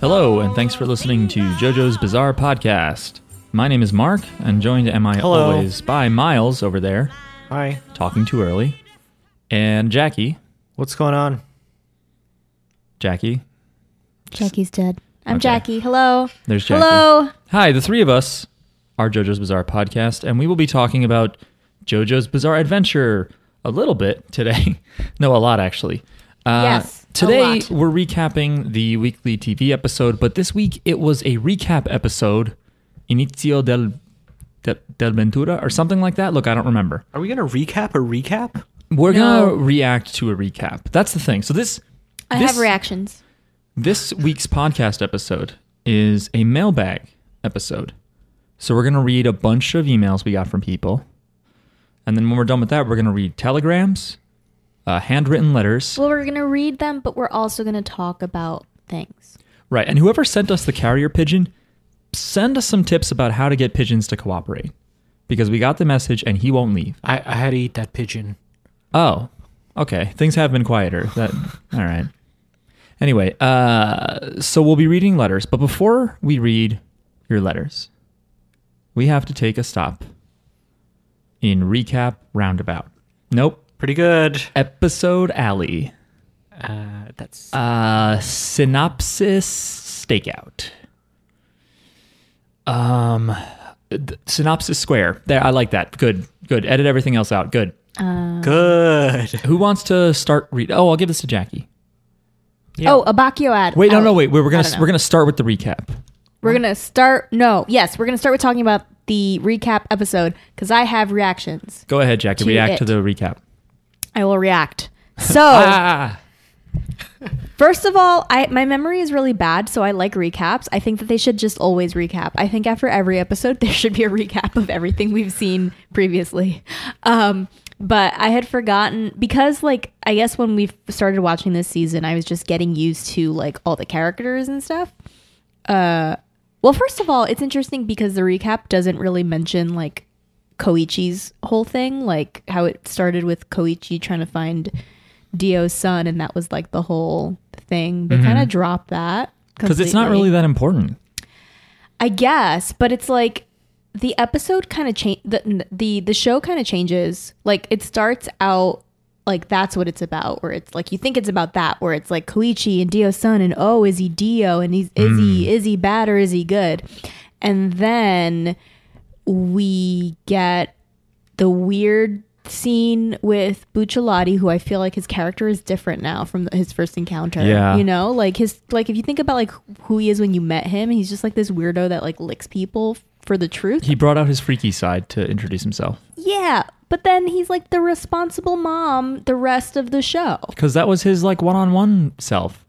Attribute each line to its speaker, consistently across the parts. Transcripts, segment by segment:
Speaker 1: Hello, and thanks for listening to JoJo's Bizarre Podcast. My name is Mark, and joined am I
Speaker 2: Hello.
Speaker 1: always by Miles over there,
Speaker 2: Hi.
Speaker 1: talking too early, and Jackie.
Speaker 2: What's going on?
Speaker 1: Jackie,
Speaker 3: Jackie's dead. I'm
Speaker 1: Okay.
Speaker 3: Jackie. Hello.
Speaker 1: there's Jackie.
Speaker 3: Hello.
Speaker 1: Hi, the three of us are JoJo's Bizarre Podcast, and we will be talking about JoJo's Bizarre Adventure a little bit today. no, a lot actually. Uh,
Speaker 3: Yes, a
Speaker 1: Today
Speaker 3: lot.
Speaker 1: we're recapping the weekly TV episode, but this week it was a recap episode, Inizio del de- del Ventura or something like that. Look, I don't remember.
Speaker 2: Are we going to recap a recap?
Speaker 1: We're
Speaker 3: No.
Speaker 1: gonna react to a recap. That's the thing. So this
Speaker 3: I
Speaker 1: this,
Speaker 3: have reactions.
Speaker 1: this week's podcast episode is a mailbag episode. So we're going to read a bunch of emails we got from people. And then when we're done with that, we're going to read telegrams, uh, handwritten letters.
Speaker 3: Well, we're gonna read them, but we're also gonna talk about things.
Speaker 1: Right. And whoever sent us the carrier pigeon, send us some tips about how to get pigeons to cooperate because we got the message and he won't leave.
Speaker 2: I, I had to eat that pigeon.
Speaker 1: Oh, okay. Things have been quieter. That all right. Anyway, uh, so we'll be reading letters, but before we read your letters, we have to take a stop in recap roundabout. Nope,
Speaker 2: Pretty good.
Speaker 1: episode alley.
Speaker 2: Uh, that's
Speaker 1: Uh, synopsis stakeout. Um, th- synopsis square. There, I like that. Good, good. Edit everything else out. Good.
Speaker 2: good.
Speaker 1: Who wants to start read? Oh, I'll give this to Jackie.
Speaker 2: Yeah.
Speaker 3: Oh, a Bacchio ad.
Speaker 1: Wait, no,
Speaker 3: Out.
Speaker 1: no, wait. We're, we're
Speaker 3: I
Speaker 1: gonna
Speaker 3: don't know.
Speaker 1: we're gonna start with the recap.
Speaker 3: We're gonna start. No, yes, we're gonna start with talking about the recap episode because I have reactions.
Speaker 1: Go ahead, Jackie.
Speaker 3: To
Speaker 1: react
Speaker 3: it. Oh.
Speaker 1: to the recap.
Speaker 3: I will react. So
Speaker 1: Ah,
Speaker 3: first of all, I my memory is really bad, so I like recaps. I think that they should just always recap. I think after every episode, there should be a recap of everything we've seen previously. Um, but I had forgotten because, like, I guess when we started watching this season, I was just getting used to like all the characters and stuff. Uh, well, first of all, it's interesting because the recap doesn't really mention like Koichi's whole thing, like how it started with Koichi trying to find Dio's son, and that was like the whole thing. They kind of dropped that
Speaker 1: Mm-hmm. because it's not
Speaker 3: completely.
Speaker 1: really that important.
Speaker 3: I guess, but it's like the episode kind of change the the the show kind of changes. Like it starts out like that's what it's about, where it's like you think it's about that, where it's like Koichi and Dio's son, and oh, is he Dio, and he's is he is he bad or is he good, and then we get the weird scene with Bucciolati, who I feel like his character is different now from the, his first encounter.
Speaker 1: Yeah.
Speaker 3: you know, like his like if you think about like who he is when you met him, he's just like this weirdo that like licks people for the truth.
Speaker 1: He brought out his freaky side to introduce himself
Speaker 3: yeah, but then he's like the responsible mom the rest of the show.
Speaker 1: because that was his like one-on-one self.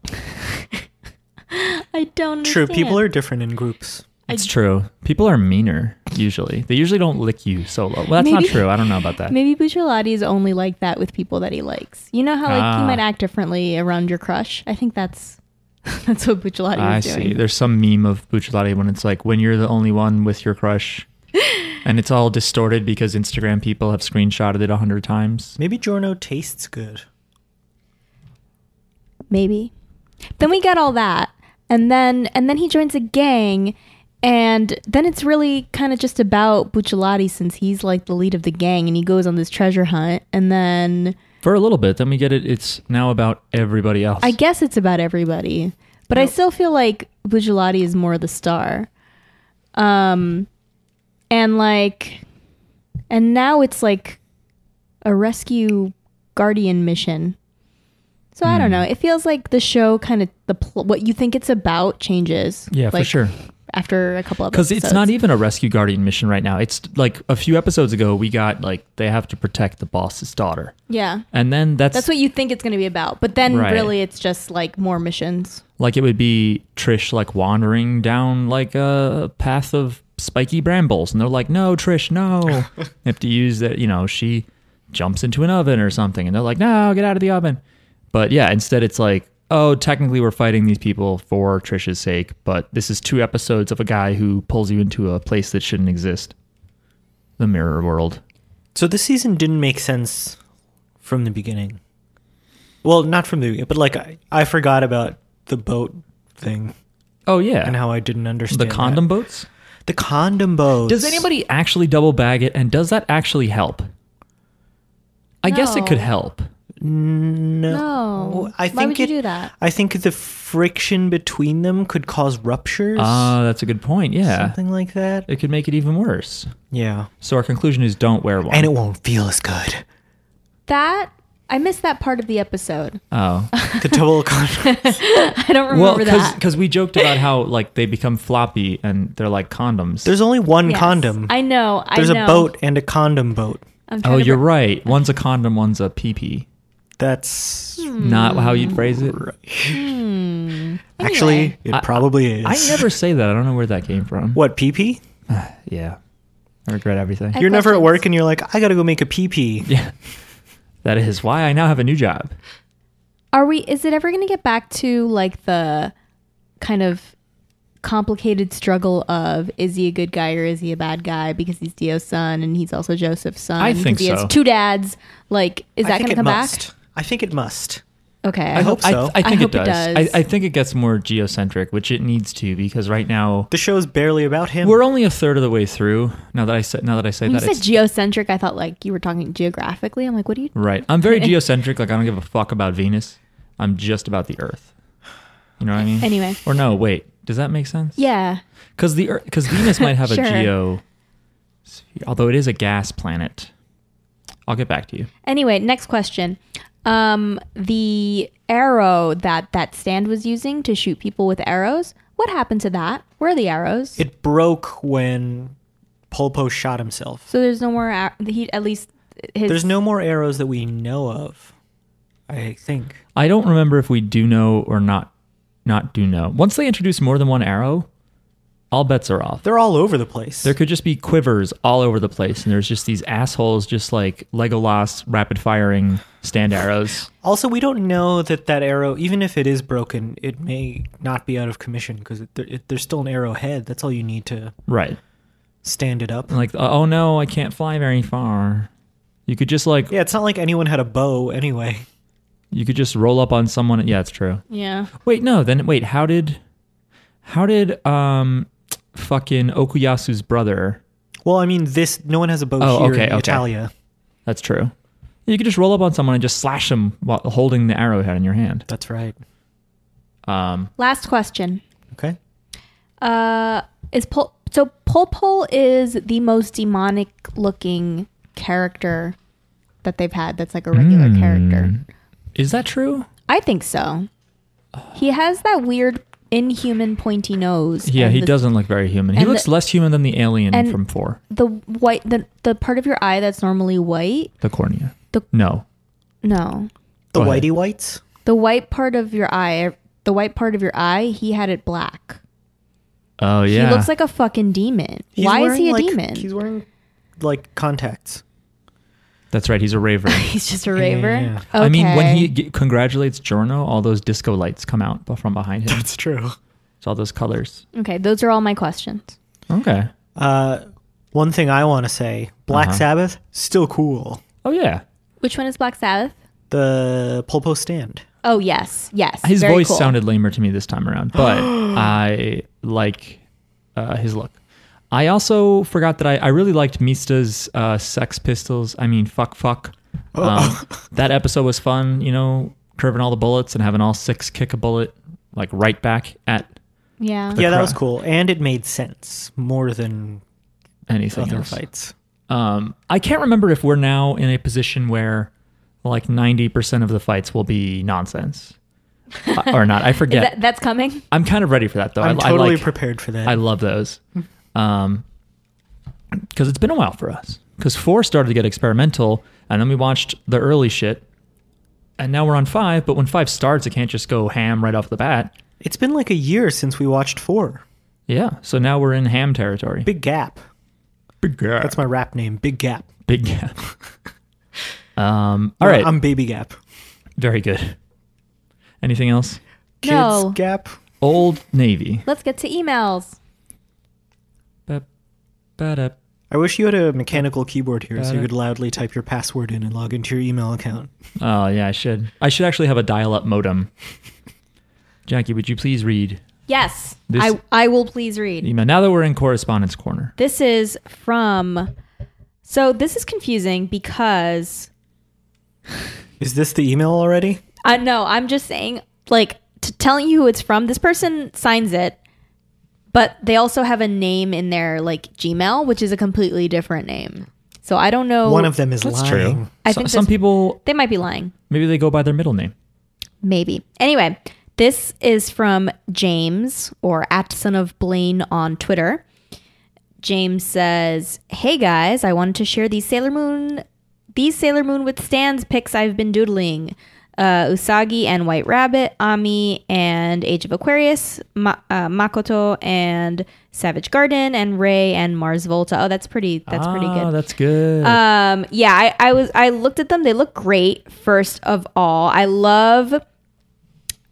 Speaker 3: I don't
Speaker 2: True.
Speaker 3: understand.
Speaker 2: People are different in groups.
Speaker 1: It's true. People are meaner usually. They usually don't lick you solo. Well, that's not
Speaker 3: Maybe-
Speaker 1: true. I don't know about that.
Speaker 3: Maybe Bucciolati is only like that with people that he likes. You know how like
Speaker 1: Ah.
Speaker 3: he might act differently around your crush. I think that's that's what Bucciolati
Speaker 1: I
Speaker 3: is doing.
Speaker 1: see. There's some meme of Bucciolati when it's like when you're the only one with your crush, and it's all distorted because Instagram people have screenshotted it a hundred times.
Speaker 2: Maybe Giorno tastes good.
Speaker 3: maybe then we get all that and then and then he joins a gang and then it's really kind of just about Bucciolati since he's like the lead of the gang and he goes on this treasure hunt and then
Speaker 1: For a little bit, then we get it. It's now about everybody else.
Speaker 3: I guess it's about everybody but I still feel like Bucciolati is more the star um and like and now it's like a rescue guardian mission so I
Speaker 1: Hmm.
Speaker 3: don't know. It feels like the show kind of the pl- what you think it's about changes.
Speaker 1: yeah, for
Speaker 3: Like,
Speaker 1: sure.
Speaker 3: after a couple of
Speaker 1: Because it's not
Speaker 3: episodes.
Speaker 1: even a rescue guardian mission right now. It's like a few episodes ago, we got like they have to protect the boss's daughter,
Speaker 3: yeah
Speaker 1: and then that's,
Speaker 3: that's what you think it's going to be about but then
Speaker 1: e-, Right.
Speaker 3: really it's just like more missions
Speaker 1: like it would be Trish like wandering down like a path of spiky brambles, and they're like, "No, Trish, no." they have to use that. You know, she jumps into an oven or something, and they're like, "No, get out of the oven." But yeah, instead it's like, "Oh, technically we're fighting these people for Trish's sake, but this is two episodes of a guy who pulls you into a place that shouldn't exist." The mirror world.
Speaker 2: So this season didn't make sense from the beginning. Well, not from the beginning, but like I, I forgot about the boat thing.
Speaker 1: Oh yeah,
Speaker 2: and how I didn't understand
Speaker 1: the
Speaker 2: that.
Speaker 1: condom boats.
Speaker 2: The condom boats.
Speaker 1: Does anybody actually double bag it, and does that actually help? I guess it could
Speaker 3: No.
Speaker 1: help.
Speaker 3: No.
Speaker 2: I think
Speaker 3: Why would
Speaker 2: it-
Speaker 3: you do that?
Speaker 2: I think the friction between them could cause ruptures,
Speaker 1: Ah, that's a good point. Yeah,
Speaker 2: something like that.
Speaker 1: it could make it even worse.
Speaker 2: Yeah,
Speaker 1: So our conclusion is don't wear one.
Speaker 2: and it won't feel as good.
Speaker 3: That I missed that part of the episode.
Speaker 1: oh,
Speaker 2: The double condom.
Speaker 3: I don't remember
Speaker 1: well,
Speaker 3: that.
Speaker 1: because we joked about how like they become floppy and they're like condoms.
Speaker 2: There's only one
Speaker 3: Yes.
Speaker 2: condom.
Speaker 3: I know. I
Speaker 2: There's
Speaker 3: know.
Speaker 2: a boat and a condom boat.
Speaker 3: I'm trying
Speaker 1: oh,
Speaker 3: to
Speaker 1: you're
Speaker 3: br-
Speaker 1: right. One's a condom, one's a pee-pee.
Speaker 2: That's
Speaker 1: Not how you'd phrase it.
Speaker 2: actually it
Speaker 1: I-
Speaker 2: probably is.
Speaker 1: I never say that. I don't know where that came from.
Speaker 2: What pee pee?
Speaker 1: Yeah, I regret everything.
Speaker 3: I-
Speaker 2: You're never at
Speaker 3: questions.
Speaker 2: work and you're like, I gotta go make a pee pee.
Speaker 1: yeah, that is why I now have a new job.
Speaker 3: Are we? Is it ever going to get back to like the kind of complicated struggle of is he a good guy or is he a bad guy because he's Dio's son and he's also Joseph's son?
Speaker 1: I think
Speaker 3: because he
Speaker 1: so.
Speaker 3: has two dads. Like, is that
Speaker 2: I think
Speaker 3: going to
Speaker 2: it
Speaker 3: come
Speaker 2: must.
Speaker 3: back?
Speaker 2: I think it must.
Speaker 3: Okay.
Speaker 1: I
Speaker 2: hope so.
Speaker 1: I,
Speaker 3: I
Speaker 1: think
Speaker 3: hope
Speaker 1: it
Speaker 3: it
Speaker 1: does.
Speaker 3: does.
Speaker 1: I, I think it gets more geocentric, which it needs to because right now
Speaker 2: The show's barely about him.
Speaker 1: we're only a third of the way through. Now that I said, now that I say
Speaker 3: When you
Speaker 1: that,
Speaker 3: said
Speaker 1: it's-
Speaker 3: geocentric, I thought like you were talking geographically. I'm like, what do you?
Speaker 1: right. I'm very geocentric. Like I don't give a fuck about Venus. I'm just about the Earth. You know what I mean?
Speaker 3: Anyway.
Speaker 1: Or no, wait. Does that make sense?
Speaker 3: Yeah.
Speaker 1: Because the Earth, because Venus might have
Speaker 3: Sure.
Speaker 1: a geo, although it is a gas planet. I'll get back to you.
Speaker 3: Anyway, next question. Um, the arrow that that stand was using to shoot people with arrows. What happened to that? Where are the arrows?
Speaker 2: It broke when Polpo shot himself.
Speaker 3: so there's no more. ar- He at least his.
Speaker 2: There's no more arrows that we know of. I think.
Speaker 1: I don't remember if we do know or not, not do know. Once they introduce more than one arrow, all bets are off.
Speaker 2: They're all over the place.
Speaker 1: There could just be quivers all over the place, and there's just these assholes just like Legolas rapid firing stand arrows.
Speaker 2: also, we don't know that that arrow, even if it is broken, it may not be out of commission because it, there- it, there's still an arrow head. That's all you need to
Speaker 1: Right.
Speaker 2: stand it up.
Speaker 1: Like, oh no, I can't fly very far. You could just like,
Speaker 2: Yeah, it's not like anyone had a bow anyway.
Speaker 1: you could just roll up on someone. Yeah, it's true.
Speaker 3: Yeah.
Speaker 1: Wait, no, then wait, how did, how did, um, fucking Okuyasu's brother,
Speaker 2: Well, I mean, this no one has a bow
Speaker 1: Oh,
Speaker 2: here
Speaker 1: okay,
Speaker 2: in
Speaker 1: okay.
Speaker 2: Italia.
Speaker 1: that's true. You could just roll up on someone and just slash them while holding the arrowhead in your hand.
Speaker 2: That's right.
Speaker 1: Um,
Speaker 3: Last question.
Speaker 2: Okay.
Speaker 3: Uh, is Pol- so Pol Pol is the most demonic looking character that they've had. That's like a regular character.
Speaker 1: is that true?
Speaker 3: I think so. He has that weird inhuman pointy nose.
Speaker 1: Yeah,
Speaker 3: and
Speaker 1: he
Speaker 3: the-
Speaker 1: doesn't look very human. He
Speaker 3: and
Speaker 1: looks
Speaker 3: the-
Speaker 1: less human than the alien
Speaker 3: and-
Speaker 1: from four,
Speaker 3: The white, the the part of your eye that's normally white.
Speaker 1: the cornea.
Speaker 3: The-
Speaker 1: no,
Speaker 3: No,
Speaker 2: The
Speaker 1: Go ahead.
Speaker 2: whitey whites.
Speaker 3: the white part of your eye, the white part of your eye. He had it black.
Speaker 1: oh yeah,
Speaker 3: He looks like a fucking demon.
Speaker 2: He's
Speaker 3: Why is
Speaker 2: wearing,
Speaker 3: he a
Speaker 2: like-
Speaker 3: demon?
Speaker 2: He's
Speaker 3: He's,
Speaker 2: wearing like contacts.
Speaker 1: that's right. He's a raver.
Speaker 3: just a raver.
Speaker 2: yeah, yeah.
Speaker 3: Okay.
Speaker 1: I mean, when he g- congratulates Jorno, all those disco lights come out b- from behind him.
Speaker 2: That's true.
Speaker 1: It's all those colors.
Speaker 3: okay, those are all my questions.
Speaker 1: Okay.
Speaker 2: Uh, one thing I want to say: Black
Speaker 1: Uh-huh.
Speaker 2: Sabbath still cool.
Speaker 1: Oh yeah,
Speaker 3: Which one is Black Sabbath?
Speaker 2: The Polpo stand.
Speaker 3: Oh yes, yes.
Speaker 1: his
Speaker 3: Very
Speaker 1: voice
Speaker 3: cool.
Speaker 1: sounded lamer to me this time around, but I like uh, his look. I also forgot that I, I really liked Mista's uh, Sex Pistols. I mean, fuck, fuck.
Speaker 3: Oh.
Speaker 1: Um, that episode was fun, you know, curving all the bullets and having all six kick a bullet, like right back at
Speaker 3: Yeah.
Speaker 2: yeah, that
Speaker 1: cra-
Speaker 2: was cool, and it made sense more than
Speaker 1: anything
Speaker 3: Oh,
Speaker 2: other
Speaker 1: else.
Speaker 2: fights.
Speaker 1: Um, I can't remember if we're now in a position where like 90% of the fights will be nonsense Uh, or not. I
Speaker 3: Is
Speaker 1: forget.
Speaker 3: that, that's coming.
Speaker 1: I'm kind of ready for that though.
Speaker 2: I'm
Speaker 1: I- I
Speaker 2: totally
Speaker 1: like-
Speaker 2: prepared for that.
Speaker 1: I love those. Um, because it's been a while for us. Because four started to get experimental, and then we watched the early shit, and now we're on five. But when five starts, it can't just go ham right off the bat.
Speaker 2: it's been like a year since we watched four.
Speaker 1: Yeah. So now we're in ham territory.
Speaker 2: Big Gap.
Speaker 1: big gap.
Speaker 2: That's my rap name. Big Gap.
Speaker 1: big gap. um. All right.
Speaker 2: I'm Baby Gap.
Speaker 1: Very good. Anything else?
Speaker 2: Kids
Speaker 3: No.
Speaker 2: Gap.
Speaker 1: Old Navy.
Speaker 3: Let's get to emails.
Speaker 1: Ba- ba-da-
Speaker 2: I wish you had a mechanical keyboard here so
Speaker 1: Got
Speaker 2: you
Speaker 1: it.
Speaker 2: could loudly type your password in and log into your email account.
Speaker 1: Oh yeah, I should. I should actually have a dial-up modem. Jackie, would you please read
Speaker 3: Yes,
Speaker 1: This-
Speaker 3: I I will please read.
Speaker 1: Email. Now that we're in correspondence corner,
Speaker 3: This is from. So this is confusing because
Speaker 2: Is this the email already?
Speaker 3: I know I'm just saying like t- telling you who it's from. This person signs it, but they also have a name in their like Gmail, which is a completely different name. So I don't know.
Speaker 2: One of them is lying.
Speaker 3: I
Speaker 1: So-
Speaker 3: think
Speaker 1: some
Speaker 3: this-
Speaker 1: people
Speaker 3: they might be lying.
Speaker 1: maybe they go by their middle name.
Speaker 3: Maybe. Anyway, this is from James or at son of Blaine on Twitter. James says, Hey guys, I wanted to share these Sailor Moon these Sailor Moon with stands picks I've been doodling. Uh, Usagi and White Rabbit, Ami and Age of Aquarius, Ma- uh, Makoto and Savage Garden, and Ray and Mars Volta. Oh, that's pretty. That's pretty
Speaker 1: Ah,
Speaker 3: good.
Speaker 1: That's good.
Speaker 3: Um, yeah, I, I was I looked at them. They look great. First of all, I love.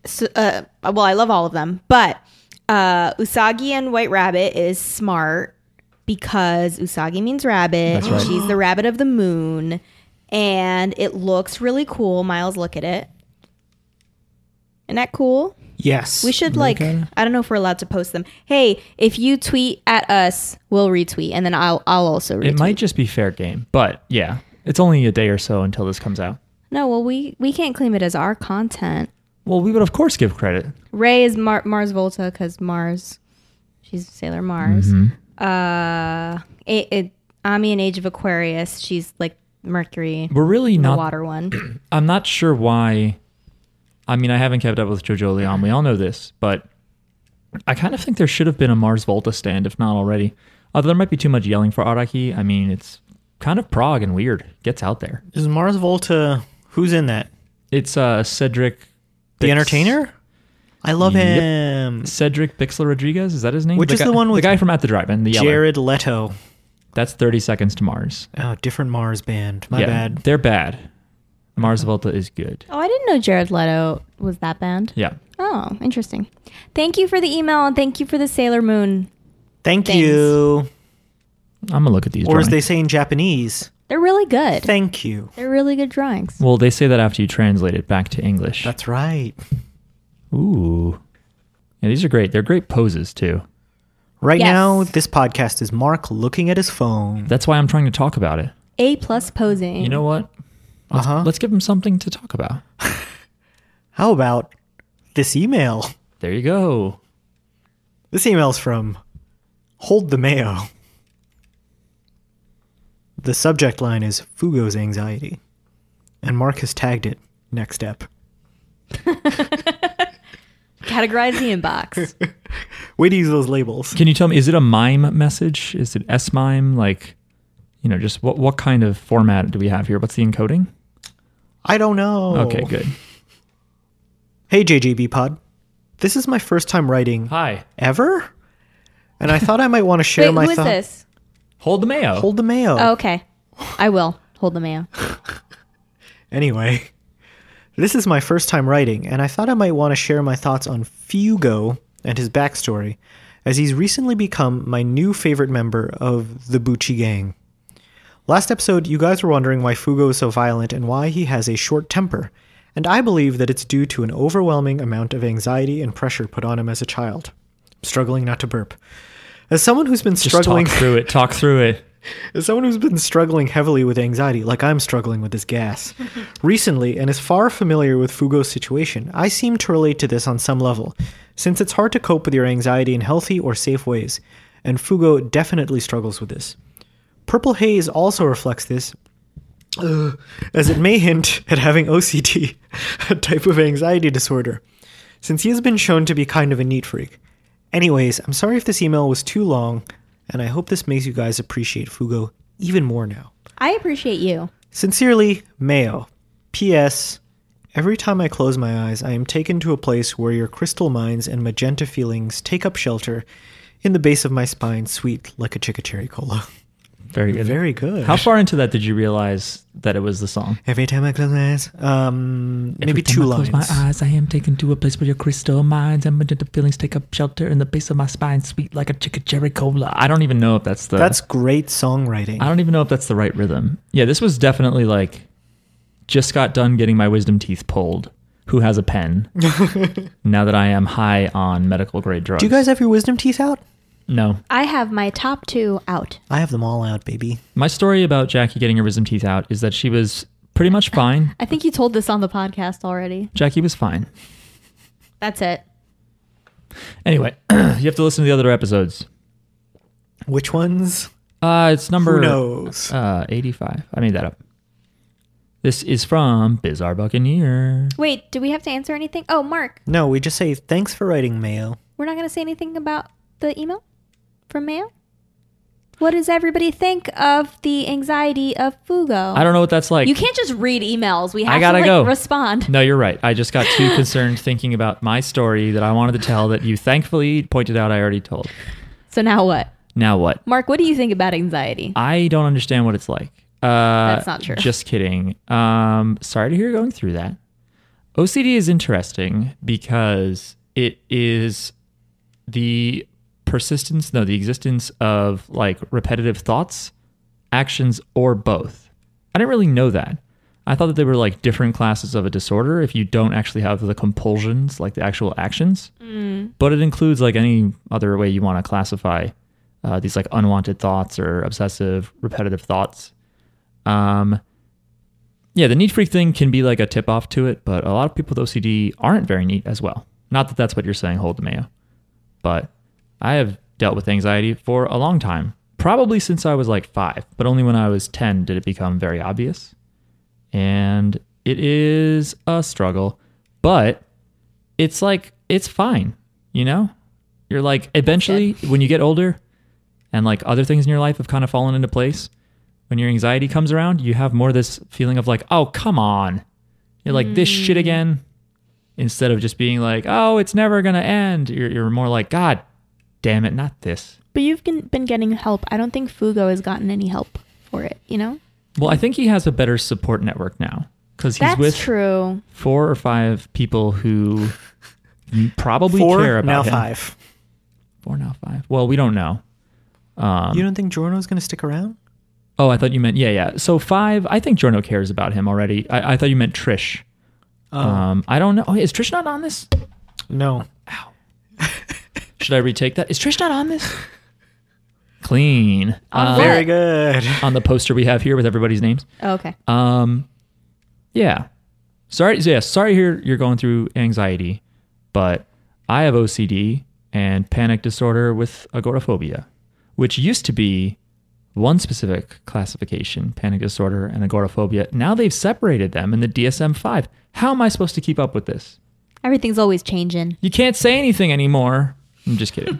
Speaker 3: s- Uh, well, I love all of them, but uh, Usagi and White Rabbit is smart because Usagi means rabbit.
Speaker 1: That's
Speaker 3: and
Speaker 1: right.
Speaker 3: She's the rabbit of the moon, and it looks really cool. Miles, look at it. Isn't that cool?
Speaker 2: Yes.
Speaker 3: We should like
Speaker 1: at it.
Speaker 3: I don't know if we're allowed to post them. Hey, if you tweet at us, we'll retweet, and then I'll I'll also retweet.
Speaker 1: it might just be fair game, but yeah, it's only a day or so until this comes out.
Speaker 3: No, well, we we can't claim it as our content.
Speaker 1: Well, we would of course give credit.
Speaker 3: Ray is Mar- Mars Volta because Mars, she's Sailor Mars.
Speaker 1: Mm-hmm.
Speaker 3: Uh, it, it, Ami in Age of Aquarius, she's like Mercury,
Speaker 1: We're really
Speaker 3: the
Speaker 1: not.
Speaker 3: water one.
Speaker 1: I'm not sure why. I mean, I haven't kept up with JoJo Leon. We all know this, but I kind of think there should have been a Mars Volta stand, if not already. Although there might be too much yelling for Araki. I mean, it's kind of prog and weird. Gets out there.
Speaker 2: Is Mars Volta? Who's in that?
Speaker 1: It's uh, Cedric.
Speaker 2: The
Speaker 1: Bix-
Speaker 2: Entertainer. I love
Speaker 1: Yep.
Speaker 2: him.
Speaker 1: Cedric Bixler Rodriguez is that his name?
Speaker 2: Which is
Speaker 1: guy-
Speaker 2: the one with
Speaker 1: the guy from At the Drive-In, the yeller.
Speaker 2: Jared Leto.
Speaker 1: That's Thirty Seconds to Mars.
Speaker 2: Oh, different Mars band. My bad.
Speaker 1: They're bad. Mars Volta is good.
Speaker 3: Oh, I didn't know Jared Leto was that band.
Speaker 1: Yeah.
Speaker 3: Oh, interesting. Thank you for the email and thank you for the Sailor Moon.
Speaker 2: Thank
Speaker 3: Things.
Speaker 2: you.
Speaker 1: I'm gonna look at these.
Speaker 2: Or as they
Speaker 1: drawings.
Speaker 2: say in Japanese,
Speaker 3: They're really good.
Speaker 2: thank you.
Speaker 3: They're really good drawings.
Speaker 1: well, they say that after you translate it back to English.
Speaker 2: That's right.
Speaker 1: Ooh. Yeah, these are great. They're great poses too.
Speaker 2: Right
Speaker 3: Yes.
Speaker 2: now, this podcast is Mark looking at his phone.
Speaker 1: That's why I'm trying to talk about it.
Speaker 3: A plus posing.
Speaker 1: You know what?
Speaker 2: Uh huh.
Speaker 1: Let's give them something to talk about.
Speaker 2: How about this email?
Speaker 1: There you go.
Speaker 2: This email's from Hold the Mayo. The subject line is Fugo's anxiety. And Mark has tagged it next step.
Speaker 3: categorize the inbox.
Speaker 2: Way to use those labels.
Speaker 1: Can you tell me? Is it a mime message? Is it S mime? Like, you know, just what what kind of format do we have here? What's the encoding?
Speaker 2: I don't know.
Speaker 1: Okay, good.
Speaker 2: Hey, JGB Pod. This is my first time writing
Speaker 1: Hi.
Speaker 2: ever. And I thought I might want to share
Speaker 3: Wait, who
Speaker 2: my
Speaker 3: is
Speaker 2: thoughts.
Speaker 3: this?
Speaker 1: Hold the mayo.
Speaker 2: Hold the Mayo.
Speaker 3: Oh, okay, I will hold the mail.
Speaker 2: Anyway, this is my first time writing, and I thought I might want to share my thoughts on Fugo and his backstory, as he's recently become my new favorite member of the Bucci gang. Last episode, you guys were wondering why Fugo is so violent and why he has a short temper, and I believe that it's due to an overwhelming amount of anxiety and pressure put on him as a child. Struggling not to burp. As someone who's been
Speaker 1: Just
Speaker 2: struggling
Speaker 1: talk through it. Talk through it.
Speaker 2: as someone who's been struggling heavily with anxiety, like I'm struggling with this gas, recently and is far familiar with Fugo's situation, I seem to relate to this on some level, since it's hard to cope with your anxiety in healthy or safe ways, and Fugo definitely struggles with this. Purple Haze also reflects this, ugh, as it may hint at having OCD, a type of anxiety disorder, since he has been shown to be kind of a neat freak. Anyways, I'm sorry if this email was too long, and I hope this makes you guys appreciate Fugo even more now.
Speaker 3: I appreciate you.
Speaker 2: Sincerely, Mayo. P.S. Every time I close my eyes, I am taken to a place where your crystal minds and magenta feelings take up shelter in the base of my spine, sweet like a chickacherry cola.
Speaker 1: Very good.
Speaker 2: Very good.
Speaker 1: How far into that did you realize that it was the song?
Speaker 2: Every time I close my eyes, um, maybe
Speaker 1: Every time
Speaker 2: two
Speaker 1: I
Speaker 2: lines.
Speaker 1: Close my eyes, I am taken to a place where your crystal minds and magenta feelings take up shelter in the base of my spine, sweet like a chickacherry cola. I don't even know if that's the.
Speaker 2: That's great songwriting.
Speaker 1: I don't even know if that's the right rhythm. Yeah, this was definitely like, just got done getting my wisdom teeth pulled. who has a pen now that I am high on medical grade drugs.
Speaker 2: Do you guys have your wisdom teeth out?
Speaker 1: No.
Speaker 3: I have my top two out.
Speaker 2: I have them all out, baby.
Speaker 1: My story about Jackie getting her wisdom teeth out is that she was pretty much fine.
Speaker 3: I think you told this on the podcast already.
Speaker 1: Jackie was fine.
Speaker 3: That's it.
Speaker 1: Anyway, you have to listen to the other episodes.
Speaker 2: Which ones?
Speaker 1: Uh, it's number
Speaker 2: Who knows?
Speaker 1: Uh, 85. I made that up. This is from Bizarre Buccaneer.
Speaker 3: Wait, do we have to answer anything? Oh, Mark,
Speaker 2: No, we just say thanks for writing, Mayo.
Speaker 3: we're not going to say anything about the email from Mayo? What does everybody think of the anxiety of Fugo?
Speaker 1: I don't know what that's like.
Speaker 3: you can't just read emails. We have
Speaker 1: I gotta
Speaker 3: to like,
Speaker 1: go.
Speaker 3: respond.
Speaker 1: No, you're right. I just got too concerned thinking about my story that I wanted to tell that you thankfully pointed out I already told.
Speaker 3: So now what?
Speaker 1: Now what?
Speaker 3: Mark, what do you think about anxiety?
Speaker 1: I don't understand what it's like. Uh,
Speaker 3: That's not true.
Speaker 1: Just kidding. Um, sorry to hear you're going through that. OCD is interesting because it is the persistence, no, the existence of like repetitive thoughts, actions, or both. I didn't really know that. I thought that they were like different classes of a disorder if you don't actually have the compulsions, like the actual actions.
Speaker 3: Mm.
Speaker 1: But it includes like any other way you want to classify uh, these like unwanted thoughts or obsessive, repetitive thoughts. Um, yeah, the neat freak thing can be like a tip off to it, but a lot of people with OCD aren't very neat as well. Not that that's what you're saying, hold the mayo, but I have dealt with anxiety for a long time, probably since I was like five, but only when I was 10 did it become very obvious. And it is a struggle, but it's like, it's fine, you know? You're like, eventually, when you get older and like other things in your life have kind of fallen into place, when your anxiety comes around, you have more this feeling of like, oh, come on. You're like, this shit
Speaker 3: Mm.
Speaker 1: again. Instead of just being like, oh, it's never going to end, you're, you're more like, God damn it, not this.
Speaker 3: But you've been been getting help. I don't think Fugo has gotten any help for it, you know?
Speaker 1: Well, I think he has a better support network now because he's
Speaker 3: That's
Speaker 1: with
Speaker 3: true.
Speaker 1: four or five people who probably
Speaker 2: Four,
Speaker 1: care about
Speaker 2: now
Speaker 1: him.
Speaker 2: five.
Speaker 1: Four now five. Well, we don't know. Um,
Speaker 2: you don't think Jorno's going to stick around?
Speaker 1: oh, I thought you meant yeah, yeah. So five. I think Jorno cares about him already. I, I thought you meant Trish. Um, I don't know. Oh, is Trish not on this?
Speaker 2: No.
Speaker 1: Should I retake that? Is Trish not on this? Clean. Uh,
Speaker 2: Very good.
Speaker 1: on the poster we have here with everybody's names.
Speaker 3: Oh, okay.
Speaker 1: Um, yeah. Sorry. Yeah. Sorry. Here you're going through anxiety, but I have OCD and panic disorder with agoraphobia, which used to be one specific classification: panic disorder and agoraphobia. Now they've separated them in the DSM-5. How am I supposed to keep up with this?
Speaker 3: Everything's always changing.
Speaker 1: You can't say anything anymore. I'm just kidding.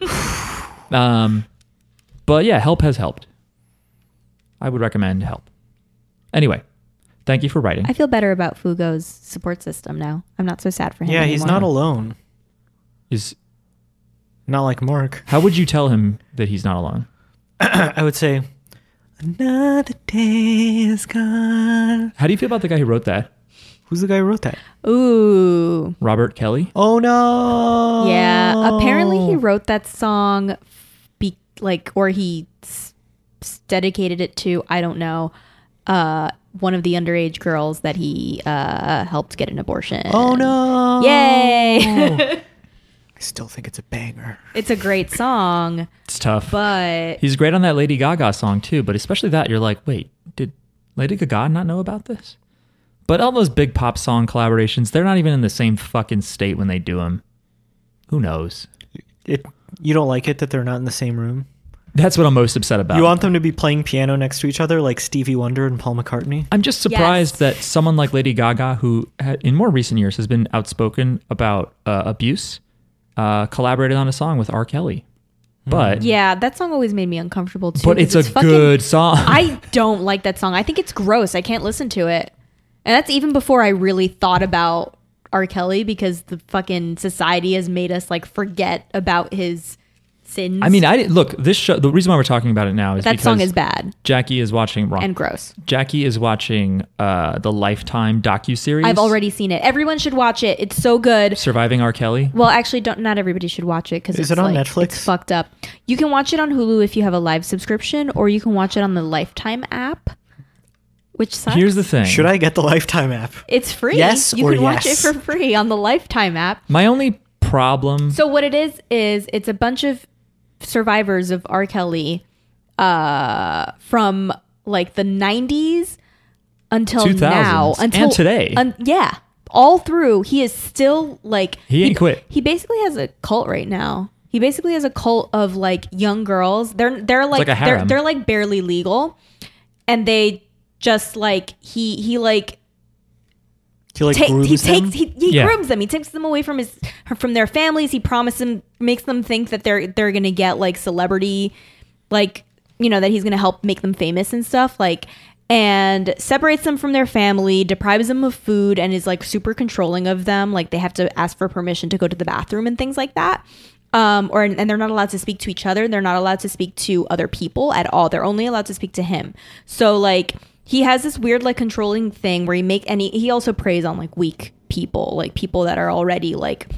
Speaker 1: um, but yeah, help has helped. I would recommend help. Anyway, thank you for writing.
Speaker 3: I feel better about Fugo's support system now. I'm not so sad for him.
Speaker 2: Yeah, he's
Speaker 3: anymore.
Speaker 2: not alone.
Speaker 1: Is
Speaker 2: Not like Mark.
Speaker 1: how would you tell him that he's not alone?
Speaker 2: I would say, another day is gone.
Speaker 1: How do you feel about the guy who wrote that?
Speaker 2: Who's the guy who wrote that?
Speaker 3: Ooh.
Speaker 1: Robert Kelly?
Speaker 2: Oh no!
Speaker 3: Yeah.
Speaker 2: Oh.
Speaker 3: Apparently, he wrote that song, be- like, or he s- s- dedicated it to I don't know, uh, one of the underage girls that he uh, helped get an abortion.
Speaker 2: Oh no!
Speaker 3: Yay!
Speaker 2: I still think it's a banger.
Speaker 3: it's a great song,
Speaker 1: It's tough.
Speaker 3: but
Speaker 1: he's great on that Lady Gaga song too, but especially that you're like, wait, did Lady Gaga not know about this? But all those big pop song collaborations, they're not even in the same fucking state when they do them. Who knows?
Speaker 2: It. You don't like it that they're not in the same room.
Speaker 1: That's what I'm most upset about.
Speaker 2: You want them to be playing piano next to each other, like Stevie Wonder and Paul McCartney.
Speaker 1: I'm just surprised
Speaker 3: Yes.
Speaker 1: that someone like Lady Gaga, who ha- in more recent years has been outspoken about uh, abuse, uh, collaborated on a song with R. Kelly.
Speaker 2: Hmm.
Speaker 1: But
Speaker 3: yeah, that song always made me uncomfortable too.
Speaker 1: but it's
Speaker 3: 'cause
Speaker 1: a
Speaker 3: fucking-
Speaker 1: good song.
Speaker 3: I don't like that song. I think it's gross. I can't listen to it. And that's even before I really thought about R. Kelly because the fucking society has made us like forget about his sins.
Speaker 1: I mean, I didn't look this show. The reason why we're talking about it now is
Speaker 3: that
Speaker 1: because
Speaker 3: song is bad
Speaker 1: Jackie is watching wrong.
Speaker 3: and gross.
Speaker 1: Jackie is watching uh, the Lifetime docu series.
Speaker 3: I've already seen it. Everyone should watch it. It's so good.
Speaker 1: surviving R. Kelly.
Speaker 3: Well, actually, don't. Not everybody should watch it because
Speaker 2: Is it on Netflix?
Speaker 3: It's fucked up. You can watch it on Hulu if you have a live subscription, or you can watch it on the Lifetime app. which sucks.
Speaker 1: Here's the thing.
Speaker 2: Should I get the Lifetime app?
Speaker 3: It's free.
Speaker 2: Yes
Speaker 3: you
Speaker 2: or
Speaker 3: can watch it
Speaker 2: yes?
Speaker 3: for free on the Lifetime app.
Speaker 1: My only problem.
Speaker 3: So what it is is it's a bunch of survivors of R. Kelly uh, from like the '90s until
Speaker 1: 2000s
Speaker 3: now,
Speaker 1: and
Speaker 3: until
Speaker 1: today.
Speaker 3: un- yeah, all through. He is still like
Speaker 1: He ain't quit.
Speaker 3: He basically has a cult right now. He basically has a cult of like young girls. They're they're like,
Speaker 1: like a
Speaker 3: they're
Speaker 1: harem.
Speaker 3: they're like barely legal, and they just like he he like
Speaker 2: He like
Speaker 3: take, he
Speaker 2: grooms them?
Speaker 3: takes he, he
Speaker 1: Yeah.
Speaker 3: grooms them. He takes them away from his from their families. He promises them makes them think that they're they're gonna get like celebrity, like you know that he's gonna help make them famous and stuff like. And separates them from their family, deprives them of food, and is like super controlling of them. Like they have to ask for permission to go to the bathroom and things like that. Um, or and they're not allowed to speak to each other. They're not allowed to speak to other people at all. They're only allowed to speak to him. So like he has this weird like controlling thing where he make and he, he also preys on like weak people like people that are already like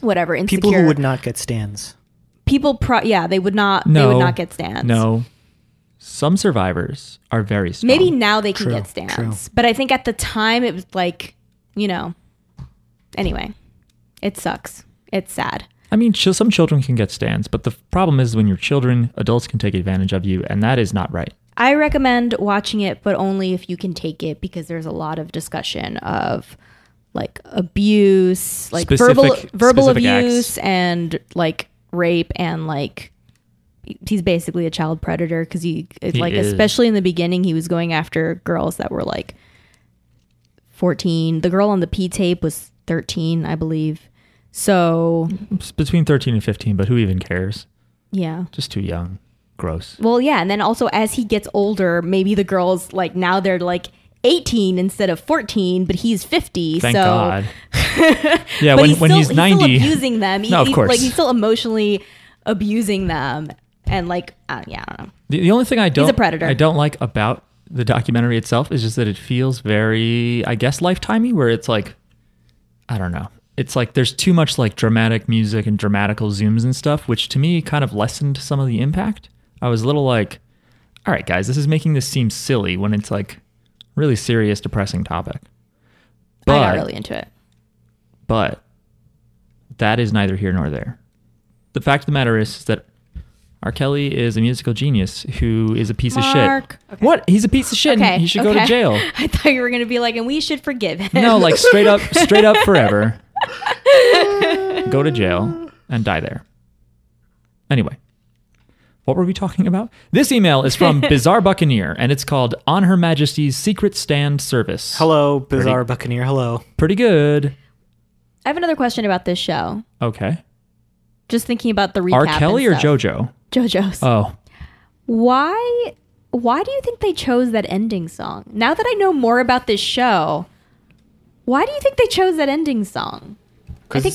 Speaker 3: whatever insecure
Speaker 2: people who would not get stands.
Speaker 3: people pro yeah they would not
Speaker 1: No,
Speaker 3: they would not get stands
Speaker 1: No. Some survivors are very strong.
Speaker 3: maybe now they can
Speaker 2: True,
Speaker 3: get stands
Speaker 2: true.
Speaker 3: but i think at the time it was like you know anyway it sucks it's sad
Speaker 1: I mean, ch- some children can get stands, but the f- problem is when you're children, adults can take advantage of you, and that is not right.
Speaker 3: I recommend watching it, but only if you can take it because there's a lot of discussion of like abuse, like
Speaker 1: Specific-
Speaker 3: verbal verbal
Speaker 1: specific
Speaker 3: abuse
Speaker 1: acts.
Speaker 3: and like rape and like he's basically a child predator because he, it's
Speaker 1: He
Speaker 3: like
Speaker 1: is.
Speaker 3: especially in the beginning he was going after girls that were like 14. The girl on the P tape was 13, I believe. So,
Speaker 1: It's between 13 and 15, but who even cares?
Speaker 3: yeah.
Speaker 1: Just too young. Gross.
Speaker 3: Well, yeah, and then also as he gets older, maybe the girls like now they're like 18 instead of 14, but he's 50.
Speaker 1: Thank
Speaker 3: so
Speaker 1: God. yeah,
Speaker 3: but
Speaker 1: when,
Speaker 3: he's
Speaker 1: when
Speaker 3: still,
Speaker 1: he's
Speaker 3: he's
Speaker 1: 90.
Speaker 3: still abusing them. He-
Speaker 1: No, of
Speaker 3: he's,
Speaker 1: course.
Speaker 3: Like he's still emotionally abusing them and like uh, yeah, I don't know.
Speaker 1: The, the only thing I don't
Speaker 3: a predator.
Speaker 1: I don't like about the documentary itself is just that it feels very, I guess, lifetimey, where it's like, I don't know. It's like there's too much like dramatic music and dramatical zooms and stuff, which to me kind of lessened some of the impact. I was a little like, all right, guys, this is making this seem silly when it's like really serious, depressing topic. But
Speaker 3: I got really into it.
Speaker 1: but that is neither here nor there. The fact of the matter is, that R. Kelly is a musical genius who is a piece
Speaker 3: Mark.
Speaker 1: of shit. What? He's a piece of shit. and
Speaker 3: Okay.
Speaker 1: he should go
Speaker 3: okay.
Speaker 1: to jail.
Speaker 3: I thought you were going to be like and we should forgive him.
Speaker 1: No, like straight up, straight up forever. go to jail and die there. Anyway, what were we talking about? This email is from Bizarre Buccaneer, and it's called "On Her Majesty's Secret Stand Service."
Speaker 2: Hello, bizarre buccaneer. Hello.
Speaker 1: Pretty good.
Speaker 3: I have another question about this show.
Speaker 1: Okay.
Speaker 3: Just thinking about the recap.
Speaker 1: R.
Speaker 3: and
Speaker 1: Kelly or
Speaker 3: stuff.
Speaker 1: JoJo?
Speaker 3: JoJo's.
Speaker 1: Oh,
Speaker 3: Why why do you think they chose that ending song? Now that I know more about this show, why do you think they chose that ending song? I think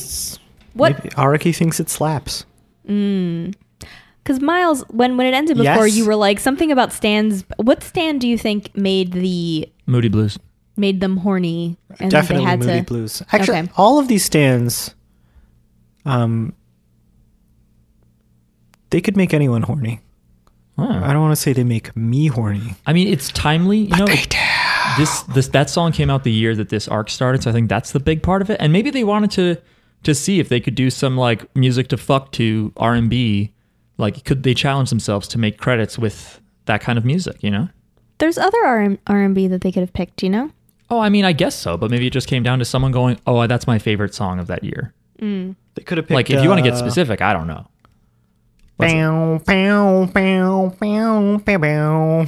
Speaker 3: what
Speaker 2: Maybe Araki thinks it slaps.
Speaker 3: cuz Miles when when it ended before
Speaker 2: Yes.
Speaker 3: you were like something about Stan's what Stan do you think made the
Speaker 1: Moody Blues.
Speaker 3: made them horny and
Speaker 2: Definitely Moody Blues. Actually,
Speaker 3: Okay.
Speaker 2: all of these stands, um, they could make anyone horny.
Speaker 1: Oh.
Speaker 2: I don't want to say they make me horny.
Speaker 1: I mean, it's timely. You know, this this that song came out the year that this arc started, so I think that's the big part of it. And maybe they wanted to to see if they could do some like music to fuck to R and B. Like, could they challenge themselves to make credits with that kind of music? You know?
Speaker 3: There's other R- R&B that they could have picked, you know?
Speaker 1: Oh, I mean, I guess so. But maybe it just came down to someone going, "Oh, that's my favorite song of that year."
Speaker 2: They could have picked.
Speaker 1: Like, if you want to get
Speaker 2: uh,
Speaker 1: specific, I don't know. What's it-
Speaker 2: Bow, bow, bow, bow, bow, bow.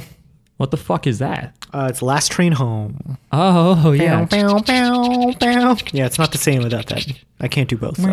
Speaker 1: What the fuck is that?
Speaker 2: Uh, it's last train home.
Speaker 1: Oh yeah.
Speaker 2: Bow, bow, bow, bow. Yeah, it's not the same without that. I can't do both. So.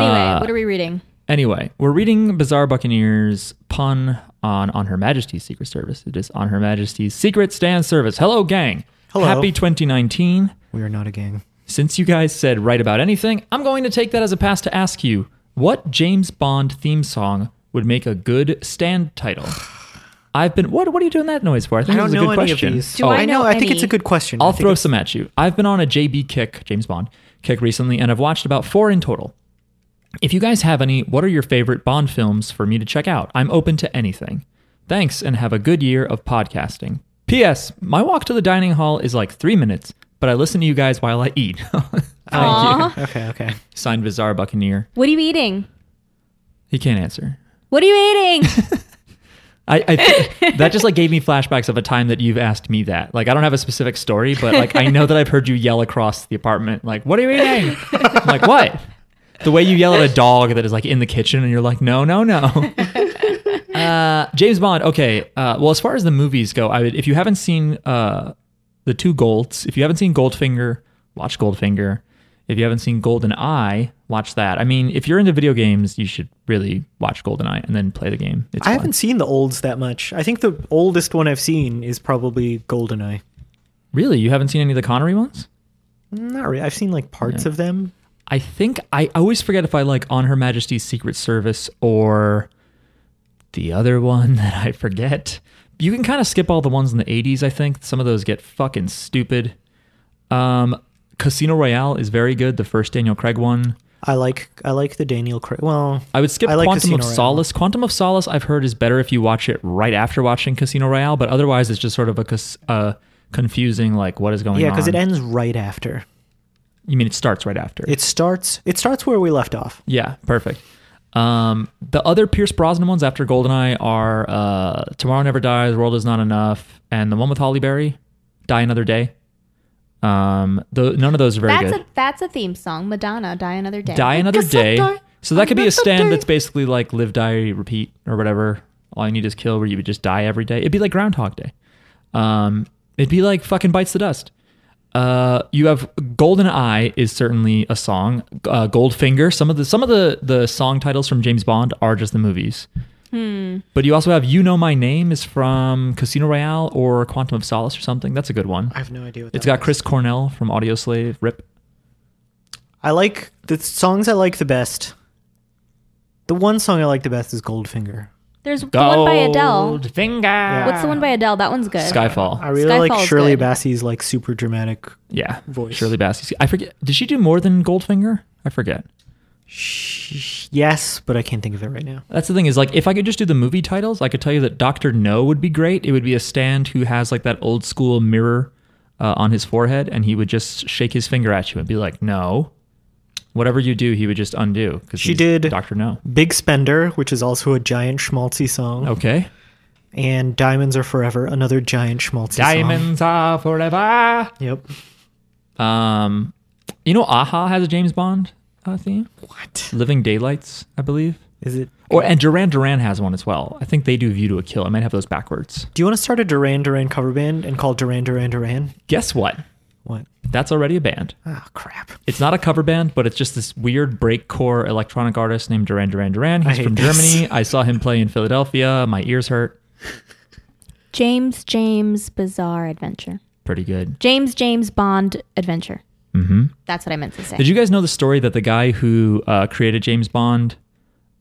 Speaker 3: Anyway,
Speaker 1: Uh,
Speaker 3: what are we reading?
Speaker 1: Anyway, we're reading Bizarre Buccaneers pun on On Her Majesty's Secret Service. It is On Her Majesty's Secret Stand Service. Hello, gang.
Speaker 2: Hello.
Speaker 1: Happy 2019.
Speaker 2: We are not a gang.
Speaker 1: Since you guys said right about anything, I'm going to take that as a pass to ask you what James Bond theme song would make a good stand title? I've been what? What are you doing that noise for? I think
Speaker 2: I don't
Speaker 1: this is a
Speaker 2: know
Speaker 1: good
Speaker 2: any
Speaker 1: question.
Speaker 2: of these. Oh.
Speaker 3: Do I
Speaker 2: I know.
Speaker 3: know
Speaker 2: I think
Speaker 3: any?
Speaker 2: it's a good question. I
Speaker 1: I'll
Speaker 2: think
Speaker 1: throw
Speaker 2: it's-
Speaker 1: some at you. I've been on a JB kick, James Bond kick recently, and I've watched about four in total. If you guys have any, what are your favorite Bond films for me to check out? I'm open to anything. Thanks and have a good year of podcasting. P.S. My walk to the dining hall is like three minutes, but I listen to you guys while I eat. Thank you.
Speaker 3: Aw.
Speaker 2: Okay, okay.
Speaker 1: Signed Bizarre Buccaneer.
Speaker 3: What are you eating?
Speaker 1: He can't answer.
Speaker 3: What are you eating?
Speaker 1: I, I th- that just like gave me flashbacks of a time that you've asked me that. Like I don't have a specific story, but like I know that I've heard you yell across the apartment, like "What are you eating?" I'm like what? The way you yell at a dog that is like in the kitchen, and you're like, "No, no, no." Uh, James Bond. Okay. Uh, well, as far as the movies go, I would if you haven't seen uh, the two Golds, if you haven't seen Goldfinger, watch Goldfinger. If you haven't seen Golden Eye, watch that. I mean, if you're into video games, you should really watch Golden Eye and then play the game. It's
Speaker 2: I
Speaker 1: fun.
Speaker 2: haven't seen the olds that much. I think the oldest one I've seen is probably Goldeneye.
Speaker 1: Really? You haven't seen any of the Connery ones?
Speaker 2: Not really. I've seen like parts of them.
Speaker 1: I think I I always forget if I like On Her Majesty's Secret Service or the other one that I forget. You can kind of skip all the ones in the 80s, I think. Some of those get fucking stupid. Um, Casino Royale is very good, the first Daniel Craig one.
Speaker 2: I like I like the Daniel Craig. Well,
Speaker 1: I would skip
Speaker 2: I like
Speaker 1: Quantum
Speaker 2: Casino
Speaker 1: of
Speaker 2: Royale.
Speaker 1: Solace. Quantum of Solace, I've heard, is better if you watch it right after watching Casino Royale, but otherwise it's just sort of a cas- uh, confusing, like, what is going
Speaker 2: yeah,
Speaker 1: on?
Speaker 2: because it ends right after.
Speaker 1: You mean it starts right after?
Speaker 2: It starts it starts where we left off.
Speaker 1: Yeah, perfect. Um, the other Pierce Brosnan ones after Goldeneye are uh, Tomorrow Never Dies, World Is Not Enough, and the one with Holly Berry, Die Another Day. Um, tho- none of those are very
Speaker 3: that's
Speaker 1: good.
Speaker 3: a that's a theme song. Madonna, Die Another Day.
Speaker 1: die Another
Speaker 2: Guess I'll
Speaker 1: Day.
Speaker 2: die
Speaker 1: So that could be a
Speaker 2: another
Speaker 1: stand
Speaker 2: day.
Speaker 1: that's basically like live, die, repeat, or whatever. All you need is kill, where you would just die every day. It'd be like Groundhog Day. Um, it'd be like fucking bites the dust. Uh, you have Golden Eye is certainly a song. Uh, Goldfinger. Some of the some of the the song titles from James Bond are just the movies.
Speaker 3: Hmm.
Speaker 1: But you also have You Know My Name is from Casino Royale or Quantum of Solace or something. That's a good one.
Speaker 2: I have no idea what
Speaker 1: It's
Speaker 2: that
Speaker 1: got
Speaker 2: was.
Speaker 1: Chris Cornell from Audio Slave. Rip.
Speaker 2: I like the songs I like the best. The one song I like the best is Goldfinger.
Speaker 3: There's the one by Adele.
Speaker 1: Goldfinger.
Speaker 3: What's the one by Adele? That one's good.
Speaker 1: Skyfall.
Speaker 2: I really
Speaker 3: Skyfall
Speaker 2: like
Speaker 3: is
Speaker 2: Shirley
Speaker 3: good.
Speaker 2: Bassey's like super dramatic.
Speaker 1: Yeah.
Speaker 2: voice.
Speaker 1: Shirley Bassey. I forget. Did she do more than Goldfinger? I forget.
Speaker 2: Yes, but I can't think of it right now.
Speaker 1: That's the thing is like if I could just do the movie titles, I could tell you that Doctor No would be great. It would be a stand who has like that old school mirror uh, on his forehead, and he would just shake his finger at you and be like, "No." Whatever you do, he would just undo. Because
Speaker 2: She did-
Speaker 1: Doctor No.
Speaker 2: Big Spender, which is also a giant schmaltzy song,
Speaker 1: Okay.
Speaker 2: and Diamonds Are Forever, another giant schmaltzy song.
Speaker 1: are forever.
Speaker 2: Yep.
Speaker 1: Um, you know, Aha has a James Bond uh, theme.
Speaker 2: What
Speaker 1: Living Daylights, I believe.
Speaker 2: is it?
Speaker 1: Or and Duran Duran has one as well. I think they do View to a Kill. I might have those backwards.
Speaker 2: Do you want to start a Duran Duran cover band and call Duran Duran Duran?
Speaker 1: Guess what?
Speaker 2: What?
Speaker 1: That's already a band.
Speaker 2: Ah, crap.
Speaker 1: It's not a cover band, but it's just this weird breakcore electronic artist named Duran Duran Duran. He's
Speaker 2: hate
Speaker 1: from
Speaker 2: this.
Speaker 1: Germany. I saw him play in Philadelphia. My ears hurt.
Speaker 3: James James Bizarre Adventure.
Speaker 1: Pretty good.
Speaker 3: James James Bond Adventure. Mm-hmm. That's what I meant to say.
Speaker 1: Did you guys know the story that the guy who uh, created James Bond,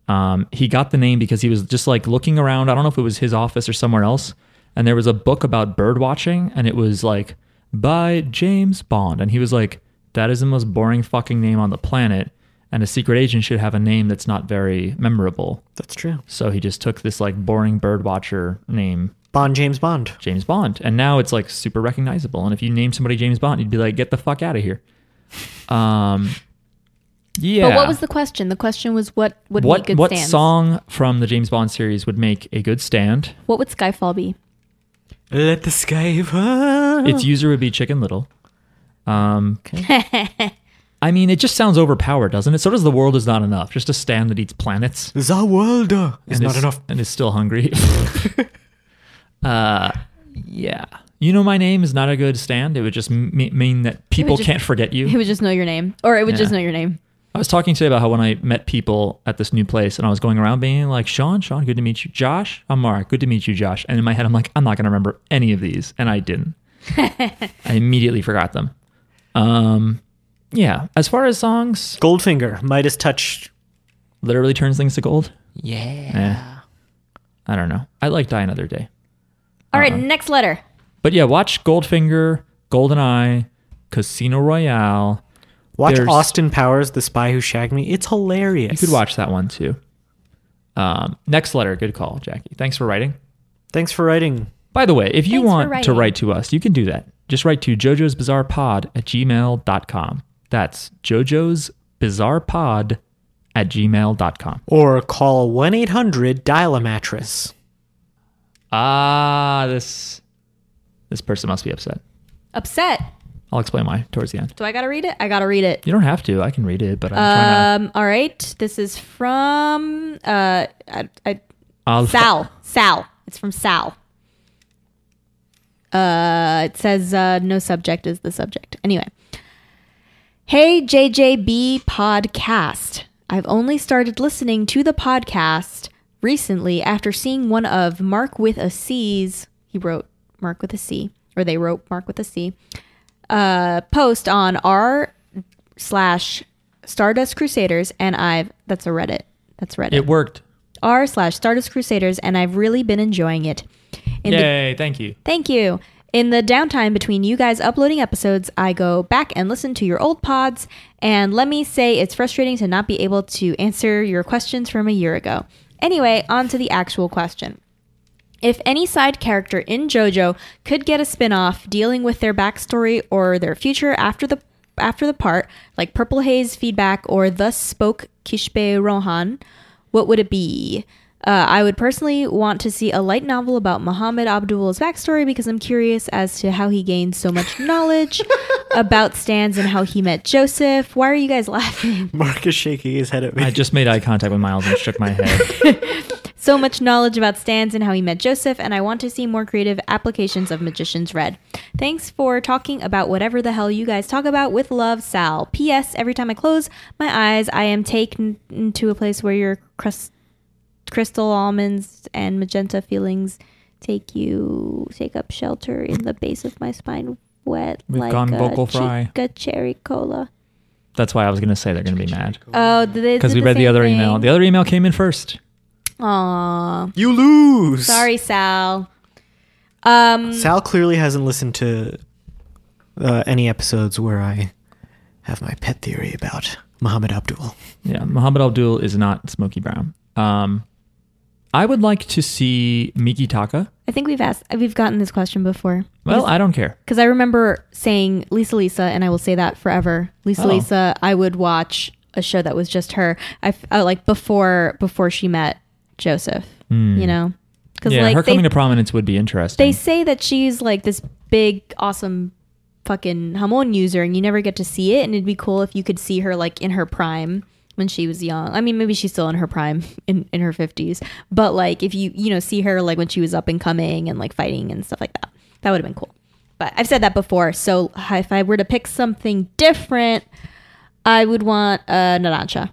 Speaker 1: um, he got the name because he was just like looking around. I don't know if it was his office or somewhere else, and there was a book about bird watching, and it was like by James Bond, and he was like, "That is the most boring fucking name on the planet." And a secret agent should have a name that's not very memorable.
Speaker 2: That's true.
Speaker 1: So he just took this like boring bird watcher name,
Speaker 2: Bond James Bond.
Speaker 1: James Bond, and now it's like super recognizable. And if you name somebody James Bond, you'd be like, "Get the fuck out of here." Um, yeah.
Speaker 3: But what was the question? The question was what would
Speaker 1: what
Speaker 3: make good
Speaker 1: what
Speaker 3: stands?
Speaker 1: song from the James Bond series would make a good stand?
Speaker 3: What would Skyfall be?
Speaker 2: Let the sky fall.
Speaker 1: Its user would be Chicken Little. Um, I mean, it just sounds overpowered, doesn't it? So does the world is not enough. Just a stand that eats planets.
Speaker 2: The world uh, is
Speaker 1: and
Speaker 2: not enough.
Speaker 1: and is still hungry. uh, yeah. You know, my name is not a good stand. It would just m- mean that people
Speaker 3: just-
Speaker 1: can't forget
Speaker 3: It
Speaker 1: you.
Speaker 3: would just know your name, or it would just
Speaker 1: Yeah.
Speaker 3: know your name.
Speaker 1: I was talking today about how when I met people at this new place and I was going around being like, Sean, Sean, good to meet you. Josh, I'm Mark. Good to meet you, Josh. And in my head, I'm like, I'm not going to remember any of these. And I didn't. I immediately forgot them. Um, yeah. As far as songs,
Speaker 2: Goldfinger, Midas Touch.
Speaker 1: literally turns things to gold.
Speaker 2: Yeah.
Speaker 1: Eh. I don't know. I like Die Another Day.
Speaker 3: All right,
Speaker 1: Uh-huh.
Speaker 3: next letter.
Speaker 1: But yeah, watch Goldfinger, GoldenEye, Casino Royale.
Speaker 2: Watch
Speaker 1: There's-
Speaker 2: Austin Powers, The Spy Who Shagged Me. It's hilarious.
Speaker 1: You could watch that one too. Um, next letter, good call, Jackie. Thanks for writing.
Speaker 2: Thanks for writing.
Speaker 1: By the way, if you
Speaker 3: Thanks for
Speaker 1: want to
Speaker 3: writing.
Speaker 1: write to us, you can do that. Just write to Jojo's Bizarre Pod at gmail.com. That's Jojo's Bizarre Pod at gmail.com.
Speaker 2: Or call 1 800 Dial a Mattress.
Speaker 1: Ah, this this person must be upset.
Speaker 3: Upset.
Speaker 1: I'll explain why towards the end.
Speaker 3: Do I gotta read it? I gotta read it.
Speaker 1: You don't have to. I can read it, but I'm trying to.
Speaker 3: Um. All right. This is from uh. I, I,
Speaker 1: I'll fi-
Speaker 3: Sal. Sal. It's from Sal. Uh, it says uh, no subject is the subject. Anyway. Hey, JJB podcast. I've only started listening to the podcast recently after seeing one of Mark with a C's. He wrote Mark with a C, or they wrote Mark with a C. Uh, post on r slash Stardust Crusaders, and I've that's a Reddit. That's Reddit
Speaker 1: it worked.
Speaker 3: r slash Stardust Crusaders, and I've really been enjoying it. In the,
Speaker 1: Yay. thank you.
Speaker 3: thank you. In the downtime between you guys uploading episodes, I go back and listen to your old pods, and let me say it's frustrating to not be able to answer your questions from a year ago. Anyway, on to the actual question. If any side character in JoJo could get a spin-off dealing with their backstory or their future after the after the part, like Purple Haze feedback or Thus Spoke Kishibe Rohan, what would it be? Uh, I would personally want to see a light novel about Muhammad Abdul's backstory because I'm curious as to how he gained so much knowledge about stands and how he met Joseph. Why are you guys laughing?
Speaker 2: Mark is shaking his head at me.
Speaker 1: I just made eye contact with Miles and shook my head.
Speaker 3: so much knowledge about stands and how he met Joseph, and I want to see more creative applications of Magician's Red. Thanks for talking about whatever the hell you guys talk about with love, Sal. P.S. Every time I close my eyes, I am taken into a place where your crust, crystal almonds and magenta feelings take you, take up shelter in the base of my spine, wet
Speaker 1: We've
Speaker 3: like
Speaker 1: gone
Speaker 3: a
Speaker 1: vocal fry.
Speaker 3: chica cherry cola.
Speaker 1: That's why I was going to say they're going to be mad.
Speaker 3: Oh, because
Speaker 1: Because we read the other email. The other email came in first.
Speaker 3: Aww,
Speaker 2: you lose.
Speaker 3: sorry, Sal. Um,
Speaker 2: Sal clearly hasn't listened to uh, any episodes where I have my pet theory about Muhammad Abdul.
Speaker 1: Yeah, Muhammad Abdul is not Smokey Brown. Um, I would like to see Miki Taka.
Speaker 3: I think we've asked, we've gotten this question before.
Speaker 1: Well, I don't care.
Speaker 3: Because I remember saying Lisa Lisa, and I will say that forever. Lisa
Speaker 1: Oh.
Speaker 3: Lisa, I would watch a show that was just her. I, f- I, like before before she met Joseph, you know, because
Speaker 1: Hmm. Yeah,
Speaker 3: like
Speaker 1: her
Speaker 3: they,
Speaker 1: coming to prominence would be
Speaker 3: they
Speaker 1: interesting.
Speaker 3: say that she's like this big awesome fucking hamon user, and you never get to see it. And it'd be cool if you could see her like in her prime when she was young. I mean, maybe she's still in her prime in in her fifties, but like if you you know see her like when she was up and coming and like fighting and stuff like that, that would have been cool. But I've said that before, so if I were to pick something different, I would want uh, Narancia.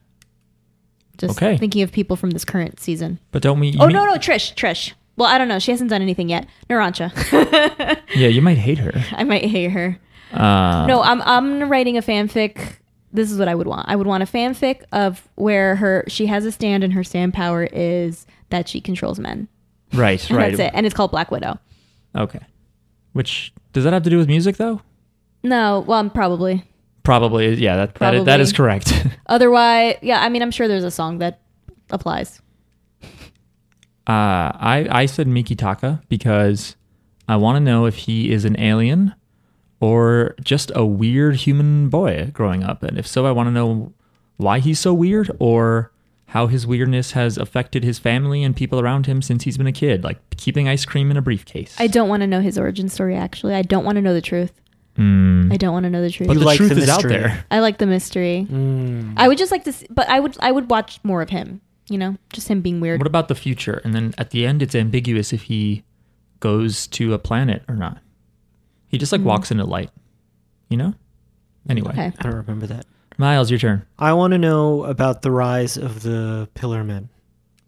Speaker 3: Just
Speaker 1: Okay.
Speaker 3: thinking of people from this current season.
Speaker 1: but don't we? you
Speaker 3: Oh
Speaker 1: mean-
Speaker 3: no, no, Trish, Trish. Well, I don't know. She hasn't done anything yet. Narancia.
Speaker 1: Yeah, you might hate her.
Speaker 3: I might hate her.
Speaker 1: Uh,
Speaker 3: No, I'm I'm writing a fanfic. This is what I would want. I would want a fanfic of where her she has a stand and her stand power is that she controls men.
Speaker 1: Right,
Speaker 3: And
Speaker 1: right.
Speaker 3: That's it. And it's called Black Widow.
Speaker 1: Okay. Which does that have to do with music though?
Speaker 3: No, well, I'm probably.
Speaker 1: Probably. Yeah, that that is, that is correct.
Speaker 3: Otherwise, yeah, I mean, I'm sure there's a song that applies.
Speaker 1: uh, I I said Miki Taka because I want to know if he is an alien or just a weird human boy growing up, and if so, I want to know why he's so weird or how his weirdness has affected his family and people around him since he's been a kid, like keeping ice cream in a briefcase.
Speaker 3: I don't want to know his origin story. Actually, I don't want to know the truth. I don't want to know the truth.
Speaker 1: Hmm. but
Speaker 2: You
Speaker 1: the
Speaker 2: like
Speaker 1: truth
Speaker 2: the
Speaker 1: is out
Speaker 2: mystery.
Speaker 1: there.
Speaker 3: I like the mystery.
Speaker 2: Hmm,
Speaker 3: I would just like to, see, but I would I would watch more of him. You know, just him being weird.
Speaker 1: What about the future? And then at the end, it's ambiguous if he goes to a planet or not. He just like walks into light, you know. Anyway,
Speaker 3: Hmm. Okay.
Speaker 2: I don't remember that.
Speaker 1: Miles, your turn.
Speaker 2: I want to know about the rise of the Pillar Men.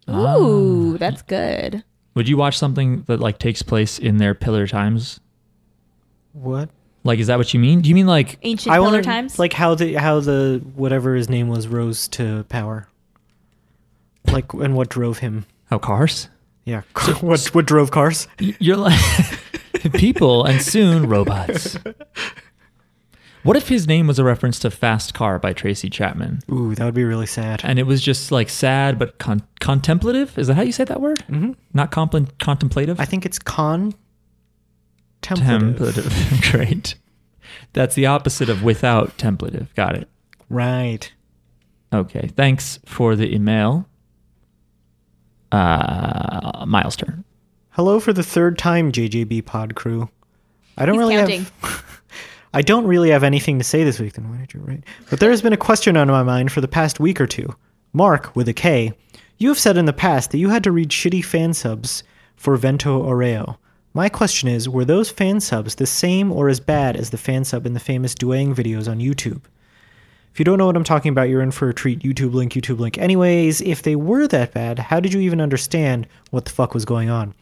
Speaker 2: Ah.
Speaker 3: Ooh, that's good.
Speaker 1: Ah. Would you watch something that like takes place in their pillar times?
Speaker 2: What?
Speaker 1: Like, is that what you mean? Do you mean like?
Speaker 3: Ancient
Speaker 2: I
Speaker 3: Pillar
Speaker 2: wanna-
Speaker 3: times.
Speaker 2: Like how the how the whatever his name was rose to power. Like and what drove him?
Speaker 1: Oh, cars.
Speaker 2: Yeah. what what drove cars?
Speaker 1: You're like people and soon robots. What if his name was a reference to Fast Car by Tracy Chapman?
Speaker 2: Ooh, that would be really sad.
Speaker 1: And it was just like sad but con- contemplative? Is that how you say that word? Mm-hmm. Not compl- contemplative?
Speaker 2: I think it's con. Templative.
Speaker 1: Templative. Great. That's the opposite of without templative. Got it.
Speaker 2: Right.
Speaker 1: Okay. Thanks for the email. Uh, Miles' turn.
Speaker 2: Hello for the third time, JJB Pod Crew. I don't
Speaker 3: He's
Speaker 2: really
Speaker 3: counting.
Speaker 2: have. I don't really have anything to say this week. Then why did you write? But there has been a question on my mind for the past week or two. Mark with a K, you have said in the past that you had to read shitty fan subs for Vento Oreo. My question is, were those fan subs the same or as bad as the fan sub in the famous Duang videos on YouTube? If you don't know what I'm talking about, you're in for a treat. YouTube link, YouTube link. Anyways, if they were that bad, how did you even understand what the fuck was going on?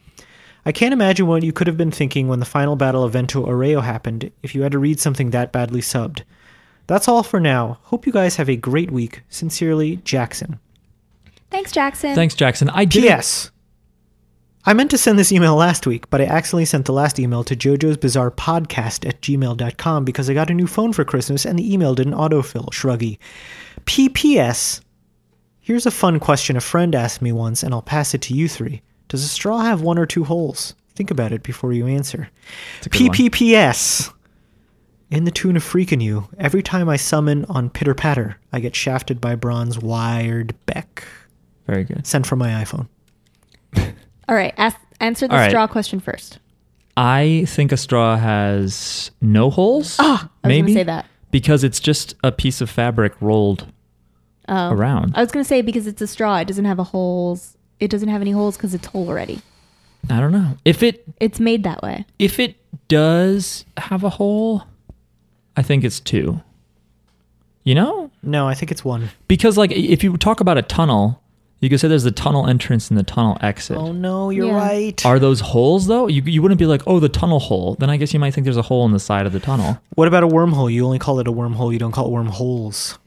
Speaker 2: I can't imagine what you could have been thinking when the final battle of Vento Oreo happened if you had to read something that badly subbed. That's all for now. Hope you guys have a great week. Sincerely, Jackson.
Speaker 3: Thanks, Jackson.
Speaker 1: Thanks, Jackson. I did.
Speaker 2: P.S. I meant to send this email last week, but I accidentally sent the last email to Jojo's Bizarre Podcast at gmail.com because I got a new phone for Christmas and the email didn't autofill. Shruggy. PPS. Here's a fun question a friend asked me once, and I'll pass it to you three. Does a straw have one or two holes? Think about it before you answer.
Speaker 1: a good one.
Speaker 2: PPPS. In the tune of Freakin' You, every time I summon on Pitter Patter, I get shafted by Bronze Wired Beck.
Speaker 1: Very good.
Speaker 2: Sent from my iPhone.
Speaker 3: All right. Ask, answer the
Speaker 1: All right.
Speaker 3: straw question first.
Speaker 1: I think a straw has no holes. Ah,
Speaker 3: I was gonna
Speaker 1: maybe
Speaker 3: say that.
Speaker 1: because it's just a piece of fabric rolled
Speaker 3: Oh.
Speaker 1: around.
Speaker 3: I was gonna say because it's a straw, it doesn't have a holes. It doesn't have any holes because it's whole already.
Speaker 1: I don't know if it
Speaker 3: It's made that way.
Speaker 1: if it does have a hole. I think it's two. You know,
Speaker 2: No, I think it's one.
Speaker 1: because like i- if you talk about a tunnel, you could say there's the tunnel entrance and the tunnel exit.
Speaker 2: Oh no, you're
Speaker 3: Yeah.
Speaker 2: right.
Speaker 1: Are those holes though? You you wouldn't be like, oh, the tunnel hole. Then I guess you might think there's a hole in the side of the tunnel.
Speaker 2: what about a wormhole? You only call it a wormhole. You don't call it wormholes.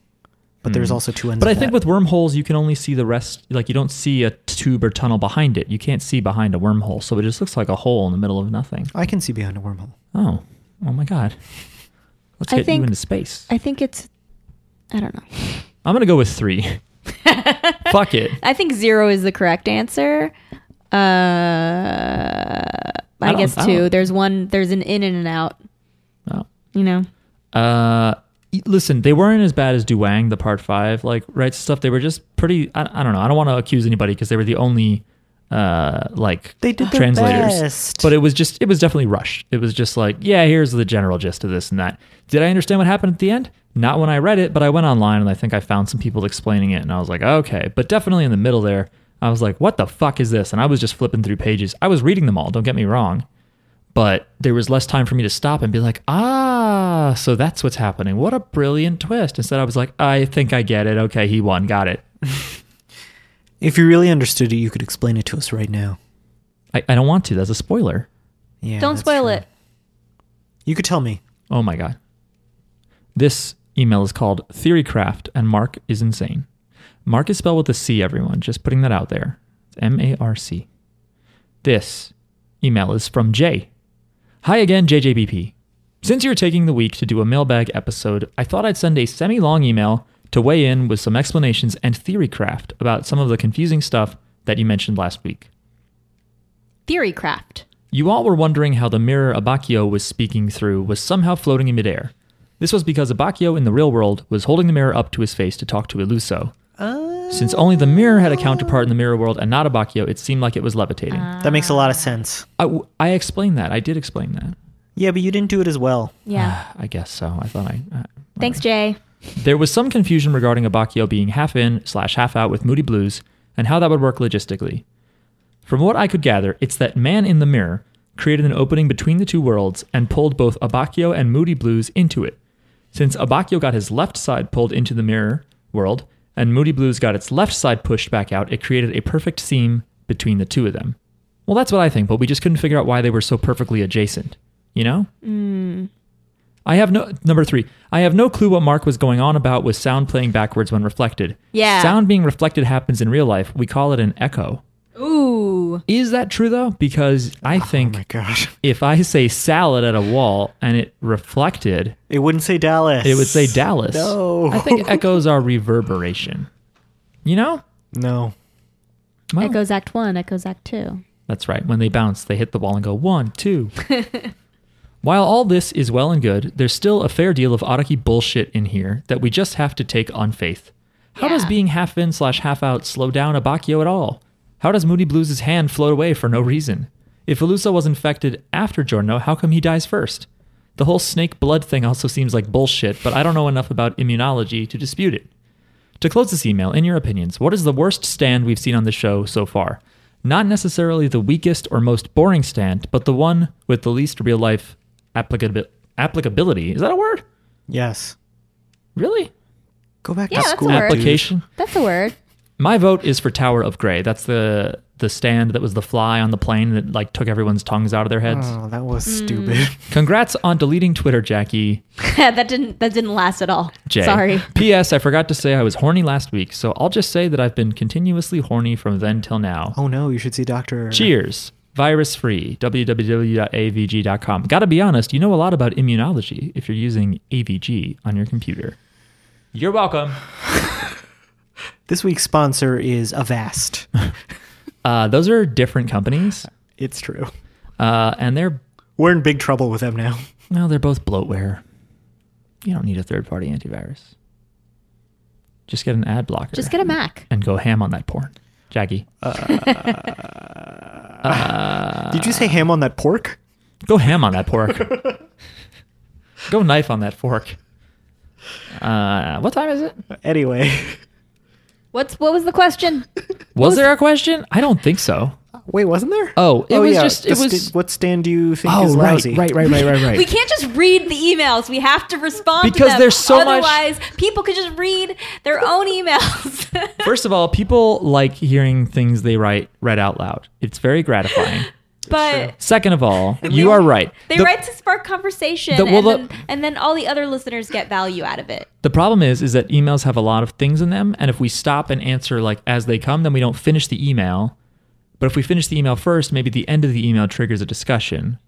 Speaker 2: But there's also two ends.
Speaker 1: Hmm. But I
Speaker 2: of
Speaker 1: think
Speaker 2: that.
Speaker 1: with wormholes, you can only see the rest. Like you don't see a tube or tunnel behind it. You can't see behind a wormhole, so it just looks like a hole in the middle of nothing.
Speaker 2: I can see behind a wormhole.
Speaker 1: Oh, oh my god! Let's
Speaker 3: I
Speaker 1: get you
Speaker 3: think-
Speaker 1: into space.
Speaker 3: I think it's. I don't know.
Speaker 1: I'm gonna go with three. Fuck it.
Speaker 3: I think zero is the correct answer. Uh, I,
Speaker 1: don't-
Speaker 3: guess
Speaker 1: I
Speaker 3: two.
Speaker 1: don't-
Speaker 3: There's one. There's an in and an out.
Speaker 1: No.
Speaker 3: You know.
Speaker 1: Uh, e- listen, they weren't as bad as Duang, the part five, like right stuff. They were just pretty. I, I don't know. I don't want to accuse anybody because they were the only, uh, like
Speaker 2: They did their
Speaker 1: translators.
Speaker 2: best.
Speaker 1: But it was just, it was definitely rushed. It was just like, yeah, here's the general gist of this and that. Did I understand what happened at the end? Not when I read it, but I went online and I think I found some people explaining it, and I was like, okay. But definitely in the middle there, I was like, what the fuck is this? And I was just flipping through pages. I was reading them all. Don't get me wrong but there was less time for me to stop and be like, ah, so that's what's happening. What a brilliant twist. Instead, I was like, I think I get it. Okay, he won. Got it.
Speaker 2: If you really understood it, you could explain it to us right now.
Speaker 1: I, I don't want to. That's a spoiler.
Speaker 2: Yeah.
Speaker 3: don't
Speaker 2: that's
Speaker 3: spoil
Speaker 2: true.
Speaker 3: it.
Speaker 2: You could tell me.
Speaker 1: Oh my God. This email is called Theorycraft, and Mark is insane. Mark is spelled with a C, everyone. Just putting that out there. It's M A R C. This email is from Jay. Hi again, JJBP. Since you're taking the week to do a mailbag episode, I thought I'd send a semi long email to weigh in with some explanations and theory craft about some of the confusing stuff that you mentioned last week.
Speaker 3: Theory craft.
Speaker 1: You all were wondering how the mirror Abacchio was speaking through was somehow floating in midair. This was because Abacchio in the real world was holding the mirror up to his face to talk to Illuso.
Speaker 3: Oh.
Speaker 1: Since only the mirror had a counterpart in the mirror world and not Abacchio, it seemed like it was levitating.
Speaker 3: Uh-huh.
Speaker 2: That makes a lot of sense.
Speaker 1: I, w- I explained that. I did explain that. Ah,
Speaker 2: Yeah, but you didn't do it as well.
Speaker 3: Yeah.
Speaker 1: I guess so. I thought I. I
Speaker 3: Thanks, Jay.
Speaker 1: There was some confusion regarding Abacchio being half in slash half out with Moody Blues and how that would work logistically. From what I could gather, it's that Man in the Mirror created an opening between the two worlds and pulled both Abacchio and Moody Blues into it. Since Abacchio got his left side pulled into the mirror world and Moody Blues got its left side pushed back out, it created a perfect seam between the two of them. Well, that's what I think, but we just couldn't figure out why they were so perfectly adjacent, you know? I have no number three. I have no clue what Mark was going on about with sound playing backwards when reflected.
Speaker 3: Yeah.
Speaker 1: Sound being reflected happens in real life. We call it an echo.
Speaker 3: Ooh. Ooh.
Speaker 1: Is that true though? Because I think
Speaker 2: Oh my gosh.
Speaker 1: if I say salad at a wall and it reflected,
Speaker 2: It wouldn't say Dallas.
Speaker 1: it would say Dallas.
Speaker 2: No.
Speaker 1: I think echoes are reverberation. You know?
Speaker 2: No.
Speaker 1: Well,
Speaker 3: Echoes Act One, Echoes Act Two.
Speaker 1: That's right. When they bounce, they hit the wall and go one, two. While all this is well and good, there's still a fair deal of Otaki bullshit in here that we just have to take on faith. How does
Speaker 3: Yeah.
Speaker 1: being half in slash half out slow down Abakio at all? How does Moody Blues' hand float away for no reason? If Elusa was infected after Giorno, how come he dies first? The whole snake blood thing also seems like bullshit, but I don't know enough about immunology to dispute it. To close this email, in your opinions, what is the worst stand we've seen on the show so far? Not necessarily the weakest or most boring stand, but the one with the least real life applicabil- applicability. Is that a word?
Speaker 2: Yes.
Speaker 1: Really?
Speaker 2: Go back
Speaker 3: Yeah,
Speaker 2: to
Speaker 3: that's a
Speaker 2: school.
Speaker 3: word.
Speaker 1: Application?
Speaker 3: That's a word.
Speaker 1: My vote is for Tower of Grey. That's the the stand that was the fly on the plane that like took everyone's tongues out of their heads.
Speaker 2: Oh, that was
Speaker 3: Hmm.
Speaker 2: stupid.
Speaker 1: Congrats on deleting Twitter, Jackie.
Speaker 3: that didn't that didn't last at all.
Speaker 1: J.
Speaker 3: Sorry.
Speaker 1: P.S. I forgot to say I was horny last week, so I'll just say that I've been continuously horny from then till now.
Speaker 2: Oh no, you should see Doctor.
Speaker 1: Mm-hmm. Cheers. Virus free. www.avg.com. Gotta be honest, you know a lot about immunology if you're using AVG on your computer. You're welcome.
Speaker 2: This week's sponsor is Avast.
Speaker 1: Uh, those are different companies,
Speaker 2: it's true.
Speaker 1: uh, and they're
Speaker 2: We're in big trouble with them now.
Speaker 1: No, they're both bloatware. You don't need a third party antivirus. Just get an ad blocker.
Speaker 3: Just get a Mac.
Speaker 1: and go ham on that porn. Jackie.
Speaker 2: Did
Speaker 1: Uh.
Speaker 2: you say ham on that pork?
Speaker 1: Go ham on that pork. go knife on that fork. Uh, what time is it?
Speaker 2: Anyway,
Speaker 3: What's what was the question?
Speaker 1: Was there a question? I don't think so.
Speaker 2: wait, wasn't there?
Speaker 1: Oh, it was just- it
Speaker 2: The
Speaker 1: was-
Speaker 2: st- what stand do you think is
Speaker 1: Oh, right,
Speaker 2: lousy?
Speaker 1: right, right, right, right, right.
Speaker 3: We can't just read the emails. We have to respond to
Speaker 1: Because
Speaker 3: them.
Speaker 1: there's so much-
Speaker 3: Otherwise, people could just read their own emails.
Speaker 1: First of all, people like hearing things they write read out loud. It's very gratifying.
Speaker 3: but
Speaker 1: Second of all, you are right.
Speaker 3: they
Speaker 1: The-
Speaker 3: write to spark conversation,
Speaker 1: the- well,
Speaker 3: and,
Speaker 1: the-
Speaker 3: then, and then all the other listeners get value out of it.
Speaker 1: The problem is, is that emails have a lot of things in them, and if we stop and answer like as they come, then we don't finish the email. But if we finish the email first, maybe the end of the email triggers a discussion.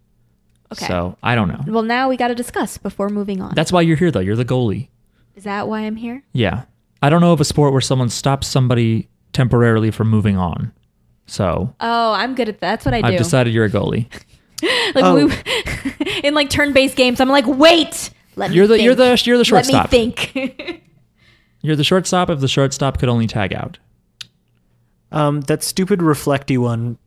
Speaker 3: Okay.
Speaker 1: So I don't know.
Speaker 3: Well, now we got to discuss before moving on.
Speaker 1: That's why you're here, though. You're the goalie.
Speaker 3: Is that why I'm here?
Speaker 1: Yeah. I don't know of a sport where someone stops somebody temporarily from moving on. So
Speaker 3: Oh, I'm good at that. That's what I do.
Speaker 1: I've decided you're a goalie.
Speaker 3: like
Speaker 2: Oh.
Speaker 3: we, in like turn-based games, I'm like, wait, let me.
Speaker 1: You're the
Speaker 3: think.
Speaker 1: you're the you're the
Speaker 3: Let me
Speaker 1: shortstop.
Speaker 3: think.
Speaker 1: You're the shortstop if the shortstop could only tag out.
Speaker 2: Um, that stupid reflecty one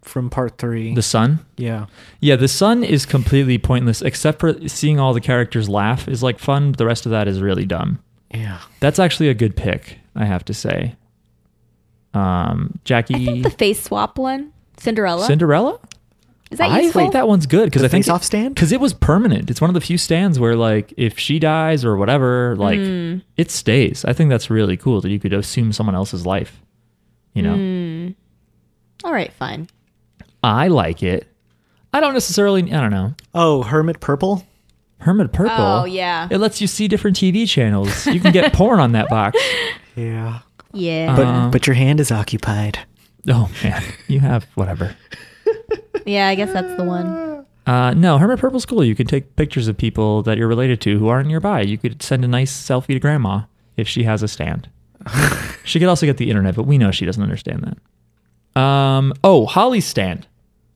Speaker 2: from part three.
Speaker 1: The sun.
Speaker 2: yeah.
Speaker 1: Yeah, the sun is completely pointless except for seeing all the characters laugh is like fun. The rest of that is really dumb.
Speaker 2: Yeah.
Speaker 1: That's actually a good pick, I have to say. Um,
Speaker 3: I
Speaker 1: Jackie
Speaker 3: think the face swap one, Cinderella.
Speaker 1: Cinderella.
Speaker 3: Is that
Speaker 1: I
Speaker 3: useful?
Speaker 1: think that one's good because
Speaker 2: The
Speaker 1: I think
Speaker 2: face-off stand?
Speaker 1: because it was permanent. It's one of the few stands where like if she dies or whatever, like
Speaker 3: Mm.
Speaker 1: it stays. I think that's really cool that you could assume someone else's life. You
Speaker 3: Mm.
Speaker 1: know,
Speaker 3: All right, fine.
Speaker 1: I like it. I don't necessarily. I don't know.
Speaker 2: Oh, Hermit Purple?
Speaker 1: Hermit Purple.
Speaker 3: Oh yeah,
Speaker 1: It lets you see different TV channels. You can get porn on that box.
Speaker 2: Yeah.
Speaker 3: yeah,
Speaker 2: But
Speaker 1: Uh.
Speaker 2: but your hand is occupied.
Speaker 1: Oh man, you have whatever.
Speaker 3: yeah. I guess that's the one.
Speaker 1: Uh, no, Hermit Purple's cool. You can take pictures of people that you're related to who aren't nearby. You could send a nice selfie to grandma if she has a stand. she could also get the internet, but we know she doesn't understand that. Um, oh, Holly's stand.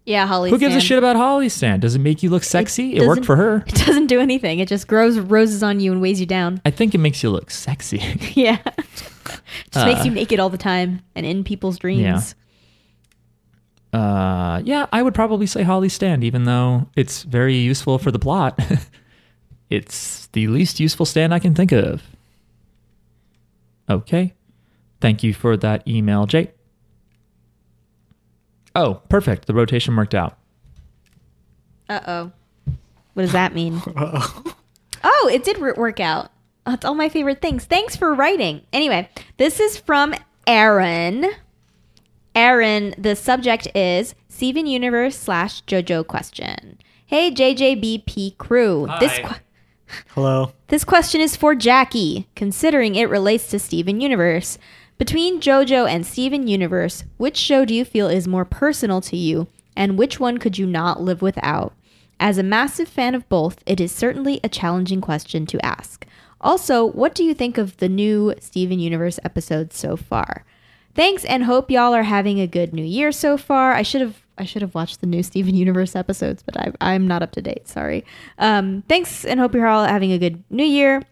Speaker 3: Yeah, Holly.
Speaker 1: Who gives a shit about Holly's stand? Does it make you look sexy? It, worked
Speaker 3: doesn't-
Speaker 1: for her.
Speaker 3: It doesn't do anything. It just grows roses on you and weighs you down.
Speaker 1: I think it makes you look sexy.
Speaker 3: Yeah, just makes
Speaker 1: Uh.
Speaker 3: you naked all the time and in people's dreams.
Speaker 1: uh, yeah, I would probably say Holly's stand, even though it's very useful for the plot. it's the least useful stand I can think of. Okay. Thank you for that email, Jake. Oh, perfect. The rotation worked out.
Speaker 3: Uh oh. What does that mean? oh, it did wor- work out. Oh, it's all my favorite things. Thanks for writing. Anyway, this is from Aaron. Aaron, the subject is Steven Universe slash JoJo question. Hey, JJBP crew. This
Speaker 1: Hi.
Speaker 3: que-
Speaker 2: Hello.
Speaker 3: this question is for Jackie, considering it relates to Steven Universe. Between JoJo and Steven Universe, which show do you feel is more personal to you, and which one could you not live without? As a massive fan of both, it is certainly a challenging question to ask. Also, what do you think of the new Steven Universe episodes so far? Thanks and hope y'all are having a good new year so far. I should have I should have watched the new Steven Universe episodes, but I, I'm not up to date. Sorry. Um, thanks and hope you're all having a good new year.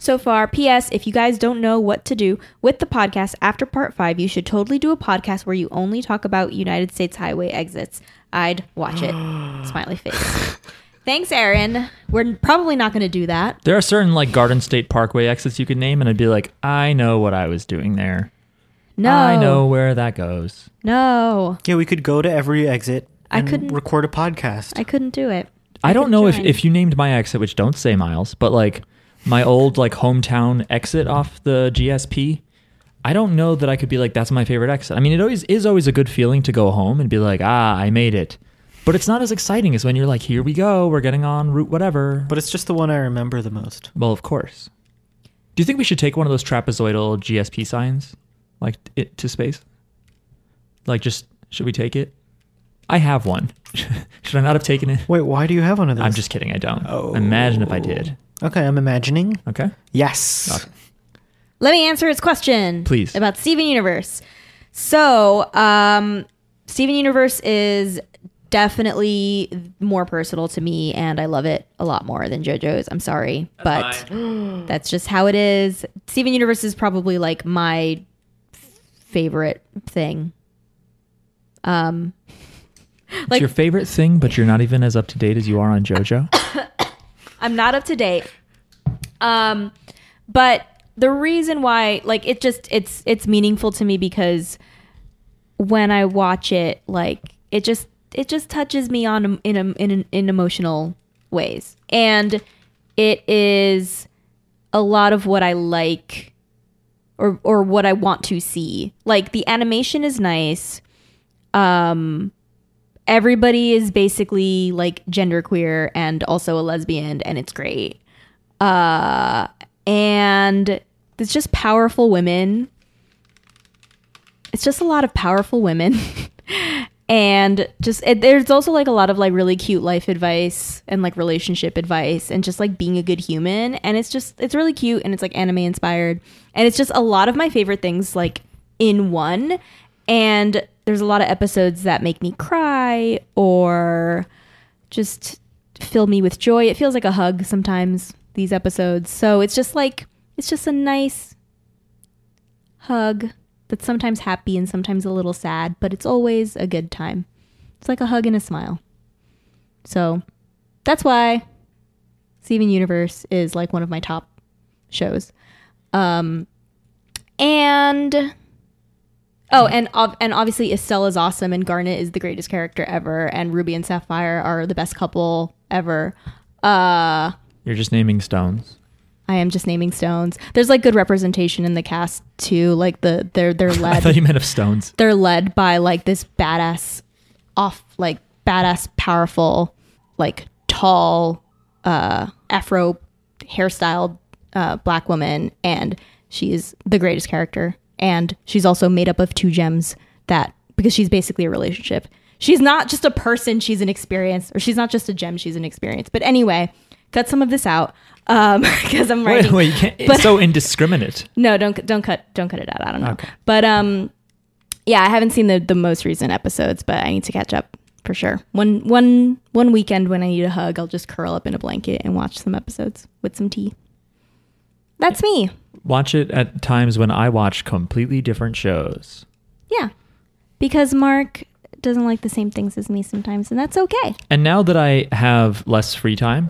Speaker 3: So far, P.S. If you guys don't know what to do with the podcast after part five, you should totally do a podcast where you only talk about United States highway exits. I'd watch it. Smiley face. Thanks, Aaron. We're probably not going to do that.
Speaker 1: There are certain like Garden State Parkway exits you could name, and I'd be like, I know what I was doing there.
Speaker 3: No.
Speaker 1: I know where that goes.
Speaker 3: No.
Speaker 2: Yeah, we could go to every exit.
Speaker 3: I
Speaker 2: And
Speaker 3: couldn't-
Speaker 2: record a podcast.
Speaker 3: I couldn't do it.
Speaker 1: I don't
Speaker 3: could
Speaker 1: know if,
Speaker 3: join.
Speaker 1: if you named my exit, which don't say miles, but like my old like hometown exit off the GSP. I don't know that I could be like that's my favorite exit. I mean, it always is always a good feeling to go home and be like, ah, I made it. But it's not as exciting as when you're like, here we go, we're getting on route whatever.
Speaker 2: but it's just the one I remember the most.
Speaker 1: Well, of course. Do you think we should take one of those trapezoidal GSP signs, like it to space? Like, just should we take it? I have one. should I not have taken it?
Speaker 2: Wait, why do you have one of those?
Speaker 1: I'm just kidding. I don't. Imagine if I did.
Speaker 2: Okay, I'm imagining.
Speaker 1: Okay.
Speaker 2: Yes.
Speaker 1: Okay.
Speaker 3: Let me answer its question.
Speaker 1: Please.
Speaker 3: About Steven Universe. So, um, Steven Universe is definitely more personal to me, and I love it a lot more than JoJo's. I'm sorry, but that's just how it is. Steven Universe is probably like my f- favorite thing. Um,
Speaker 1: it's
Speaker 3: like
Speaker 1: your favorite thing, but you're not even as up to date as you are on JoJo.
Speaker 3: I'm not up to date. Um, but the reason why, like, it just it's it's meaningful to me because when I watch it, like, it just it just touches me on in em- in in emotional ways, and it is a lot of what I like or or what I want to see. Like the animation is nice. Um everybody is basically like genderqueer and also a lesbian and it's great. Uh and it's just powerful women. It's just a lot of powerful women. and just it, there's also like a lot of like really cute life advice and like relationship advice and just like being a good human and it's just it's really cute and it's like anime inspired and it's just a lot of my favorite things like in one and there's a lot of episodes that make me cry or just fill me with joy it feels like a hug sometimes these episodes so it's just like it's just a nice hug that's sometimes happy and sometimes a little sad, but it's always a good time. It's like a hug and a smile. So that's why Steven Universe is like one of my top shows. Um, and oh, and ob- and obviously Estelle is awesome, and Garnet is the greatest character ever, and Ruby and Sapphire are the best couple ever. Uh,
Speaker 1: you're just naming stones.
Speaker 3: I am just naming stones. There's like good representation in the cast too. Like the they're they're
Speaker 1: I
Speaker 3: led
Speaker 1: thought you meant of stones.
Speaker 3: they're led by like this badass off like badass powerful like tall uh afro hairstyled uh black woman and she is the greatest character and she's also made up of two gems that because she's basically a relationship she's not just a person she's an experience or she's not just a gem she's an experience but anyway cut some of this out um because i'm
Speaker 1: Wait,
Speaker 3: writing
Speaker 1: wait, you can't.
Speaker 3: But-
Speaker 1: It's so indiscriminate.
Speaker 3: no, don't don't cut don't cut it out. I don't know.
Speaker 1: Okay.
Speaker 3: But um, yeah, I haven't seen the the most recent episodes, but I need to catch up for sure. One one one weekend when I need a hug, I'll just curl up in a blanket and watch some episodes with some tea. That's me.
Speaker 1: Watch it at times when I watch completely different shows.
Speaker 3: Yeah, because Mark doesn't like the same things as me sometimes, and that's okay.
Speaker 1: And now that I have less free time,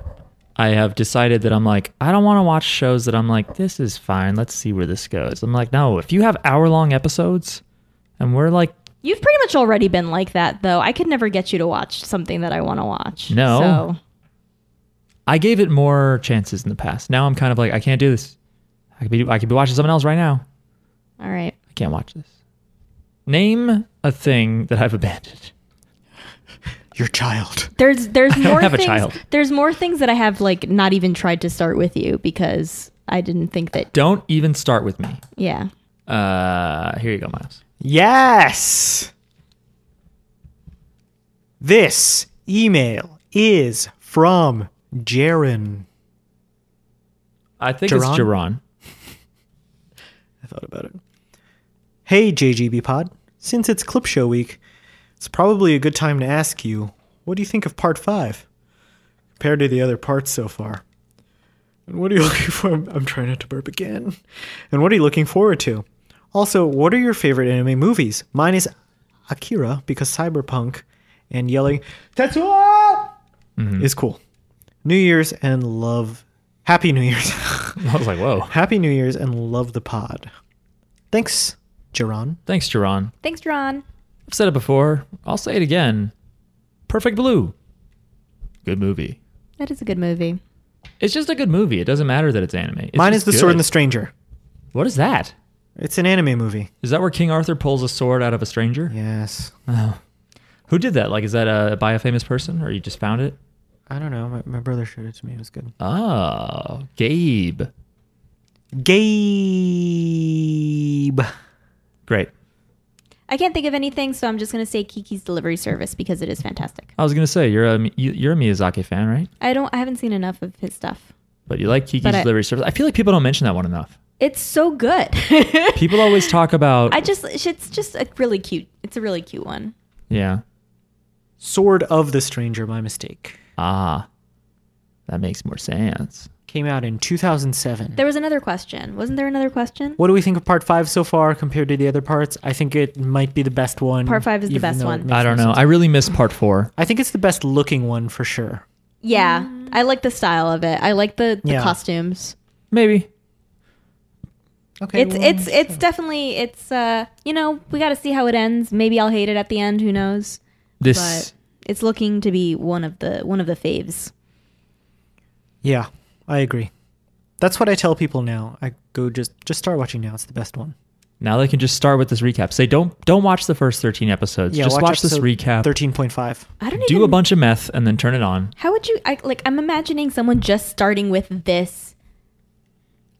Speaker 1: I have decided that I'm like, I don't want to watch shows that I'm like, this is fine. Let's see where this goes. I'm like, no, if you have hour long episodes and we're like,
Speaker 3: You've pretty much already been like that, though. I could never get you to watch something that I want to watch.
Speaker 1: No.
Speaker 3: So.
Speaker 1: I gave it more chances in the past. Now I'm kind of like, I can't do this. I could be, I could be watching something else right now.
Speaker 3: All right.
Speaker 1: I can't watch this. Name a thing that I've abandoned.
Speaker 2: Your child.
Speaker 3: There's there's
Speaker 1: don't
Speaker 3: more
Speaker 1: have a
Speaker 3: things,
Speaker 1: child.
Speaker 3: There's more things that I have like not even tried to start with you because I didn't think that
Speaker 1: Don't even start with me.
Speaker 3: yeah.
Speaker 1: Uh, here you go, Miles.
Speaker 2: Yes. This email is from Jaron.
Speaker 1: I think it's
Speaker 2: Jaron?
Speaker 1: Jaron.
Speaker 2: I thought about it. Hey, JGB Pod. Since it's clip show week, it's probably a good time to ask you what do you think of part five compared to the other parts so far? And what are you looking for? I'm, I'm trying not to burp again. And what are you looking forward to? Also, what are your favorite anime movies? Mine is Akira because cyberpunk and yelling Tetsuo is cool. New Year's and love. Happy New Year's.
Speaker 1: I was like, whoa.
Speaker 2: Happy New Year's and love the pod. Thanks, Jaron.
Speaker 1: Thanks, Jaron.
Speaker 3: Thanks, John.
Speaker 1: I've said it before. I'll say it again. Perfect Blue. Good movie.
Speaker 3: That is a good movie.
Speaker 1: It's just a good movie. It doesn't matter that it's anime. It's
Speaker 2: Mine
Speaker 1: just
Speaker 2: is The Sword and the
Speaker 1: good.
Speaker 2: Stranger.
Speaker 1: What is that?
Speaker 2: It's an anime movie.
Speaker 1: Is that where King Arthur pulls a sword out of a stranger?
Speaker 2: Yes.
Speaker 1: Who did that? Like, is that uh by a famous person, or you just found it?
Speaker 2: I don't know. My, my brother showed it to me. It was good.
Speaker 1: Oh, Gabe.
Speaker 2: Gabe.
Speaker 1: Great.
Speaker 3: I can't think of anything, so I'm just going to say Kiki's Delivery Service because it is fantastic.
Speaker 1: I was gonna say you're a you, you're a Miyazaki fan, right?
Speaker 3: I don't. I haven't seen enough of his stuff.
Speaker 1: But you like Kiki's
Speaker 3: But I-
Speaker 1: Delivery Service. I feel like people don't mention that one enough.
Speaker 3: It's so good.
Speaker 1: People always talk about
Speaker 3: I just. It's just a really cute. It's a really cute one.
Speaker 1: yeah.
Speaker 2: Sword of the Stranger, my mistake.
Speaker 1: Ah, that makes more sense.
Speaker 2: Came out in 2007.
Speaker 3: There was another question. Wasn't there another question?
Speaker 2: what do we think of part five so far compared to the other parts? I think it might be the best one.
Speaker 3: Part five is the
Speaker 2: even
Speaker 3: best
Speaker 2: though it
Speaker 3: one.
Speaker 2: makes
Speaker 1: I don't
Speaker 2: no
Speaker 1: know.
Speaker 2: sense.
Speaker 1: I really miss part four.
Speaker 2: I think it's the best looking one for sure.
Speaker 3: Yeah, I like the style of it. I like the, the
Speaker 2: Yeah.
Speaker 3: costumes.
Speaker 1: Maybe
Speaker 2: Okay.
Speaker 3: It's it's it's definitely it's uh you know we got to see how it ends. Maybe I'll hate it at the end. Who knows?
Speaker 1: this.
Speaker 3: But it's looking to be one of the one of the faves.
Speaker 2: Yeah, I agree. That's what I tell people now. I go just just start watching now. It's the best one.
Speaker 1: now they can just start with this recap. Say don't don't watch the first thirteen episodes.
Speaker 2: Yeah,
Speaker 1: just watch, this
Speaker 2: episode
Speaker 1: recap.
Speaker 2: Thirteen point five.
Speaker 3: I don't
Speaker 1: do
Speaker 3: even,
Speaker 1: a bunch of meth and then turn it on.
Speaker 3: How would you I, like? I'm imagining someone just starting with this.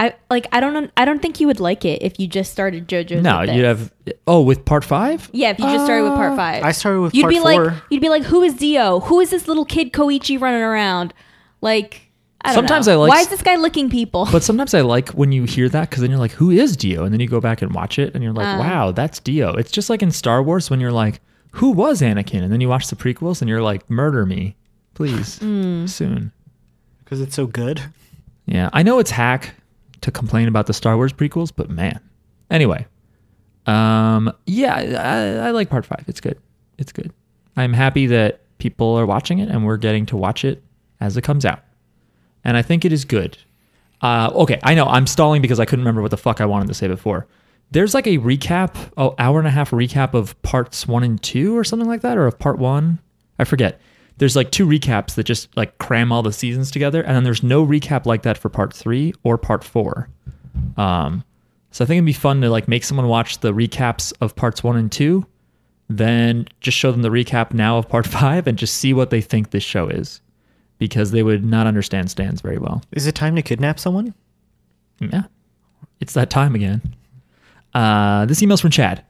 Speaker 3: I like. I don't. know- I don't think you would like it if you just started JoJo's.
Speaker 1: No,
Speaker 3: with
Speaker 1: you'd
Speaker 3: this.
Speaker 1: have oh with part five. Ah.
Speaker 3: Yeah, if you just started with part five.
Speaker 2: Ah. I started with
Speaker 3: you'd
Speaker 2: part
Speaker 3: be like,
Speaker 2: four.
Speaker 3: you'd be like, who is Dio? Who is this little kid Koichi running around? Like, I don't
Speaker 1: Sometimes
Speaker 3: know.
Speaker 1: I like
Speaker 3: Why
Speaker 1: s-
Speaker 3: is this guy licking people?
Speaker 1: But sometimes I like when you hear that because then you're like, who is Dio? And then you go back and watch it and you're like, wow, that's Dio. It's just like in Star Wars when you're like, who was Anakin? And then you watch the prequels and you're like, murder me, please, soon.
Speaker 2: because it's so good.
Speaker 1: Yeah, I know it's hack to complain about the Star Wars prequels, but man. Anyway, um, yeah, I, I like part five. It's good. It's good. I'm happy that people are watching it and we're getting to watch it as it comes out. And I think it is good. Uh, okay, I know I'm stalling because I couldn't remember what the fuck I wanted to say before. There's like a recap, oh, hour and a half recap of parts one and two or something like that, or of part one. I forget. There's like two recaps that just like cram all the seasons together, and then there's no recap like that for part three or part four. Um, so I think it'd be fun to like make someone watch the recaps of parts one and two, then just show them the recap now of part five and just see what they think this show is, because they would not understand stands very well.
Speaker 2: Is it time to kidnap someone?
Speaker 1: Mm. Yeah. It's that time again. Uh, this email's from Chad,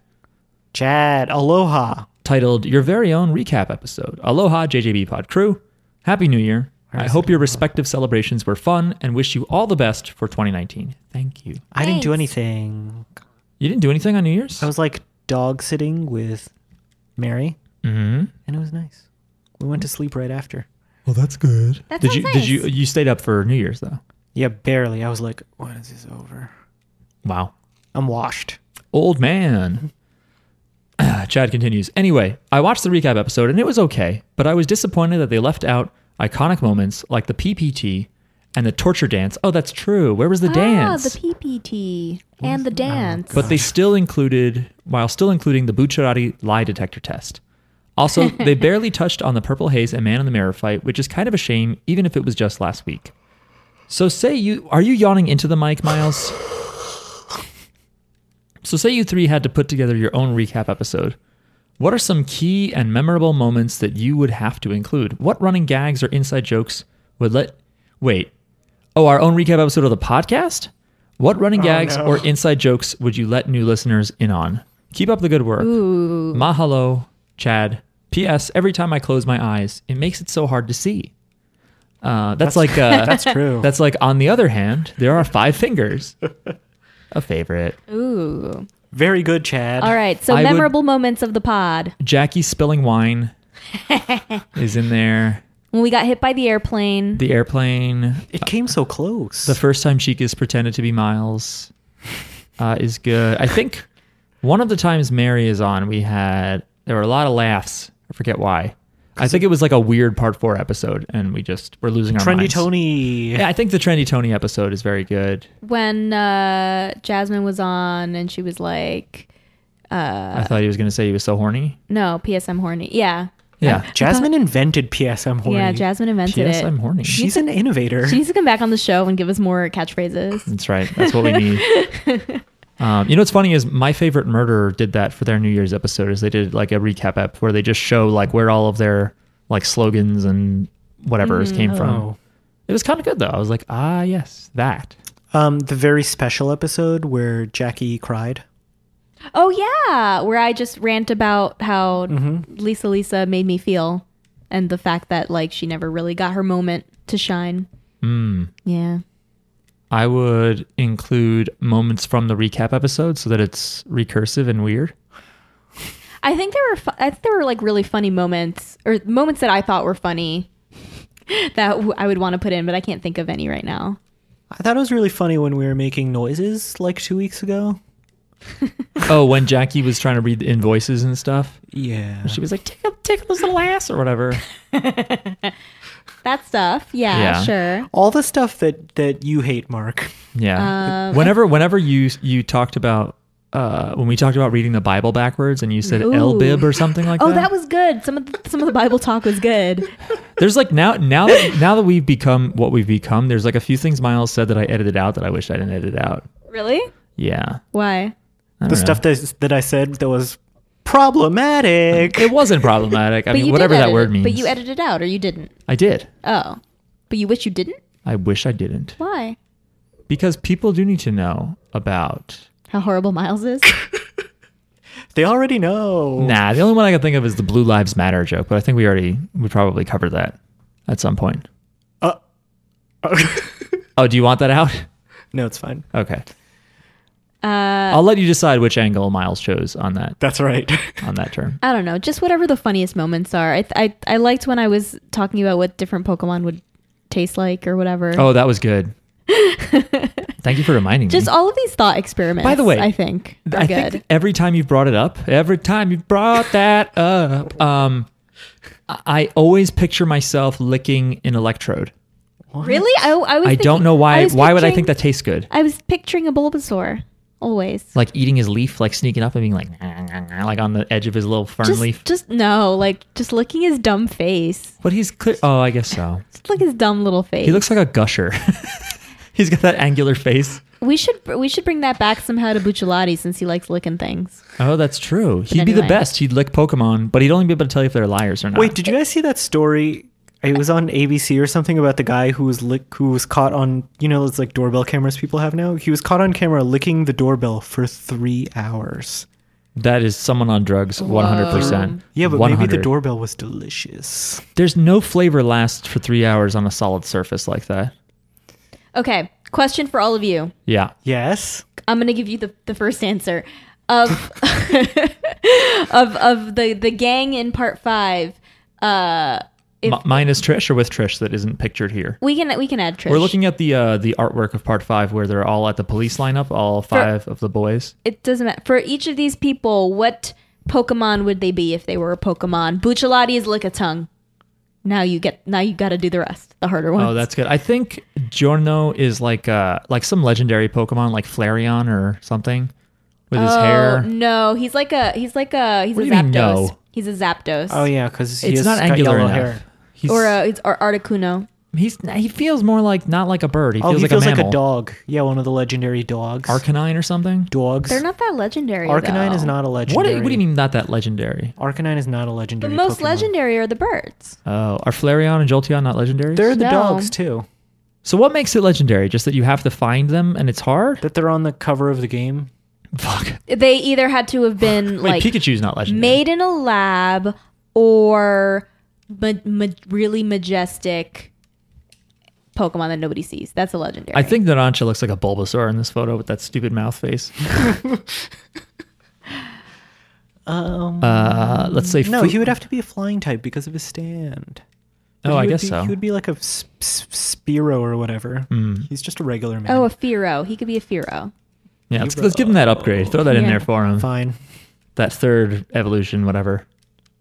Speaker 2: Chad, aloha.
Speaker 1: titled Your Very Own Recap Episode. Aloha, JJB Pod Crew. Happy New Year. I hope your respective celebrations were fun and wish you all the best for 2019. Thank you.
Speaker 2: I didn't do
Speaker 3: Thanks.
Speaker 2: anything.
Speaker 1: You didn't do anything on New Year's?
Speaker 2: I was like dog sitting with Mary,
Speaker 1: mm-hmm.
Speaker 2: and it was nice. We went to sleep right after.
Speaker 1: Well, that's good.
Speaker 3: That
Speaker 1: did
Speaker 3: sounds
Speaker 1: you did
Speaker 3: nice.
Speaker 1: you you stayed up for New Year's though?
Speaker 2: Yeah, barely. I was like, when is this over?
Speaker 1: Wow.
Speaker 2: I'm washed.
Speaker 1: old man. Chad continues. Anyway, I watched the recap episode and it was okay, but I was disappointed that they left out iconic moments like the PPT and the torture dance. Oh, that's true. Where was the dance?
Speaker 3: Ah, the PPT and the dance.
Speaker 1: but they still included, while still including the Bucciarati lie detector test. Also, they barely touched on the Purple Haze and Man in the Mirror fight, which is kind of a shame, even if it was just last week. So, say you are you yawning into the mic, Miles? So, say you three had to put together your own recap episode. What are some key and memorable moments that you would have to include? What running gags or inside jokes would let. Wait. Oh, our own recap episode of the podcast? What running
Speaker 2: Oh,
Speaker 1: gags
Speaker 2: no.
Speaker 1: or inside jokes would you let new listeners in on? Keep up the good work.
Speaker 3: Ooh.
Speaker 1: Mahalo, Chad. P.S. Every time I close my eyes, it makes it so hard to see. Uh, that's, like uh,
Speaker 2: That's true.
Speaker 1: that's like. On the other hand, there are five fingers. A favorite.
Speaker 3: Ooh.
Speaker 2: Very good, Chad.
Speaker 3: All right. So
Speaker 1: I would-
Speaker 3: memorable moments of the pod.
Speaker 1: Jackie spilling wine is in there.
Speaker 3: When we got hit by the airplane.
Speaker 1: The airplane.
Speaker 2: It came so close.
Speaker 1: The first time Chica's pretended to be Miles uh, is good. I think one of the times Mary is on, we had there were a lot of laughs. I forget why. I think it was like a weird part four episode, and we just we're losing our
Speaker 2: Trendy
Speaker 1: minds.
Speaker 2: Tony.
Speaker 1: Yeah, I think the trendy Tony episode is very good.
Speaker 3: when uh, Jasmine was on and she was like, Uh,
Speaker 1: I thought he was going to say he was so horny.
Speaker 3: no, PSM horny. Yeah.
Speaker 1: Yeah.
Speaker 2: Jasmine invented PSM horny.
Speaker 3: Yeah. Jasmine invented
Speaker 1: P.S.
Speaker 3: it.
Speaker 1: I'm horny.
Speaker 2: She's an innovator.
Speaker 3: she needs to come back on the show and give us more catchphrases.
Speaker 1: That's right. That's what we need. Um, you know what's funny is my favorite murderer did that for their New Year's episode. Is they did like a recap app where they just show like where all of their like slogans and whatever's came from.
Speaker 2: Oh.
Speaker 1: It was kind of good though. I was like, ah, yes, that.
Speaker 2: Um, the very special episode where Jackie cried.
Speaker 3: Oh, yeah. Where I just rant about how
Speaker 1: Mm-hmm.
Speaker 3: Lisa Lisa made me feel and the fact that, like, she never really got her moment to shine.
Speaker 1: Hmm.
Speaker 3: Yeah.
Speaker 1: I would include moments from the recap episode so that it's recursive and weird.
Speaker 3: I think there were fu- I think there were like really funny moments or moments that I thought were funny that w- I would want to put in, but I can't think of any right now.
Speaker 2: I thought it was really funny when we were making noises like two weeks ago.
Speaker 1: oh, when Jackie was trying to read the invoices and stuff,
Speaker 2: Yeah.
Speaker 1: she was like, tickle, tickle's little ass or whatever.
Speaker 3: That stuff, yeah,
Speaker 1: Yeah.
Speaker 3: sure.
Speaker 2: All the stuff that that you hate, Mark.
Speaker 3: Um,
Speaker 1: Yeah. whenever whenever you you talked about uh when we talked about reading the Bible backwards and you said
Speaker 3: Ooh.
Speaker 1: Elbib or something like
Speaker 3: Oh,
Speaker 1: that.
Speaker 3: that was good. Some of the, some of the Bible talk was good.
Speaker 1: there's like now now that now that we've become what we've become, there's like a few things Miles said that I edited out that I wish I didn't edit out.
Speaker 3: Really?
Speaker 1: Yeah.
Speaker 3: Why?
Speaker 1: I don't
Speaker 2: The
Speaker 1: know.
Speaker 2: stuff that that I said that was problematic.
Speaker 1: it wasn't problematic. I
Speaker 3: But
Speaker 1: mean
Speaker 3: you
Speaker 1: whatever
Speaker 3: did
Speaker 1: that
Speaker 3: edit
Speaker 1: word
Speaker 3: it,
Speaker 1: means.
Speaker 3: But you edited it out, or you didn't?
Speaker 1: I did.
Speaker 3: Oh, but you wish you didn't.
Speaker 1: I wish I didn't.
Speaker 3: Why?
Speaker 1: Because people do need to know about
Speaker 3: How horrible Miles is.
Speaker 2: They already know.
Speaker 1: Nah, the only one I can think of is the Blue Lives Matter joke, but I think we already we probably covered that at some point.
Speaker 2: Uh,
Speaker 1: Oh, do you want that out?
Speaker 2: no, it's fine.
Speaker 1: Okay.
Speaker 3: Uh,
Speaker 1: I'll let you decide which angle Miles chose on that
Speaker 2: That's right.
Speaker 1: on that term.
Speaker 3: I don't know, just whatever the funniest moments are. I, I I liked when I was talking about what different Pokemon would taste like or whatever.
Speaker 1: Oh, that was good. Thank you for reminding
Speaker 3: Just
Speaker 1: me.
Speaker 3: all of these thought experiments.
Speaker 1: By the way,
Speaker 3: I think are
Speaker 1: I
Speaker 3: good.
Speaker 1: think every time you've brought it up, every time you've brought that up, um, I- I always picture myself licking an electrode.
Speaker 3: really, I, I, was
Speaker 1: I don't
Speaker 3: thinking-
Speaker 1: know why.
Speaker 3: was
Speaker 1: Why would I
Speaker 3: picturing-
Speaker 1: think that tastes good?
Speaker 3: I was picturing a Bulbasaur always.
Speaker 1: Like eating his leaf, like sneaking up and being like, like on the edge of his little fern
Speaker 3: Just,
Speaker 1: leaf.
Speaker 3: just no, like just looking his dumb face.
Speaker 1: But he's clear. Oh, I guess so.
Speaker 3: Just look his dumb little face.
Speaker 1: He looks like a gusher. he's got that angular face.
Speaker 3: we should we should bring that back somehow to Bucciolati since he likes licking things.
Speaker 1: Oh, that's true. He'd be the
Speaker 3: anyway.
Speaker 1: best. He'd lick Pokemon, but he'd only be able to tell you if they're liars or not.
Speaker 2: Wait, did you guys see that story? It was on ABC or something about the guy who was lick, who was caught on you know those like doorbell cameras people have now. He was caught on camera licking the doorbell for three hours.
Speaker 1: that is someone on drugs, one hundred percent.
Speaker 2: Yeah, but maybe the doorbell was delicious.
Speaker 1: There's no flavor lasts for three hours on a solid surface like that.
Speaker 3: Okay, question for all of you.
Speaker 1: Yeah,
Speaker 2: Yes.
Speaker 3: I'm gonna give you the, the first answer of of of the the gang in part five. Uh, if
Speaker 1: M- mine is Trish or with Trish that isn't pictured here.
Speaker 3: we can we can add Trish.
Speaker 1: We're looking at the uh, the artwork of Part Five where they're all at the police lineup, all five of the boys.
Speaker 3: It doesn't matter for each of these people. What Pokemon would they be if they were a Pokemon? Bucciolati is lick a tongue. Now you get now you got to do the rest, the harder one.
Speaker 1: Oh, that's good. I think Giorno is like uh like some legendary Pokemon, like Flareon or something, with
Speaker 3: Oh,
Speaker 1: his hair.
Speaker 3: no, he's like a he's like a he's
Speaker 1: What
Speaker 3: a
Speaker 1: do you mean,
Speaker 3: Zapdos.
Speaker 1: no?
Speaker 3: He's a Zapdos.
Speaker 2: Oh yeah, because
Speaker 1: It's not angular enough. He's,
Speaker 3: Or uh, it's or Articuno.
Speaker 1: he's he feels more like not like a bird. He
Speaker 2: Oh,
Speaker 1: feels
Speaker 2: he
Speaker 1: like
Speaker 2: feels
Speaker 1: a
Speaker 2: like
Speaker 1: mammal.
Speaker 2: a dog. Yeah, one of the legendary dogs.
Speaker 1: Arcanine or something.
Speaker 2: dogs.
Speaker 3: They're not that legendary.
Speaker 2: Arcanine
Speaker 3: though.
Speaker 2: is not a
Speaker 1: What
Speaker 2: legendary.
Speaker 1: do, what do you mean not that legendary?
Speaker 2: Arcanine is not a
Speaker 3: The
Speaker 2: legendary.
Speaker 3: most
Speaker 2: Pokemon.
Speaker 3: legendary are the birds.
Speaker 1: Uh, Oh, are Flareon and Jolteon not legendaries?
Speaker 2: They're the
Speaker 3: No.
Speaker 2: dogs too.
Speaker 1: So what makes it legendary? Just that you have to find them and it's hard?
Speaker 2: That they're on the cover of the game.
Speaker 1: Fuck.
Speaker 3: They either had to have been
Speaker 1: Wait,
Speaker 3: like
Speaker 1: Pikachu's not legendary.
Speaker 3: made in a lab or ma- ma- really majestic Pokemon that nobody sees. That's a legendary.
Speaker 1: I think Narancha looks like a Bulbasaur in this photo with that stupid mouth face.
Speaker 2: Um,
Speaker 1: Uh, let's say
Speaker 2: no,
Speaker 1: Fu-
Speaker 2: he would have to be a flying type because of his stand. But
Speaker 1: Oh,
Speaker 2: he
Speaker 1: I
Speaker 2: would
Speaker 1: guess
Speaker 2: be-
Speaker 1: so.
Speaker 2: He would be like a s- s- Spiro or whatever.
Speaker 1: Mm.
Speaker 2: He's just a regular man.
Speaker 3: Oh, a Firo. He could be a Firo.
Speaker 1: yeah, let's, let's give him that upgrade. Throw that in
Speaker 3: Yeah.
Speaker 1: there for him.
Speaker 2: Fine.
Speaker 1: That third evolution, whatever.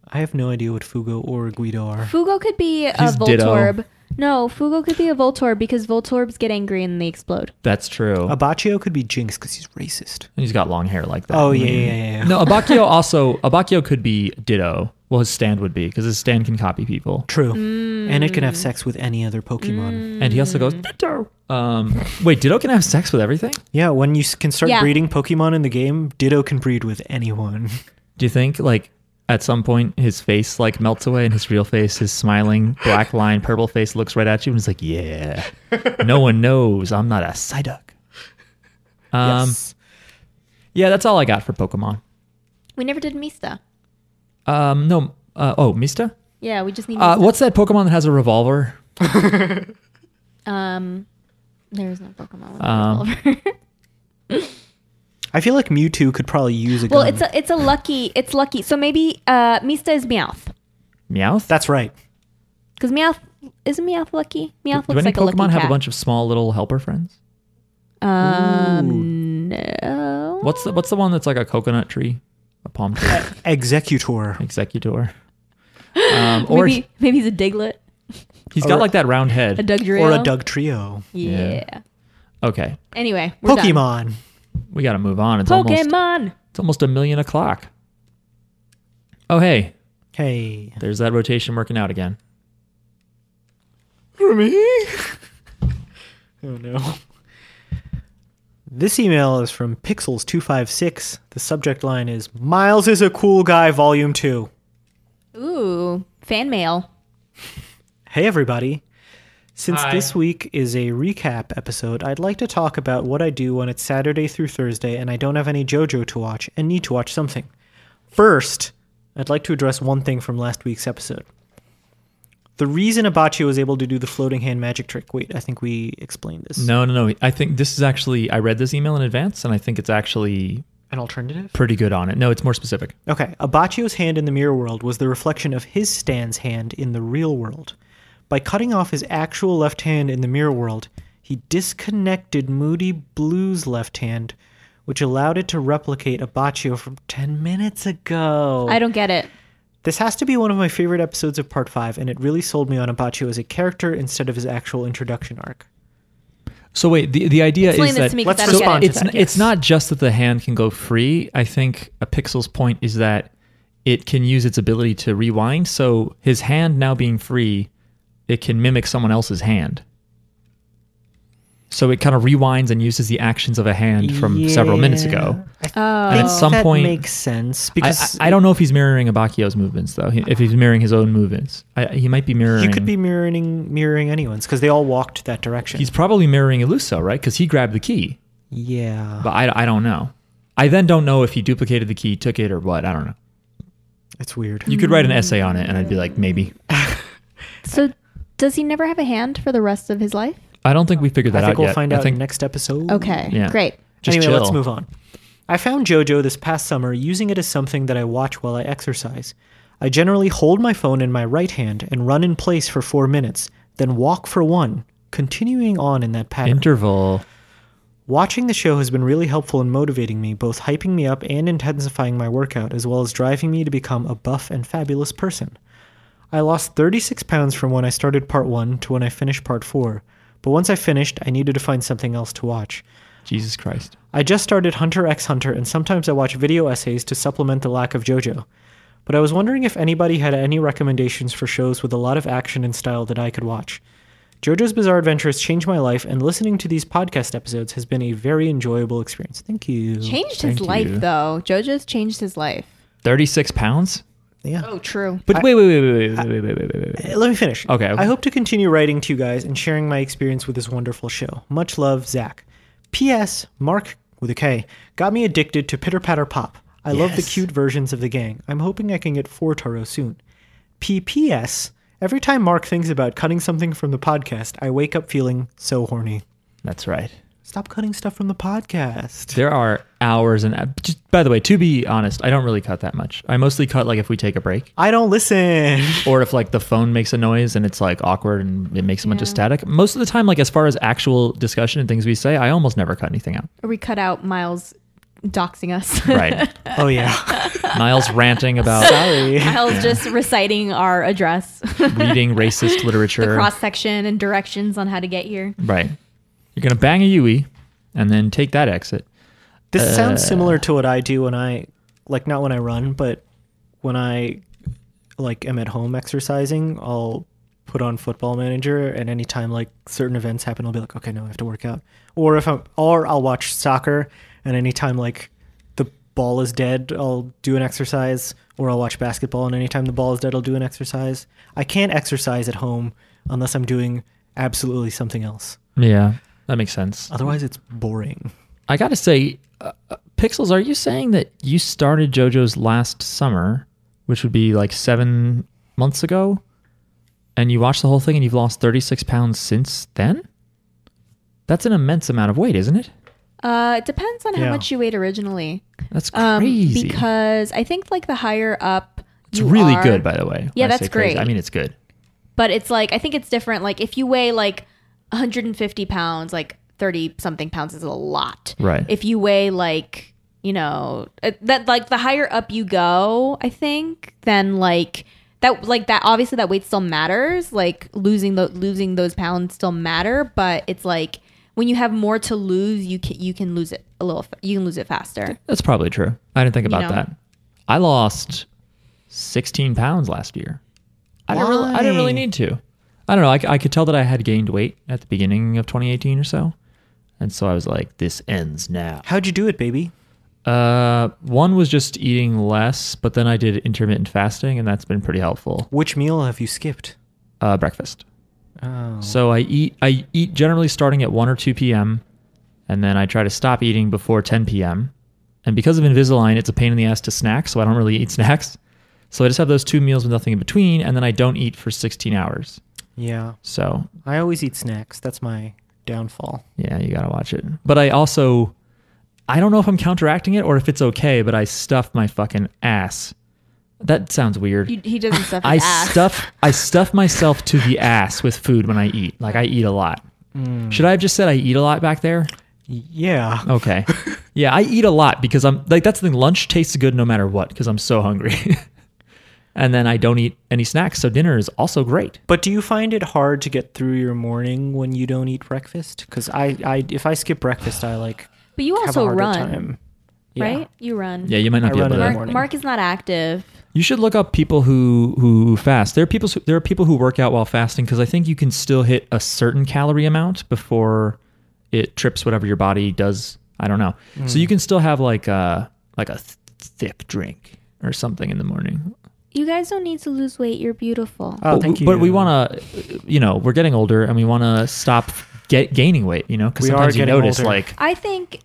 Speaker 2: I have no idea what Fugo or Guido are.
Speaker 3: Fugo could be a
Speaker 1: He's Ditto.
Speaker 3: Voltorb. No, Fugo could be a Voltorb because Voltorbs get angry and they explode.
Speaker 1: That's true.
Speaker 2: Abaccio could be Jinx because he's racist.
Speaker 1: And he's got long hair like that.
Speaker 2: Oh yeah, yeah, yeah. yeah.
Speaker 1: No, Abacchio also Abacchio could be Ditto. Well, his stand would be because his stand can copy people,
Speaker 2: True.
Speaker 3: Mm.
Speaker 2: And it can have sex with any other Pokemon.
Speaker 1: and he also goes Ditto. Um, wait, Ditto can have sex with everything?
Speaker 2: Yeah, when you s- can start
Speaker 3: Yeah.
Speaker 2: breeding Pokemon in the game, Ditto can breed with anyone.
Speaker 1: Do you think like at some point his face like melts away and his real face, his smiling black line, purple face looks right at you and is like, yeah, no one knows I'm not a Psyduck. Um,
Speaker 2: yes.
Speaker 1: yeah, that's all I got for Pokemon.
Speaker 3: We never did Mista.
Speaker 1: Um, no, uh, oh Mista.
Speaker 3: Yeah, we just need.
Speaker 1: Uh,
Speaker 3: Mista.
Speaker 1: what's that Pokemon that has a revolver?
Speaker 3: Um, there is no Pokemon with a
Speaker 1: Um,
Speaker 3: revolver.
Speaker 2: I feel like Mewtwo could probably use a
Speaker 3: well,
Speaker 2: gun.
Speaker 3: it's a it's a lucky it's lucky. So maybe uh, Mista is Meowth
Speaker 1: Meowth.
Speaker 2: That's right.
Speaker 3: because Meowth isn't Meowth lucky. Meowth
Speaker 1: Do
Speaker 3: looks
Speaker 1: any
Speaker 3: like a
Speaker 1: Pokemon
Speaker 3: lucky
Speaker 1: have
Speaker 3: cat.
Speaker 1: a bunch of small little helper friends?
Speaker 3: um, no.
Speaker 1: What's the what's the one that's like a coconut tree, a palm tree,
Speaker 2: Executor.
Speaker 1: executor? Um, or
Speaker 3: maybe maybe he's a Diglett,
Speaker 1: he's got
Speaker 2: or-
Speaker 1: like that round
Speaker 3: a
Speaker 1: head.
Speaker 3: Dugtrio,
Speaker 2: Or a Doug Trio.
Speaker 3: Yeah.
Speaker 1: Okay,
Speaker 3: Anyway, we're done.
Speaker 2: Pokemon.
Speaker 1: we got to move on. It's almost
Speaker 3: Pokemon.
Speaker 1: it's almost a million o'clock. Oh hey,
Speaker 2: Hey.
Speaker 1: there's that rotation working out again.
Speaker 2: For me? oh no. This email is from Pixels256. The subject line is Miles is a cool guy, volume 2.
Speaker 3: Ooh, fan mail.
Speaker 2: Hey, everybody. Since
Speaker 1: Hi.
Speaker 2: this week is a recap episode, I'd like to talk about what I do when it's Saturday through Thursday and I don't have any JoJo to watch and need to watch something. First, I'd like to address one thing from last week's episode. The reason Abachi was able to do the floating hand magic trick. Wait, I think we explained this.
Speaker 1: No, no, no. I think this is actually I read this email in advance, and I think it's actually
Speaker 2: An alternative?
Speaker 1: pretty good on it. No, it's more specific.
Speaker 2: Okay, Abaccio's hand in the mirror world was the reflection of his Stan's hand in the real world. By cutting off his actual left hand in the mirror world, he disconnected Moody Blue's left hand, which allowed it to replicate Abaccio from 10 minutes ago.
Speaker 3: I don't get it.
Speaker 2: This has to be one of my favorite episodes of Part 5, and it really sold me on Abaccio as a character instead of his actual introduction arc.
Speaker 1: So wait, the the idea
Speaker 3: Explain
Speaker 1: is
Speaker 3: this
Speaker 1: that
Speaker 3: to me 'cause
Speaker 2: Let's
Speaker 3: I don't
Speaker 2: respond to
Speaker 3: get it.
Speaker 1: it's
Speaker 2: that,
Speaker 1: n-
Speaker 2: yes.
Speaker 1: it's not just that the hand can go free. I think a pixel's point is that it can use its ability to rewind. So his hand now being free, it can mimic someone else's hand. So it kind of rewinds and uses the actions of a hand from several minutes ago.
Speaker 3: Oh,
Speaker 1: And at some
Speaker 2: that
Speaker 1: point,
Speaker 2: makes sense
Speaker 1: I,
Speaker 2: because
Speaker 1: I, I don't know if he's mirroring Abacchio's movements though. He- If he's mirroring his own movements, I, he might be mirroring.
Speaker 2: you could be mirroring mirroring anyone's because they all walked that direction.
Speaker 1: He's probably mirroring Eluso, right? Because he grabbed the key.
Speaker 2: yeah.
Speaker 1: But I, I don't know. I then don't know if he duplicated the key, took it, or what. I don't know.
Speaker 2: It's weird.
Speaker 1: You could write an essay on it, and I'd be like, maybe.
Speaker 3: so does he never have a hand for the rest of his life?
Speaker 1: I don't think we figured that
Speaker 2: I think
Speaker 1: out
Speaker 2: we'll
Speaker 1: yet.
Speaker 2: find
Speaker 1: I
Speaker 2: out
Speaker 1: think
Speaker 2: next episode.
Speaker 3: Okay,
Speaker 1: Yeah.
Speaker 3: great.
Speaker 1: just
Speaker 2: anyway,
Speaker 1: chill.
Speaker 2: let's move on. I found JoJo this past summer using it as something that I watch while I exercise. I generally hold my phone in my right hand and run in place for four minutes, then walk for one, continuing on in that pattern.
Speaker 1: Interval.
Speaker 2: Watching the show has been really helpful in motivating me, both hyping me up and intensifying my workout, as well as driving me to become a buff and fabulous person. I lost 36 pounds from when I started part 1 to when I finished part 4, but once I finished, I needed to find something else to watch.
Speaker 1: Jesus Christ.
Speaker 2: I just started Hunter x Hunter, and sometimes I watch video essays to supplement the lack of JoJo. But I was wondering if anybody had any recommendations for shows with a lot of action and style that I could watch. JoJo's Bizarre Adventure has changed my life, and listening to these podcast episodes has been a very enjoyable experience. Thank you.
Speaker 3: Changed his
Speaker 1: Thank
Speaker 3: life
Speaker 1: you.
Speaker 3: though. JoJo's changed his life.
Speaker 1: Thirty-six pounds.
Speaker 2: Yeah.
Speaker 3: Oh, true.
Speaker 1: But wait, wait, wait, wait, wait, wait, wait, wait, wait, wait, wait.
Speaker 2: Uh, Let me finish.
Speaker 1: Okay, okay.
Speaker 2: I hope to continue writing to you guys and sharing my experience with this wonderful show. Much love, Zach. P.S. Mark with a K got me addicted to Pitter Patter Pop. I love the
Speaker 1: Yes.
Speaker 2: cute versions of the gang. I'm hoping I can get four Taro soon. P.P.S. Every time Mark thinks about cutting something from the podcast, I wake up feeling so horny.
Speaker 1: That's right.
Speaker 2: Stop cutting stuff from the podcast.
Speaker 1: There are hours and hou- just by the way, to be honest, I don't really cut that much. I mostly cut like if we take a break
Speaker 2: I don't listen.
Speaker 1: or if like the phone makes a noise and it's like awkward and it makes a bunch of static. Most of the time like as far as actual discussion and things we say, I almost never cut anything out.
Speaker 3: Or we cut out Miles doxing us.
Speaker 1: Right.
Speaker 2: Oh yeah.
Speaker 1: Miles ranting about
Speaker 2: Sorry.
Speaker 3: Miles just reciting our address,
Speaker 1: reading racist
Speaker 3: the
Speaker 1: literature.
Speaker 3: cross section, and directions on how to get here.
Speaker 1: right. You're going to bang a UE and then take that exit.
Speaker 2: This sounds similar to what I do when I like not when I run, but when I like am at home exercising, I'll put on football manager and anytime like certain events happen I'll be like, Okay, no, I have to work out. Or if I'm or I'll watch soccer and anytime like the ball is dead, I'll do an exercise or I'll watch basketball and anytime the ball is dead I'll do an exercise. I can't exercise at home unless I'm doing absolutely something else.
Speaker 1: Yeah. That makes sense.
Speaker 2: Otherwise it's boring.
Speaker 1: I gotta say, uh, uh, Pixels, are you saying that you started JoJo's last summer, which would be like seven months ago, and you watched the whole thing and you've lost 36 pounds since then? That's an immense amount of weight, isn't it?
Speaker 3: Uh, it depends on
Speaker 2: Yeah.
Speaker 3: how much you weighed originally.
Speaker 1: That's
Speaker 3: Um,
Speaker 1: crazy.
Speaker 3: Because I think like the higher up,
Speaker 1: it's
Speaker 3: you
Speaker 1: really
Speaker 3: are-
Speaker 1: good, by the way.
Speaker 3: Yeah,
Speaker 1: When I say
Speaker 3: that's
Speaker 1: crazy,
Speaker 3: great.
Speaker 1: I mean, it's good.
Speaker 3: but it's like I think it's different. Like if you weigh like 150 pounds, like 30 something pounds is a lot.
Speaker 1: Right.
Speaker 3: If you weigh like you know uh, that like the higher up you go, I think then like that like that obviously that weight still matters. Like losing the losing those pounds still matter, but it's like when you have more to lose, you can you can lose it a little. fa- You can lose it faster.
Speaker 1: That's probably true. I didn't think about
Speaker 3: know.
Speaker 1: that. I lost 16 pounds last year. I didn't, really, I didn't really
Speaker 2: Why?
Speaker 1: need to. I don't know. I, c- I could tell that I had gained weight at the beginning of 2018 or so. And so I was like, this ends now.
Speaker 2: How'd you do it, baby?
Speaker 1: Uh, one was just eating less, but then I did intermittent fasting, and that's been pretty helpful.
Speaker 2: Which meal have you skipped?
Speaker 1: Uh, breakfast.
Speaker 2: Oh.
Speaker 1: So I eat I eat generally starting at 1 or 2 p.m. and then I try to stop eating before 10 p.m. And because of Invisalign, it's a pain in the ass to snack, so I don't really eat snacks. So I just have those two meals with nothing in between and then I don't eat for 16 hours.
Speaker 2: Yeah.
Speaker 1: So,
Speaker 2: I always eat snacks. That's my downfall.
Speaker 1: yeah, you got to watch it. But I also I don't know if I'm counteracting it or if it's okay, but I stuff my fucking ass. That sounds weird.
Speaker 3: You, he doesn't stuff
Speaker 1: I
Speaker 3: his ass.
Speaker 1: stuff I stuff myself to the ass with food when I eat. Like I eat a lot. Should I have just said I eat a lot back there?
Speaker 2: Yeah.
Speaker 1: Okay. yeah, I eat a lot because I'm like that's the thing. Lunch tastes good no matter what because I'm so hungry. and then I don't eat any snacks, so dinner is also great.
Speaker 2: But do you find it hard to get through your morning when you don't eat breakfast? Because I, I, if I skip breakfast, I like
Speaker 3: But you
Speaker 2: have a
Speaker 3: also
Speaker 2: harder
Speaker 3: run,
Speaker 2: time. Yeah.
Speaker 3: right? You run.
Speaker 1: Yeah, you might not
Speaker 2: I
Speaker 1: be
Speaker 2: run
Speaker 1: able
Speaker 2: in the
Speaker 1: to.
Speaker 2: morning.
Speaker 3: Mark, Mark is not active.
Speaker 1: You should look up people who who fast. There are people there are people who work out while fasting because I think you can still hit a certain calorie amount before it trips whatever your body does. I don't know.
Speaker 2: Hmm.
Speaker 1: So you can still have like a like a th- thick drink or something in the morning.
Speaker 3: You guys don't need to lose weight. You're beautiful.
Speaker 2: Oh,
Speaker 1: but,
Speaker 2: thank
Speaker 1: w-
Speaker 2: you.
Speaker 1: But we want to, you know, we're getting older and we want to stop get, gaining weight, you know, because
Speaker 2: We are
Speaker 1: sometimes you
Speaker 2: getting
Speaker 1: notice
Speaker 2: older.
Speaker 1: like
Speaker 3: I think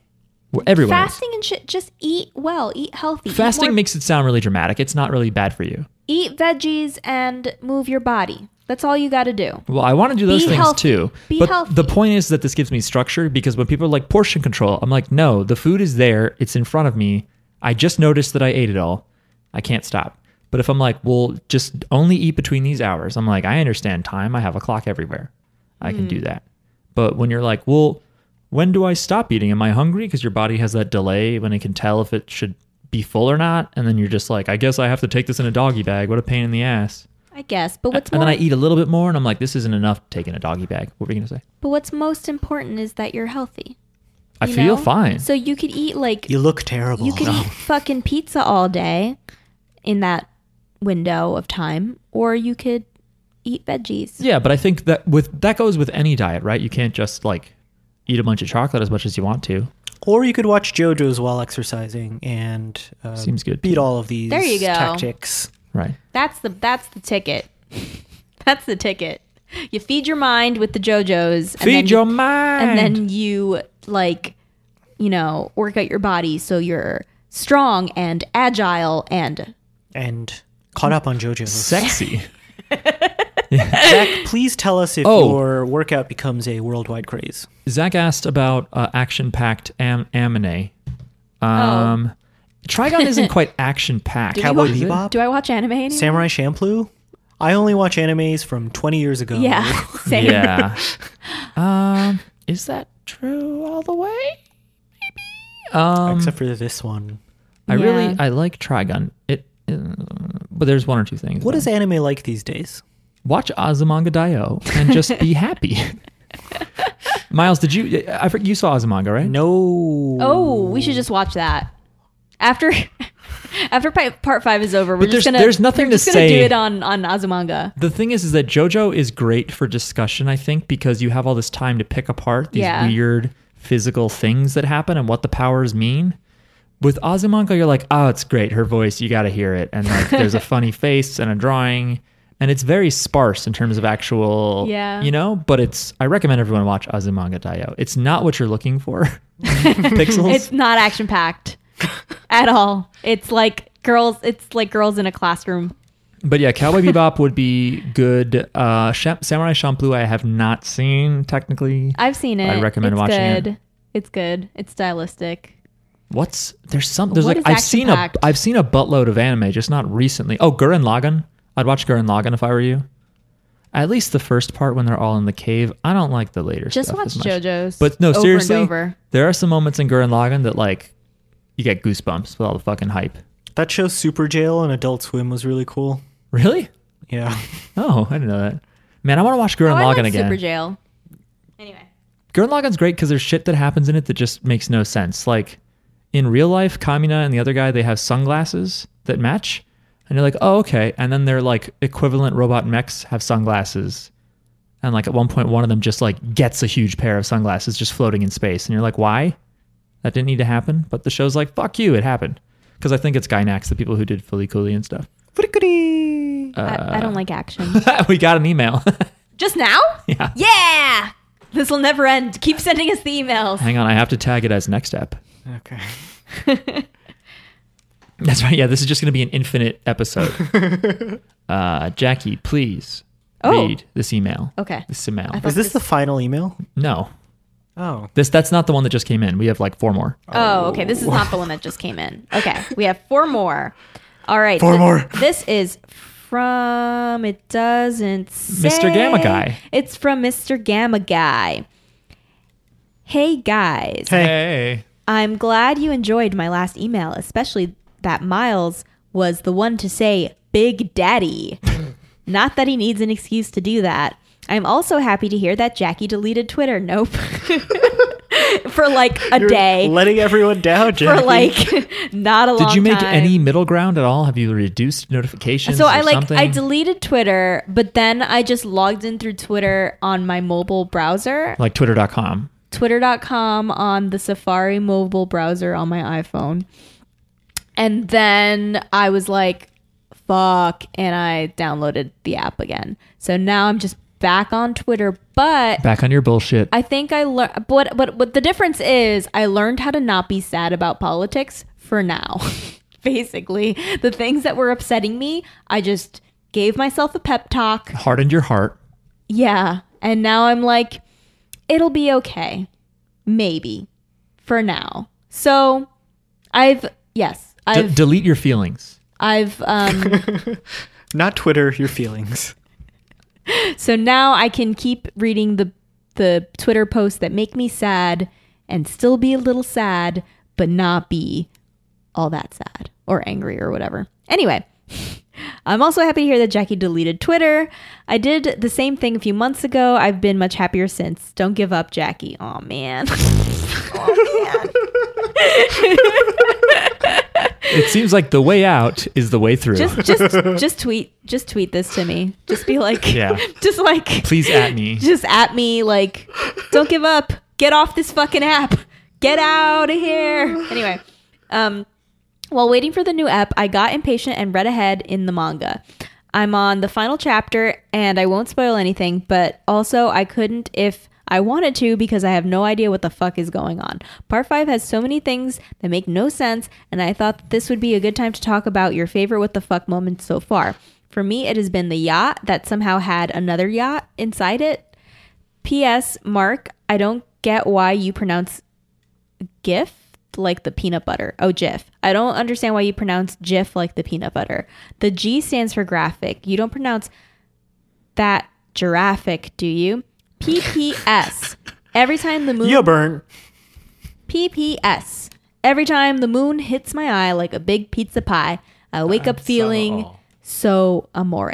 Speaker 1: well, everyone is.
Speaker 3: fasting and shit. Just eat well. Eat healthy. eat
Speaker 1: fasting
Speaker 3: more-
Speaker 1: makes it sound really dramatic. It's not really bad for you.
Speaker 3: eat veggies and move your body. That's all you got to do.
Speaker 1: Well, I want to do those
Speaker 3: Be
Speaker 1: things
Speaker 3: healthy.
Speaker 1: too.
Speaker 3: Be
Speaker 1: but
Speaker 3: healthy.
Speaker 1: the point is that this gives me structure because when people are like portion control, I'm like, no, the food is there. It's in front of me. I just noticed that I ate it all. I can't stop. But if I'm like, well, just only eat between these hours, I'm like, I understand time. I have a clock everywhere. I can do
Speaker 3: Mm.
Speaker 1: that. But when you're like, well, when do I stop eating? Am I hungry? Because your body has that delay when it can tell if it should be full or not. And then you're just like, I guess I have to take this in a doggy bag. What a pain in the ass
Speaker 3: I guess. But what's
Speaker 1: and
Speaker 3: more,
Speaker 1: then I eat a little bit more, and I'm like, this isn't enough taking a doggy bag. What were you gonna say?
Speaker 3: but what's most important is that you're healthy.
Speaker 1: I
Speaker 3: you
Speaker 1: feel
Speaker 3: know?
Speaker 1: fine.
Speaker 3: So you could eat like
Speaker 2: You look terrible.
Speaker 3: you could eat fucking pizza all day in that window of time, or you could eat veggies.
Speaker 1: yeah, but I think that with that goes with any diet, right? You can't just like eat a bunch of chocolate as much as you want to.
Speaker 2: or you could watch JoJo's while exercising and uh,
Speaker 1: Seems good to
Speaker 2: Beat
Speaker 1: me.
Speaker 2: all of these
Speaker 3: There you go.
Speaker 2: tactics.
Speaker 1: Right.
Speaker 3: That's the that's the ticket. That's the ticket. You feed your mind with the JoJo's. and then
Speaker 1: Feed
Speaker 3: you-
Speaker 1: your mind.
Speaker 3: and then you like you know work out your body so you're strong and agile and
Speaker 2: and caught up on JoJo's.
Speaker 1: sexy.
Speaker 2: Zach, please tell us if
Speaker 1: Oh.
Speaker 2: your workout becomes a worldwide craze.
Speaker 1: Zach asked about uh, action-packed am- amine. Um, Trigon isn't quite action-packed.
Speaker 3: Oh. Do you
Speaker 2: Cowboy
Speaker 3: watch-
Speaker 1: is it?
Speaker 2: Bebop,
Speaker 3: do i watch anime anymore?
Speaker 2: Samurai Champloo. I only watch animes from 20 years ago.
Speaker 3: yeah same
Speaker 1: Yeah. um, is that true all the way? Maybe. Um,
Speaker 2: Except for this one.
Speaker 1: I
Speaker 3: Yeah.
Speaker 1: really I like Trigun. It, uh, but there's one or two things.
Speaker 2: What
Speaker 1: though.
Speaker 2: is anime like these days?
Speaker 1: watch Azumanga Daioh and just be happy. Miles, did you? I forget you saw Azumanga, right?
Speaker 2: No.
Speaker 3: oh we should just watch that after after pi- part five is over we're
Speaker 1: there's-
Speaker 3: just gonna
Speaker 1: there's nothing
Speaker 3: we're
Speaker 1: to
Speaker 3: just gonna
Speaker 1: say.
Speaker 3: do it on on azumanga
Speaker 1: The thing is, is that JoJo is great for discussion. I think because you have all this time to pick apart these
Speaker 3: Yeah.
Speaker 1: weird physical things that happen and what the powers mean. With Azumanga, you're like, oh, it's great. Her voice, you got to hear it. And like, there's a funny face and a drawing, and it's very sparse in terms of actual,
Speaker 3: Yeah.
Speaker 1: you know. But it's, I recommend everyone watch Azumanga Daioh. It's not what you're looking for, pixels.
Speaker 3: it's not action packed at all it's like girls it's like girls in a classroom
Speaker 1: But yeah, Cowboy Bebop would be good. Uh, Sha- Samurai Champloo, I have not seen technically.
Speaker 3: i've seen it
Speaker 1: I'd recommend
Speaker 3: it's
Speaker 1: watching it.
Speaker 3: good. it's good it's stylistic
Speaker 1: What's there's some there's
Speaker 3: What
Speaker 1: like
Speaker 3: is
Speaker 1: I've seen
Speaker 3: action-packed?
Speaker 1: a I've seen a buttload of anime, just not recently. Oh, Gurren Lagann. I'd watch Gurren Lagann if I were you. At least the first part when they're all in the cave. I don't like the later
Speaker 3: Just
Speaker 1: stuff
Speaker 3: watch
Speaker 1: as much.
Speaker 3: JoJo's.
Speaker 1: But no,
Speaker 3: over and
Speaker 1: seriously,
Speaker 3: over.
Speaker 1: there are some moments in Gurren Lagann that like you get goosebumps with all the fucking hype.
Speaker 2: That show Super Jail on Adult Swim was really cool.
Speaker 1: Really?
Speaker 2: Yeah.
Speaker 1: Oh, I didn't know that. Man, I want to watch Gurren
Speaker 3: oh, I
Speaker 1: Lagann
Speaker 3: like
Speaker 1: again.
Speaker 3: super jail anyway
Speaker 1: Gurren Lagann's great because there's shit that happens in it that just makes no sense. Like in real life, Kamina and the other guy they have sunglasses that match, and you're like, oh okay. And then their like equivalent robot mechs have sunglasses, and like at one point one of them just like gets a huge pair of sunglasses just floating in space, and you're like, why? That didn't need to happen. But the show's like, fuck you, it happened. Because I think it's Gynax, the people who did Fully Cooley and stuff.
Speaker 2: Frickety.
Speaker 3: I, I
Speaker 1: Uh,
Speaker 3: don't like action
Speaker 1: we got an email.
Speaker 3: Just now?
Speaker 1: Yeah.
Speaker 3: Yeah. This will never end. Keep sending us the emails.
Speaker 1: Hang on, I have to tag it as next app.
Speaker 2: Okay.
Speaker 1: That's right. Yeah, this is just going to be an infinite episode. uh, Jackie, please
Speaker 3: Oh.
Speaker 1: read this email.
Speaker 3: Okay.
Speaker 1: This email.
Speaker 3: I thought-
Speaker 2: Is this the final email?
Speaker 1: no,
Speaker 2: Oh.
Speaker 1: this that's not the one that just came in. We have like four more.
Speaker 3: Oh, okay. This is not the one that just came in. Okay. We have four more. All right.
Speaker 2: Four
Speaker 3: Th-
Speaker 2: more.
Speaker 3: This is from, it doesn't say.
Speaker 1: Gamma Guy.
Speaker 3: It's from Mr. Gamma Guy. Hey, guys.
Speaker 1: Hey,
Speaker 3: I'm glad you enjoyed my last email, especially that Miles was the one to say Big Daddy. Not that he needs an excuse to do that. I'm also happy to hear that Jackie deleted Twitter. Nope. for like a
Speaker 2: You're
Speaker 3: day.
Speaker 2: Letting everyone down,
Speaker 3: for
Speaker 2: Jackie.
Speaker 3: like not a long
Speaker 1: did you make
Speaker 3: time.
Speaker 1: any middle ground at all? Have you reduced notifications?
Speaker 3: So
Speaker 1: or
Speaker 3: I like
Speaker 1: something?
Speaker 3: I deleted Twitter, but then I just logged in through Twitter on my mobile browser,
Speaker 1: like Twitter.com.
Speaker 3: twitter.com on the Safari mobile browser on my iPhone. And then I was like, fuck. And I downloaded the app again. So now I'm just back on Twitter. But
Speaker 1: Back on your bullshit.
Speaker 3: I think I learned, but, but, but the difference is I learned how to not be sad about politics for now. Basically, the things that were upsetting me, I just gave myself a pep talk.
Speaker 1: Hardened your heart.
Speaker 3: Yeah. And now I'm like, it'll be okay. Maybe. For now. So I've yes.
Speaker 1: D-
Speaker 3: I've
Speaker 1: delete your feelings.
Speaker 3: I've um
Speaker 2: Not Twitter, your feelings.
Speaker 3: so now I can keep reading the the Twitter posts that make me sad and still be a little sad, but not be all that sad or angry or whatever. Anyway, I'm also happy to hear that Jackie deleted Twitter. I did the same thing a few months ago. I've been much happier since. Don't give up, Jackie. Oh man.
Speaker 1: It seems like the way out is the way through.
Speaker 3: just just just tweet just tweet this to me just be like
Speaker 1: Yeah.
Speaker 3: just like
Speaker 1: Please at me.
Speaker 3: just at me like don't give up get off this fucking app get out of here anyway um While waiting for the new ep, I got impatient and read ahead in the manga. I'm on the final chapter and I won't spoil anything, but also I couldn't if I wanted to because I have no idea what the fuck is going on. Part 5 has so many things that make no sense, and I thought this would be a good time to talk about your favorite what the fuck moments so far. For me, it has been the yacht that somehow had another yacht inside it. P.S. Mark, I don't get why you pronounce GIF like the peanut butter. Oh, GIF. I don't understand why you pronounce GIF like the peanut butter. The G stands for graphic. You don't pronounce that giraffic, do you? PPS. Every time the moon.
Speaker 2: You burn.
Speaker 3: PPS. Every time the moon hits my eye like a big pizza pie, I wake up feeling so amore.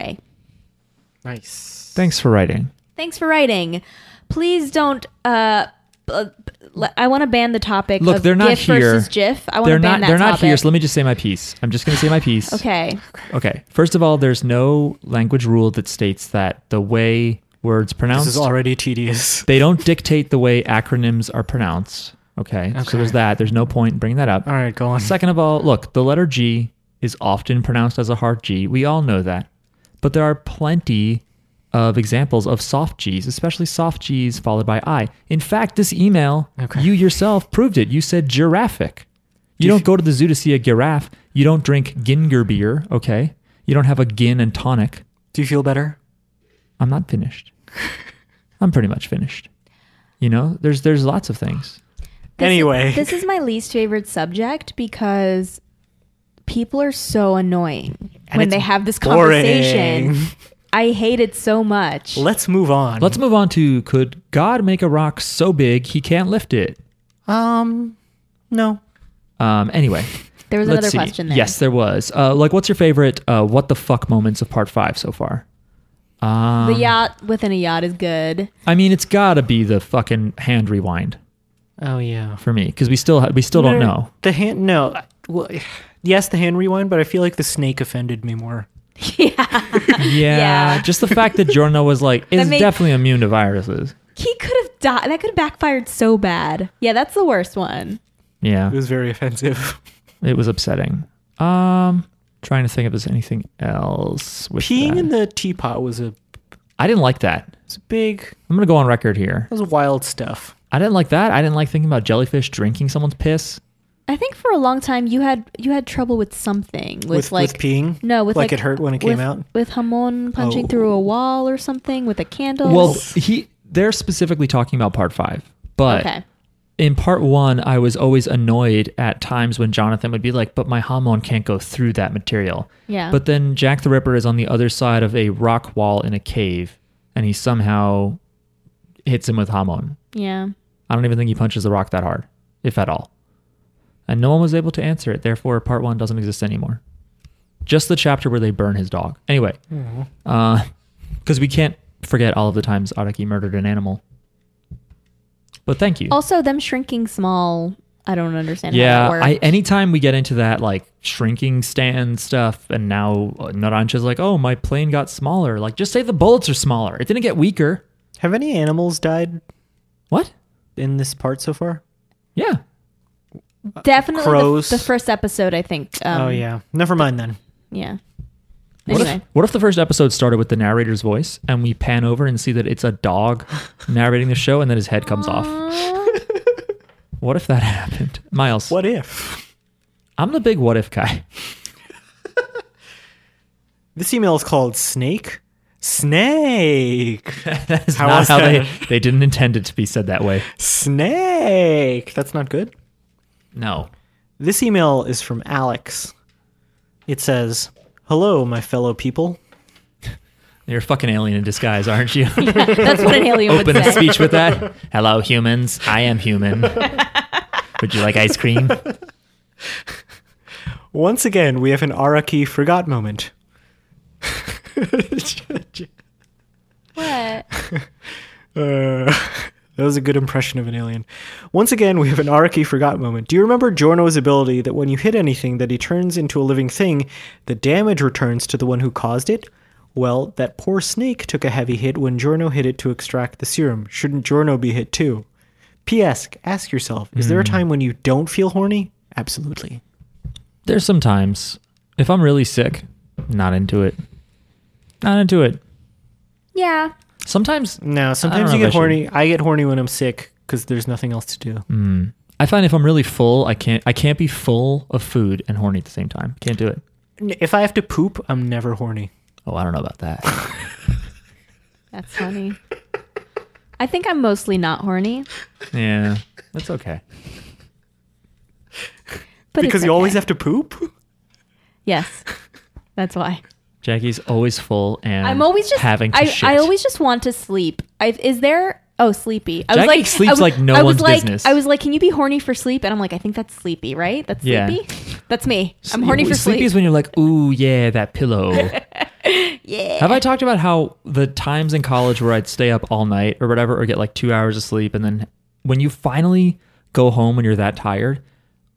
Speaker 2: Nice.
Speaker 1: Thanks for writing.
Speaker 3: Thanks for writing. Please don't. Uh, b- b- le- I want to ban the topic.
Speaker 1: Look,
Speaker 3: of
Speaker 1: they're not
Speaker 3: GIF
Speaker 1: here.
Speaker 3: versus GIF. I want
Speaker 1: They're
Speaker 3: to ban
Speaker 1: not.
Speaker 3: that
Speaker 1: They're not
Speaker 3: topic.
Speaker 1: here. So let me just say my piece. I'm just going to say my piece.
Speaker 3: okay.
Speaker 1: Okay. First of all, there's no language rule that states that the way words
Speaker 2: This
Speaker 1: pronounced
Speaker 2: is already tedious.
Speaker 1: they don't dictate the way acronyms are pronounced. Okay?
Speaker 2: Okay.
Speaker 1: So there's that. There's no point in bringing that up.
Speaker 2: All right, go on.
Speaker 1: Second of all, look, the letter G is often pronounced as a hard G. We all know that. But there are plenty of examples of soft G's, especially soft G's followed by I. In fact, this email,
Speaker 2: Okay.
Speaker 1: you yourself proved it. You said giraffic. You
Speaker 2: Do you
Speaker 1: don't
Speaker 2: f-
Speaker 1: go to the zoo to see a giraffe. You don't drink ginger beer, okay? You don't have a gin and tonic.
Speaker 2: Do you feel better?
Speaker 1: I'm not finished. I'm pretty much finished. You know, there's there's lots of things.
Speaker 3: This
Speaker 2: Anyway.
Speaker 3: is, this is my least favorite subject because people are so annoying when
Speaker 2: it's
Speaker 3: they have this
Speaker 2: boring.
Speaker 3: conversation. I hate it so much.
Speaker 2: Let's move on.
Speaker 1: Let's move on to could God make a rock so big he can't lift it?
Speaker 2: Um, no.
Speaker 1: Um anyway,
Speaker 3: there was
Speaker 1: let's
Speaker 3: another
Speaker 1: see.
Speaker 3: question there.
Speaker 1: Yes, there was. Uh like what's your favorite uh what the fuck moments of part 5 so far? Um,
Speaker 3: the uh, yacht within a yacht is good.
Speaker 1: I mean, it's got to be the fucking hand rewind
Speaker 2: Oh yeah.
Speaker 1: for me cuz we still ha- we still don't know.
Speaker 2: The hand. No. Well, yes, the hand rewind, but I feel like the snake offended me more.
Speaker 1: Yeah,
Speaker 3: Yeah.
Speaker 1: just the fact that Jorno was like is
Speaker 3: make-
Speaker 1: definitely immune to viruses.
Speaker 3: He could have died. That could have backfired so bad. Yeah, that's the worst one.
Speaker 1: Yeah.
Speaker 2: It was very offensive.
Speaker 1: It was upsetting. Um, trying to think if there's anything else. With
Speaker 2: Peeing
Speaker 1: that.
Speaker 2: in the teapot was a,
Speaker 1: I didn't like that.
Speaker 2: was a big.
Speaker 1: I'm gonna go on record here.
Speaker 2: That was wild stuff.
Speaker 1: I didn't like that. I didn't like thinking about jellyfish drinking someone's piss.
Speaker 3: I think for a long time you had you had trouble with something with,
Speaker 2: With,
Speaker 3: like
Speaker 2: with peeing.
Speaker 3: no with
Speaker 2: like,
Speaker 3: like
Speaker 2: it hurt when it came
Speaker 3: with-
Speaker 2: out. Oh.
Speaker 3: with Hamon punching through a wall or something with a candle.
Speaker 1: Well, he they're specifically talking about part five, but
Speaker 3: okay.
Speaker 1: in part one, I was always annoyed at times when Jonathan would be like, "But my hormone can't go through that material."
Speaker 3: Yeah.
Speaker 1: But then Jack the Ripper is on the other side of a rock wall in a cave, and he somehow hits him with hormone.
Speaker 3: Yeah.
Speaker 1: I don't even think he punches the rock that hard, if at all. And no one was able to answer it. Therefore, part one doesn't exist anymore. Just the chapter where they burn his dog. Anyway, because we can't forget all of the times Araki murdered an animal. But thank you.
Speaker 3: Also, them shrinking small. I don't understand
Speaker 1: yeah,
Speaker 3: how that works.
Speaker 1: I, anytime we get into that like shrinking stand stuff, and now uh, Naranja's like, "Oh, my plane got smaller." Like, just say the bullets are smaller. It didn't get weaker.
Speaker 2: Have any animals died
Speaker 1: What?
Speaker 2: in this part so far?
Speaker 1: Yeah,
Speaker 3: Definitely the-
Speaker 2: Crows.
Speaker 3: The, first episode, I think. Um,
Speaker 2: oh yeah. Never mind then.
Speaker 3: Yeah.
Speaker 1: What
Speaker 3: Anyway,
Speaker 1: if, what if the first episode started with the narrator's voice and we pan over and see that it's a dog narrating the show and then his head comes off? What if that happened? Miles,
Speaker 2: What if?
Speaker 1: I'm the big what if guy.
Speaker 2: This email is called Snake. Snake.
Speaker 1: That's
Speaker 2: How
Speaker 1: not
Speaker 2: was
Speaker 1: how they,
Speaker 2: that?
Speaker 1: they didn't intend it to be said that way.
Speaker 2: Snake. That's not good.
Speaker 1: No.
Speaker 2: This email is from Alex. It says, "Hello, my fellow people.
Speaker 1: You're a fucking alien in disguise, aren't you?
Speaker 3: that's what an alien would
Speaker 1: Open a
Speaker 3: say.
Speaker 1: speech with that. Hello, humans. I am human. Would you like ice cream?
Speaker 2: Once again, we have an Araki forgot moment.
Speaker 3: What?
Speaker 2: Uh, that was a good impression of an alien. Once again, we have an Araki forgot moment. Do you remember Jorno's ability that when you hit anything that he turns into a living thing, the damage returns to the one who caused it? Well, that poor snake took a heavy hit when Jorno hit it to extract the serum. Shouldn't Jorno be hit too? P.S. Ask yourself, is there a time when you don't feel horny? Absolutely.
Speaker 1: There's sometimes if I'm really sick, not into it. Not into it.
Speaker 3: Yeah.
Speaker 1: Sometimes
Speaker 2: No, sometimes
Speaker 1: know
Speaker 2: you
Speaker 1: if I
Speaker 2: get
Speaker 1: should-
Speaker 2: horny. I get horny when I'm sick because there's nothing else to do.
Speaker 1: mm, I find if I'm really full, I can't I can't be full of food and horny at the same time. Can't do it.
Speaker 2: N- If I have to poop, I'm never horny.
Speaker 1: Oh, I don't know about that.
Speaker 3: That's funny. I think I'm mostly not horny,
Speaker 1: yeah. That's okay.
Speaker 3: but
Speaker 2: because you always have to poop?
Speaker 3: Yes, that's why
Speaker 1: Jackie's always full and
Speaker 3: I'm always just
Speaker 1: having to
Speaker 3: I,
Speaker 1: shit.
Speaker 3: I always just want to sleep. I, is there? Oh, sleepy. I
Speaker 1: Jackie
Speaker 3: was like
Speaker 1: sleeps
Speaker 3: I was,
Speaker 1: like no
Speaker 3: I was
Speaker 1: one's
Speaker 3: like,
Speaker 1: business.
Speaker 3: I was like, can you be horny for sleep? And I'm like, I think that's sleepy, right? That's
Speaker 1: Yeah.
Speaker 3: sleepy. That's me. I'm horny for
Speaker 1: sleepy
Speaker 3: sleep.
Speaker 1: is when you're like, ooh, yeah, that pillow.
Speaker 3: yeah.
Speaker 1: Have I talked about how the times in college where I'd stay up all night or whatever, or get like two hours of sleep, and then when you finally go home when you're that tired,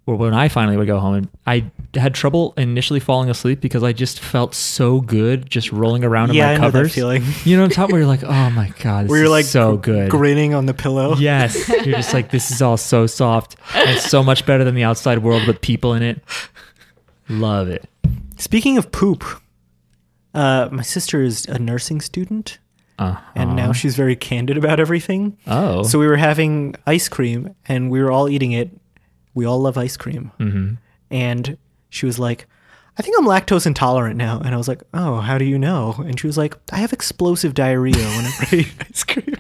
Speaker 1: or when I finally would go home, and I had trouble initially falling asleep because I just felt so good just rolling around in
Speaker 2: Yeah,
Speaker 1: my
Speaker 2: I know that
Speaker 1: covers.
Speaker 2: feeling.
Speaker 1: You know, on top where you're like, oh my god, this
Speaker 2: Where
Speaker 1: is
Speaker 2: you're like
Speaker 1: so
Speaker 2: gr-
Speaker 1: good.
Speaker 2: grinning on the pillow.
Speaker 1: Yes, you're just like this is all so soft and so much better than the outside world with people in it. Love it.
Speaker 2: Speaking of poop, uh, my sister is a nursing student,
Speaker 1: Uh-huh.
Speaker 2: and now she's very candid about everything.
Speaker 1: oh,
Speaker 2: So we were having ice cream, and we were all eating it. We all love ice cream.
Speaker 1: hmm
Speaker 2: And she was like, I think I'm lactose intolerant now. And I was like, Oh, how do you know? And she was like, I have explosive diarrhea whenever I eat ice cream.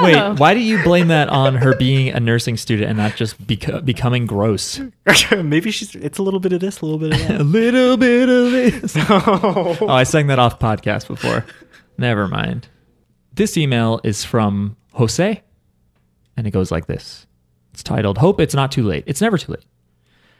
Speaker 1: Wait, why do you blame that on her being a nursing student and not just beco- becoming gross?
Speaker 2: Maybe she's, it's a little bit of this, a little bit of
Speaker 1: A little bit of this.
Speaker 2: that.
Speaker 1: Oh, I sang that off podcast before. Never mind. This email is from Jose, and it goes like this It's titled Hope It's Not Too Late. It's never too late.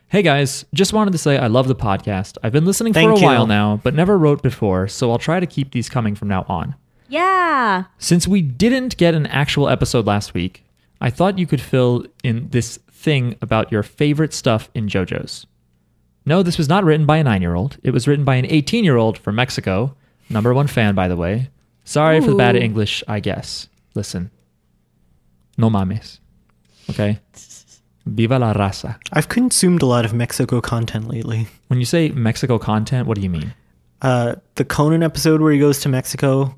Speaker 1: Hey guys, just wanted to say I love the podcast. I've been listening for
Speaker 2: Thank
Speaker 1: a
Speaker 2: you.
Speaker 1: while now, but never wrote before, so I'll try to keep these coming from now on.
Speaker 3: yeah.
Speaker 1: Since we didn't get an actual episode last week, I thought you could fill in this thing about your favorite stuff in JoJo's. No, this was not written by a nine year old. It was written by an 18 year old from Mexico. Number one fan, by the way. Sorry for the bad
Speaker 3: Ooh.
Speaker 1: English, I guess. Listen. No mames. Okay? Viva la raza.
Speaker 2: I've consumed a lot of Mexico content lately.
Speaker 1: When you say Mexico content, what do you mean?
Speaker 2: Uh, the Conan episode where he goes to Mexico,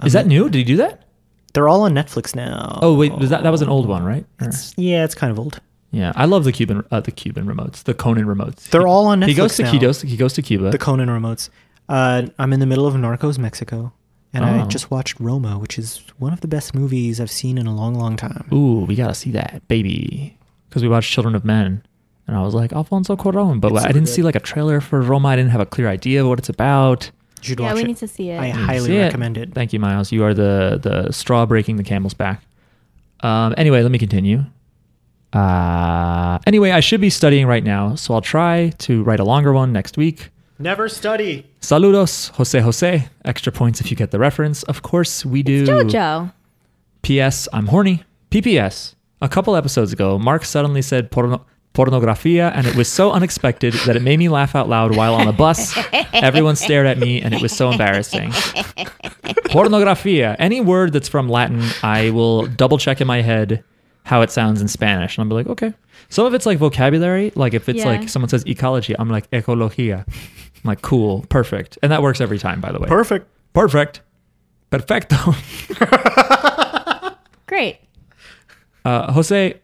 Speaker 2: um,
Speaker 1: Is that new? Did he do that?
Speaker 2: they're all on Netflix now.
Speaker 1: Oh, wait, was that that was an old one, right? Or-
Speaker 2: yeah, it's kind of old.
Speaker 1: Yeah, I love the Cuban uh, the Cuban remotes, the Conan remotes.
Speaker 2: They're
Speaker 1: He-
Speaker 2: all on
Speaker 1: He
Speaker 2: Netflix
Speaker 1: goes to
Speaker 2: now.
Speaker 1: he goes he goes to Cuba.
Speaker 2: The Conan remotes. Uh, I'm in the middle of Narcos Mexico, and I
Speaker 1: Oh.
Speaker 2: just watched Roma, which is one of the best movies I've seen in a long, long time.
Speaker 1: Ooh, we gotta see that baby, because we watched Children of Men, and I was like Alfonso Cuarón, but
Speaker 2: It's
Speaker 1: I
Speaker 2: super
Speaker 1: didn't
Speaker 2: good.
Speaker 1: see like a trailer for Roma. I didn't have a clear idea of what it's about.
Speaker 2: You should
Speaker 3: Yeah,
Speaker 2: watch
Speaker 3: we
Speaker 2: it.
Speaker 3: need to see it.
Speaker 2: I
Speaker 1: Need to
Speaker 2: highly
Speaker 1: see it.
Speaker 2: recommend it.
Speaker 1: Thank you, Miles. You are the the straw breaking the camel's back. Um, anyway, let me continue. Uh, anyway, I should be studying right now, so I'll try to write a longer one next week.
Speaker 2: Never study.
Speaker 1: Saludos, Jose Jose. Extra points if you get the reference. Of course, we do.
Speaker 3: Jojo.
Speaker 1: P.S. I'm horny. P.P.S. A couple episodes ago, Mark suddenly said porno- pornografia, and it was so unexpected that it made me laugh out loud while on the bus. Everyone stared at me, and it was so embarrassing. Pornografia. Any word that's from Latin, I will double check in my head how it sounds in Spanish, and I'll be like, okay. Some of it's like vocabulary, like if it's
Speaker 3: Yeah.
Speaker 1: like someone says ecology, I'm like ecologia. I'm like, cool, perfect, and that works every time, by the way.
Speaker 2: Perfect.
Speaker 1: perfect, perfecto.
Speaker 3: Great.
Speaker 1: Uh, Jose.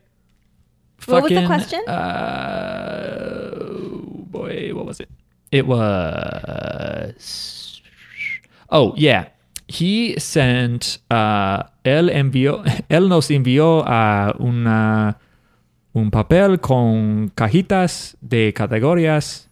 Speaker 3: What was the
Speaker 1: fucking-
Speaker 3: question?
Speaker 1: Uh, oh boy, what was it? It was. Oh yeah, he sent. Uh, él envió. Él nos envió a una un papel con cajitas de categorías.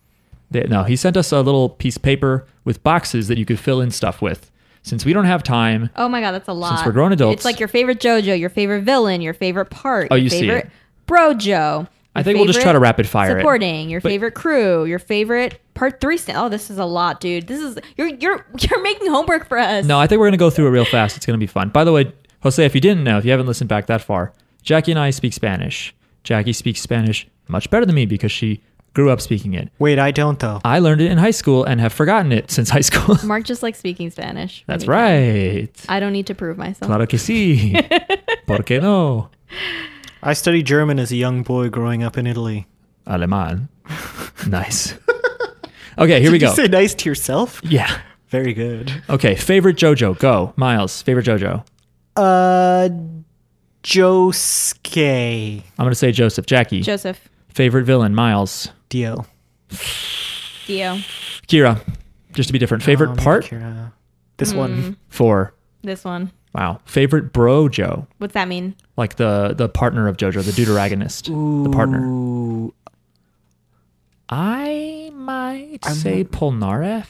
Speaker 1: De, no, he sent us a little piece of paper with boxes that you could fill in stuff with. Since we don't have time,
Speaker 3: Oh my god, that's a lot.
Speaker 1: we're grown adults-
Speaker 3: it's like your favorite JoJo, your favorite villain, your favorite part.
Speaker 1: Oh,
Speaker 3: your
Speaker 1: you see
Speaker 3: favorite
Speaker 1: it.
Speaker 3: Brojo.
Speaker 1: I
Speaker 3: your
Speaker 1: think we'll just try to
Speaker 3: favorite
Speaker 1: rapid fire it.
Speaker 3: supporting your
Speaker 1: But-
Speaker 3: favorite crew, your favorite part three. St- oh, this is a lot, dude. This is you're you're you're making homework for us.
Speaker 1: No, I think we're going to go through it real fast. It's going to be fun. By the way, Jose, if you didn't know, if you haven't listened back that far, Jackie and I speak Spanish. Jackie speaks Spanish much better than me because she grew up speaking it.
Speaker 2: Wait, I don't though.
Speaker 1: I learned it in high school and have forgotten it since high school.
Speaker 3: Mark just likes speaking Spanish. when
Speaker 1: That's
Speaker 3: he can.
Speaker 1: right.
Speaker 3: I don't need to prove myself.
Speaker 1: Claro que sí. ¿Por qué no?
Speaker 2: I studied German as a young boy growing up in Italy.
Speaker 1: Alemán. Nice. Okay, here we
Speaker 2: Did you
Speaker 1: go.
Speaker 2: say nice to yourself?
Speaker 1: yeah.
Speaker 2: Very good.
Speaker 1: Okay, favorite JoJo. Go, Miles. Favorite JoJo.
Speaker 2: Uh, Josuke
Speaker 1: I'm gonna say Joseph. Jackie.
Speaker 3: Joseph,
Speaker 1: favorite villain. Miles.
Speaker 2: Dio.
Speaker 3: Dio,
Speaker 1: Kira. Just to be different. Favorite
Speaker 2: Um,
Speaker 1: part.
Speaker 2: Kira. This one.
Speaker 1: Four.
Speaker 3: this one.
Speaker 1: Wow. Favorite bro Joe.
Speaker 3: What's that mean?
Speaker 1: Like the the partner of JoJo, the deuteragonist,
Speaker 3: Mm.
Speaker 1: the partner.
Speaker 2: Ooh,
Speaker 1: I might say Polnareff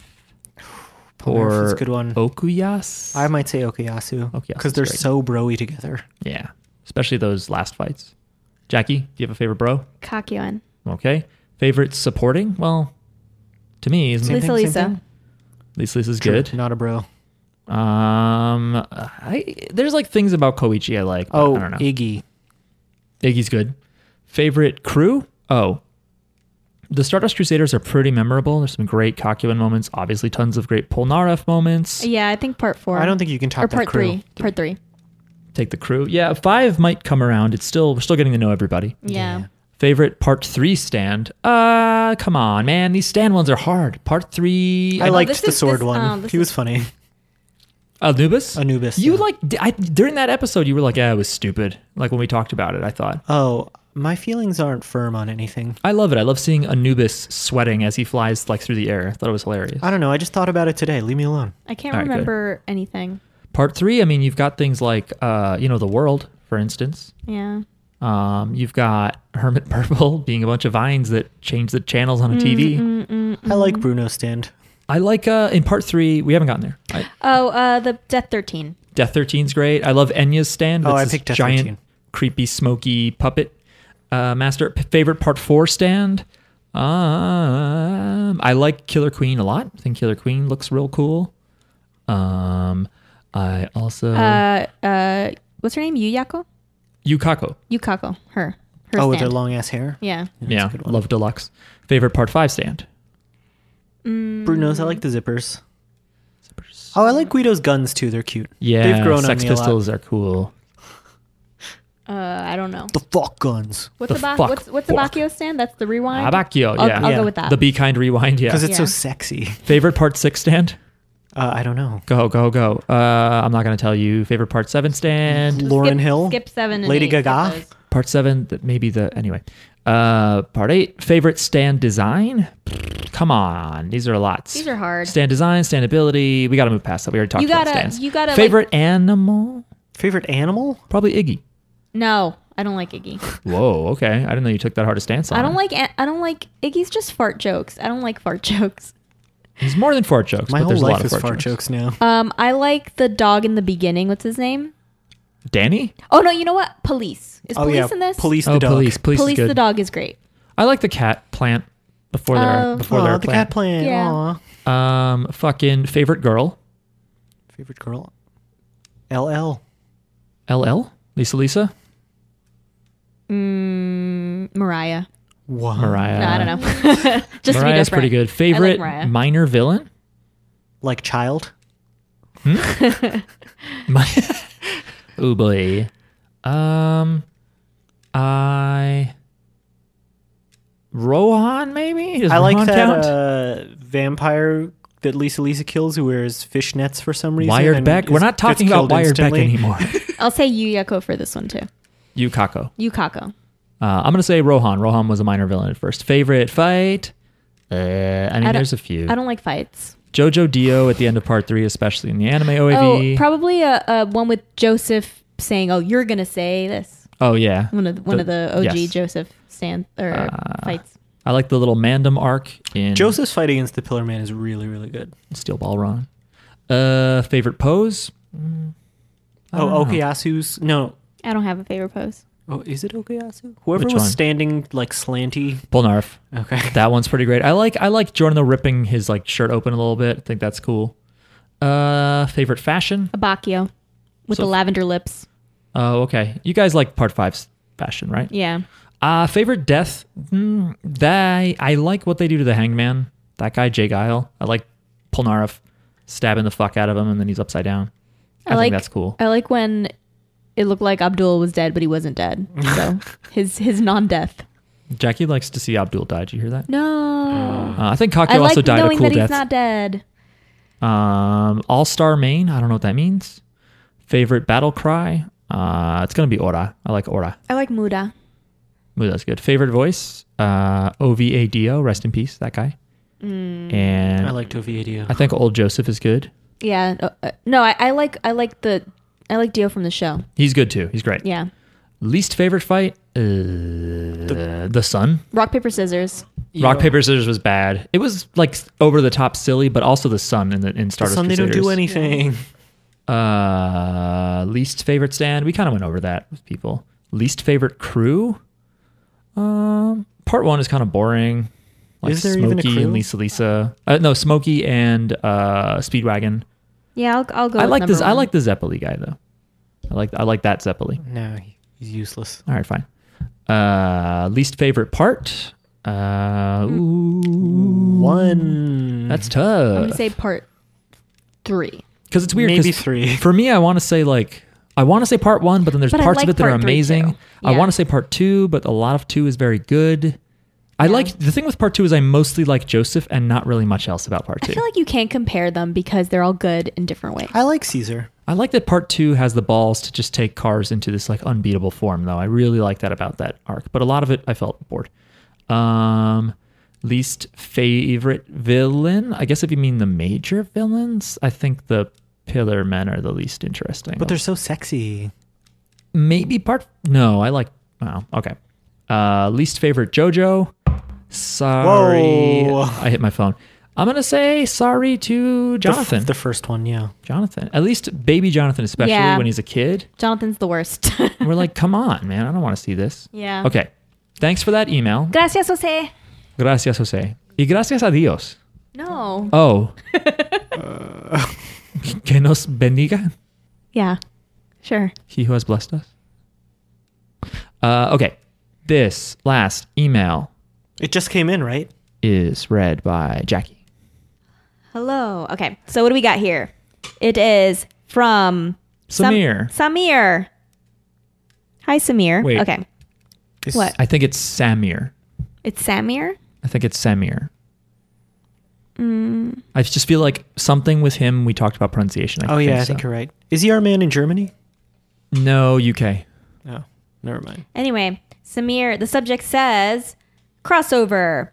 Speaker 1: or
Speaker 2: Polnareff is a good one.
Speaker 1: Okuyas.
Speaker 2: I might say Okuyasu
Speaker 1: Okuyasu's
Speaker 2: because they're
Speaker 1: great.
Speaker 2: so broy together.
Speaker 1: yeah, especially those last fights. Jackie, do you have a favorite bro?
Speaker 3: Kakyoin.
Speaker 1: Okay. Favorite supporting? Well, to me, isn't
Speaker 2: Same
Speaker 1: it?
Speaker 3: Lisa
Speaker 2: thing, same
Speaker 3: Lisa.
Speaker 2: thing.
Speaker 1: Lisa is
Speaker 2: True,
Speaker 1: good.
Speaker 2: Not a bro.
Speaker 1: Um, I there's like things about Koichi I like. but
Speaker 2: Oh,
Speaker 1: I don't know.
Speaker 2: Iggy.
Speaker 1: Iggy's good. Favorite crew? Oh, the Stardust Crusaders are pretty memorable. There's some great Kakuman moments. Obviously, tons of great Polnareff moments.
Speaker 3: Yeah, I think part four.
Speaker 2: I don't think you can top
Speaker 3: or
Speaker 2: that
Speaker 3: part
Speaker 2: crew.
Speaker 3: three. Part three.
Speaker 1: Take the crew. Yeah, five might come around. It's still we're still getting to know everybody.
Speaker 3: Yeah.
Speaker 1: Favorite part three stand? Uh, come on, man. These stand ones are hard. Part three.
Speaker 2: I liked
Speaker 3: this
Speaker 2: the
Speaker 3: is-
Speaker 2: sword
Speaker 3: this-
Speaker 2: one.
Speaker 3: um, this
Speaker 2: he was
Speaker 3: is-
Speaker 2: funny.
Speaker 1: Anubis.
Speaker 2: Anubis,
Speaker 1: You
Speaker 2: yeah.
Speaker 1: like I, during that episode, you were like, "Yeah, it was stupid." Like when we talked about it, I thought.
Speaker 2: Oh, my feelings aren't firm on anything.
Speaker 1: I love it. I love seeing Anubis sweating as he flies like through the air. I thought it was hilarious.
Speaker 2: I don't know. I just thought about it today. Leave me alone.
Speaker 3: I can't
Speaker 1: All right, good.
Speaker 3: remember anything.
Speaker 1: Part three, I mean, you've got things like uh, you know, the world, for instance.
Speaker 3: Yeah.
Speaker 1: Um, you've got Hermit Purple being a bunch of vines that change the channels on a TV.
Speaker 2: I like Bruno Stand.
Speaker 1: I like uh in part three, we haven't gotten there. I,
Speaker 3: Oh, uh, the Death Thirteen.
Speaker 1: Death 13's great. I love Enya's stand.
Speaker 2: Oh,
Speaker 1: It's
Speaker 2: I
Speaker 1: this
Speaker 2: picked Death
Speaker 1: giant,
Speaker 2: 13.
Speaker 1: creepy, smoky puppet uh, master. P- favorite part four stand. Um, I like Killer Queen a lot. I think Killer Queen looks real cool. Um, I also
Speaker 2: Uh-huh.
Speaker 3: Uh, uh, what's her name? Yuyako.
Speaker 1: Yukako.
Speaker 3: Yukako. Her. Her
Speaker 2: Oh, with
Speaker 3: stand.
Speaker 2: their long ass hair.
Speaker 3: Yeah.
Speaker 1: Yeah, love deluxe. Favorite part five stand.
Speaker 3: Mm,
Speaker 2: Bruno's. I like the zippers. Oh, I like Guido's guns too. They're cute.
Speaker 1: Yeah,
Speaker 2: they've grown
Speaker 1: Sex
Speaker 2: on me
Speaker 1: Pistols are cool.
Speaker 3: Uh, I don't know.
Speaker 2: a lot. The fuck guns.
Speaker 3: What's
Speaker 1: The
Speaker 3: the, ba-
Speaker 1: fuck
Speaker 3: what's, what's the
Speaker 1: fuck.
Speaker 3: Bakio stand? That's the rewind.
Speaker 1: Abakio,
Speaker 3: I'll,
Speaker 1: yeah.
Speaker 3: I'll
Speaker 2: Yeah.
Speaker 3: go with that.
Speaker 1: The Be Kind Rewind, yeah.
Speaker 2: Because it's so
Speaker 3: Yeah.
Speaker 2: sexy.
Speaker 1: Favorite part six stand?
Speaker 2: Uh, I don't know.
Speaker 1: Go, go, go. Uh, I'm not going to tell you. Favorite part seven stand?
Speaker 2: Lauren
Speaker 3: skip,
Speaker 2: Hill.
Speaker 3: Skip seven. And
Speaker 2: Lady
Speaker 3: eight, skip
Speaker 2: Gaga?
Speaker 3: those.
Speaker 1: part seven that maybe the anyway uh part eight favorite stand design come on these are lots
Speaker 3: These are hard.
Speaker 1: stand design standability we gotta move past that we already talked
Speaker 3: You
Speaker 1: about
Speaker 3: gotta-
Speaker 1: stands
Speaker 3: you gotta, like-
Speaker 1: favorite animal
Speaker 2: Favorite animal?
Speaker 1: probably iggy
Speaker 3: No, I don't like Iggy.
Speaker 1: whoa okay i didn't know you took that hard a stance on
Speaker 3: I don't
Speaker 1: it.
Speaker 3: like. I don't like Iggy's just fart jokes. I don't like fart jokes.
Speaker 1: there's more than fart jokes
Speaker 2: My
Speaker 1: but
Speaker 2: whole
Speaker 1: there's a lot
Speaker 2: life
Speaker 1: of
Speaker 2: is
Speaker 1: fart,
Speaker 2: fart
Speaker 1: jokes.
Speaker 2: jokes now.
Speaker 3: Um, I like the dog in the beginning. What's his name?
Speaker 1: danny
Speaker 3: Oh no, you know what? Police is
Speaker 2: oh
Speaker 3: police
Speaker 2: yeah,
Speaker 3: in this.
Speaker 2: police the
Speaker 1: oh
Speaker 2: dog.
Speaker 1: police police,
Speaker 3: Police
Speaker 1: is good.
Speaker 3: the dog is great.
Speaker 1: i like the cat plant before their
Speaker 3: Oh.
Speaker 1: before
Speaker 2: Aw,
Speaker 1: their
Speaker 2: Um, the cat plant.
Speaker 3: Yeah.
Speaker 2: Aw.
Speaker 1: um fucking favorite girl
Speaker 2: Favorite girl? LL.
Speaker 1: ll lisa lisa
Speaker 3: Mm, Mariah.
Speaker 2: Wow.
Speaker 1: mariah
Speaker 3: No, I don't know. just to be
Speaker 1: Uh, mariah's
Speaker 3: different.
Speaker 1: pretty good favorite
Speaker 3: Mariah.
Speaker 1: minor villain
Speaker 2: Like child?
Speaker 1: My Ooh boy. Um I Rohan maybe? Does
Speaker 2: I like
Speaker 1: Rohan
Speaker 2: that
Speaker 1: count?
Speaker 2: uh, vampire that Lisa Lisa kills who wears fishnets for some reason.
Speaker 1: Wired
Speaker 2: and
Speaker 1: Beck. We're
Speaker 2: is-
Speaker 1: not
Speaker 2: gets
Speaker 1: talking about
Speaker 2: killed
Speaker 1: Wired
Speaker 2: instantly.
Speaker 1: Beck anymore.
Speaker 3: I'll say Yuyako for this one too.
Speaker 1: Yukako.
Speaker 3: Yukako.
Speaker 1: Uh, I'm gonna say Rohan. Rohan was a minor villain at first. Favorite fight? Uh, I mean,
Speaker 3: don't-
Speaker 1: there's a few.
Speaker 3: I don't like fights.
Speaker 1: Jojo Dio at the end of part three, especially in the anime OAV.
Speaker 3: Oh, probably a, a one with Joseph saying, "Oh, you're gonna say this."
Speaker 1: Oh, yeah.
Speaker 3: One of the, one of the OG
Speaker 1: yes. Uh,
Speaker 3: Joseph stand or fights.
Speaker 1: I like the little Mandem arc in
Speaker 2: Joseph's fight against the Pillar Man is really, really good.
Speaker 1: Steel Ball Run. Uh, favorite pose?
Speaker 2: Oh, Okuyasu's. No.
Speaker 3: I don't have a favorite pose.
Speaker 2: Oh, is it Okuyasu? Whoever
Speaker 1: Which
Speaker 2: was
Speaker 1: one?
Speaker 2: standing like slanty.
Speaker 1: Polnareff.
Speaker 2: Okay.
Speaker 1: That one's pretty great. I like I like Jordan the ripping his like shirt open a little bit. I think that's cool. Uh favorite fashion?
Speaker 3: Abakio with
Speaker 1: So-
Speaker 3: the lavender lips.
Speaker 1: Oh, okay. You guys like part five's fashion, right?
Speaker 3: Yeah.
Speaker 1: Uh favorite death? Mm, that I like what they do to the hangman. That guy, Jay Guile. I like Polnareff stabbing the fuck out of him and then he's upside down. I,
Speaker 3: like
Speaker 1: think that's cool.
Speaker 3: I like when it looked like Abdul was dead, but he wasn't dead. So his his non-death.
Speaker 1: Jackie likes to see Abdul die. Did you hear that?
Speaker 3: No.
Speaker 1: Uh, I think
Speaker 3: I
Speaker 1: Cocktail
Speaker 3: like
Speaker 1: also died a
Speaker 3: knowing
Speaker 1: cool
Speaker 3: that he's
Speaker 1: death.
Speaker 3: not dead.
Speaker 1: Um, All Star Main. I don't know what that means. Favorite battle cry. Uh, it's gonna be Ora. I like Ora.
Speaker 3: I like Muda.
Speaker 1: Ooh, that's good. Favorite voice. Uh, Ovado. Rest in peace. That guy.
Speaker 3: Mm.
Speaker 1: And
Speaker 2: I liked Ovidio.
Speaker 1: I think Old Joseph is good.
Speaker 3: Yeah. uh, uh, No, I, I like I like the I like Dio from the show.
Speaker 1: He's good too. He's great.
Speaker 3: Yeah.
Speaker 1: Least favorite fight. Uh, the, Sun.
Speaker 3: Rock paper scissors.
Speaker 1: Rock paper scissors was bad. It was like over the top silly, but also the Sun in the in
Speaker 2: The
Speaker 1: Stardust
Speaker 2: sun, they don't do
Speaker 1: Crusaders.
Speaker 2: anything.
Speaker 1: Uh, least favorite stand. We kind of went over that with people. Least favorite crew. Um, part one is kind of boring. Like
Speaker 2: Is there
Speaker 1: Smokey
Speaker 2: even a crew?
Speaker 1: and Lisa Lisa. Uh, no, Smokey and uh, Speedwagon.
Speaker 3: Yeah, I'll, I'll go.
Speaker 1: I
Speaker 3: with
Speaker 1: like
Speaker 3: number
Speaker 1: this. I
Speaker 3: one.
Speaker 1: like the Zeppeli guy though. I like I like that Zeppeli.
Speaker 2: No, he- he's useless.
Speaker 1: All right, fine. Uh, least favorite part. Uh,
Speaker 3: Hmm.
Speaker 1: ooh,
Speaker 2: One.
Speaker 1: that's
Speaker 3: I'm
Speaker 1: tough.
Speaker 3: gonna say part three.
Speaker 1: because it's weird.
Speaker 2: Maybe
Speaker 1: 'cause
Speaker 2: three.
Speaker 1: For me, I want to say like I want to say part one, but then there's
Speaker 3: But I
Speaker 1: parts
Speaker 3: like
Speaker 1: of it that are
Speaker 3: part three,
Speaker 1: amazing.
Speaker 3: too.
Speaker 1: I
Speaker 3: Yeah.
Speaker 1: want to say part two, but a lot of two is very good. I
Speaker 3: Yeah.
Speaker 1: like the thing with part two is I mostly like Joseph and not really much else about part
Speaker 3: I
Speaker 1: two.
Speaker 3: feel like you can't compare them because they're all good in different ways.
Speaker 2: I like Caesar.
Speaker 1: I like that part two has the balls to just take cars into this like unbeatable form, though. I really like that about that arc, but a lot of it I felt bored. Um, least favorite villain? I guess if you mean the major villains, I think the Pillar Men are the least interesting.
Speaker 2: But they're so sexy.
Speaker 1: maybe part. No, I like. Wow. Okay. Uh, least favorite JoJo. Sorry,
Speaker 2: Whoa.
Speaker 1: I hit my phone. I'm gonna say sorry to
Speaker 2: The f-
Speaker 1: Jonathan.
Speaker 2: The, first one, yeah.
Speaker 1: Jonathan. At least baby Jonathan, especially
Speaker 3: Yeah.
Speaker 1: when he's a kid.
Speaker 3: Jonathan's the worst.
Speaker 1: We're like, come on, man. I don't want to see this.
Speaker 3: yeah.
Speaker 1: Okay. Thanks for that email.
Speaker 3: Gracias, Jose.
Speaker 1: Gracias, Jose. Y gracias a Dios.
Speaker 3: No.
Speaker 1: Oh. que nos bendiga.
Speaker 3: Yeah. Sure.
Speaker 1: He who has blessed us. Uh, okay. This last email
Speaker 2: It just came in, right?
Speaker 1: is read by Jackie.
Speaker 3: Hello. Okay. So what do we got here? It is from Sam-
Speaker 1: Samir.
Speaker 3: Samir. Hi, Samir.
Speaker 1: Wait.
Speaker 3: Okay.
Speaker 2: It's-
Speaker 3: What?
Speaker 1: I think it's Samir.
Speaker 3: It's Samir.
Speaker 1: I think it's Samir.
Speaker 3: Mm.
Speaker 1: I just feel like something with him. We talked about pronunciation. I
Speaker 2: Oh, yeah, I
Speaker 1: so.
Speaker 2: think you're right. Is he our man in Germany?
Speaker 1: No, UK.
Speaker 2: No, never mind.
Speaker 3: Anyway, Samir, the subject says crossover.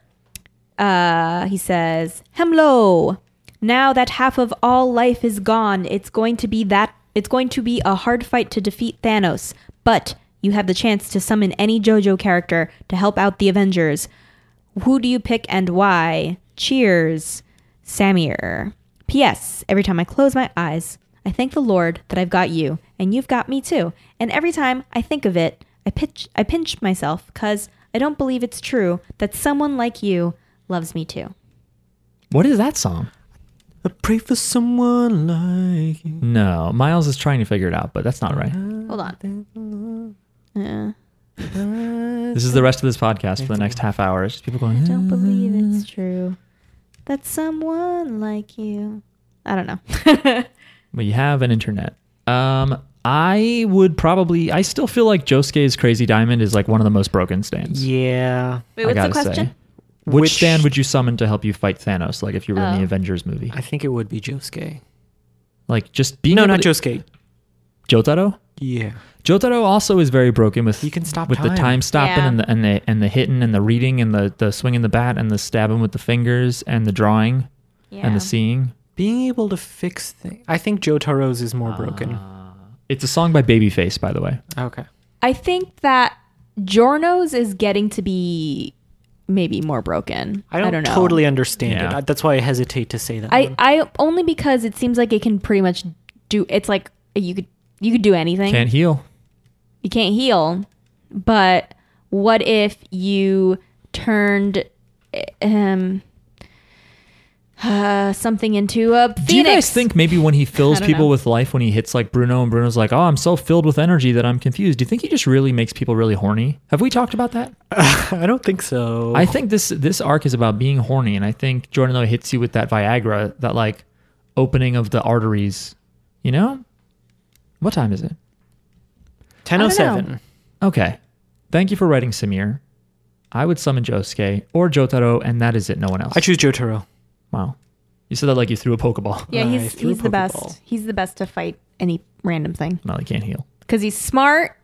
Speaker 3: Uh, he says, "Hemlo. Now that half of all life is gone, it's going to be that it's going to be a hard fight to defeat Thanos, but you have the chance to summon any JoJo character to help out the Avengers. Who do you pick and why? Cheers, Samir. P.S. Every time I close my eyes, I thank the Lord that I've got you, and you've got me too. And every time I think of it, I pitch, I pinch myself because I don't believe it's true that someone like you loves me too.
Speaker 1: What is that song?
Speaker 2: I pray for someone like you.
Speaker 1: No, Miles is trying to figure it out, but that's not right.
Speaker 3: Hold on. Uh,
Speaker 1: This is the rest of this podcast for the next half hour. It's just people going.
Speaker 3: I
Speaker 1: "Eh."
Speaker 3: don't believe it's true that someone like you. I don't know.
Speaker 1: But you have an internet. Um, I would probably. I still feel like Josuke's Crazy Diamond is like one of the most broken stands.
Speaker 2: Yeah.
Speaker 3: Wait,
Speaker 1: I
Speaker 3: what's the
Speaker 1: gotta say.
Speaker 3: question?
Speaker 1: Which,
Speaker 2: Which-
Speaker 1: stand would you summon to help you fight Thanos? Like if you were in the
Speaker 3: Oh.
Speaker 1: Avengers movie,
Speaker 2: I think it would be Josuke.
Speaker 1: like just being
Speaker 2: No,
Speaker 1: able
Speaker 2: not
Speaker 1: to-
Speaker 2: Josuke.
Speaker 1: Jotaro.
Speaker 2: Yeah.
Speaker 1: Jotaro also is very broken with
Speaker 2: You can stop
Speaker 1: with the
Speaker 2: time.
Speaker 1: time stopping
Speaker 3: Yeah.
Speaker 1: and the and the and the hitting and the reading and the the swinging the bat and the stabbing with the fingers and the drawing
Speaker 3: Yeah.
Speaker 1: and the seeing.
Speaker 2: Being able to fix things. I think Joe Taro's is more broken.
Speaker 1: It's a song by Babyface, by the way.
Speaker 2: Ah. Okay.
Speaker 3: I think that Jorno's is getting to be maybe more broken.
Speaker 2: I don't,
Speaker 3: know.
Speaker 2: totally understand
Speaker 1: Yeah.
Speaker 2: it. I- That's why I hesitate to say that.
Speaker 3: I
Speaker 2: one.
Speaker 3: I only because it seems like it can pretty much do. It's like you could you could do anything.
Speaker 1: Can't heal.
Speaker 3: You can't heal, but what if you turned um uh, something into a phoenix?
Speaker 1: Do you guys think maybe when he fills
Speaker 3: I don't
Speaker 1: people
Speaker 3: know.
Speaker 1: with life, when he hits like Bruno, and Bruno's like, "Oh, I'm so filled with energy that I'm confused." Do you think he just really makes people really horny? Have we talked about that?
Speaker 2: I don't think so.
Speaker 1: I think this this arc is about being horny, and I think Jordan Lowe hits you with that Viagra, that like opening of the arteries. You know, what time is it?
Speaker 2: 1007.
Speaker 3: know.
Speaker 1: Okay, thank you for writing, Samir. I would summon Josuke or Jotaro, and that is it. No one else.
Speaker 2: I choose Jotaro.
Speaker 1: wow. You said that like you threw a Pokeball.
Speaker 3: Yeah,
Speaker 2: I
Speaker 3: he's
Speaker 2: threw a
Speaker 3: he's the
Speaker 2: Pokeball.
Speaker 3: best. He's the best to fight any random thing
Speaker 1: No, he can't heal.
Speaker 3: because he's smart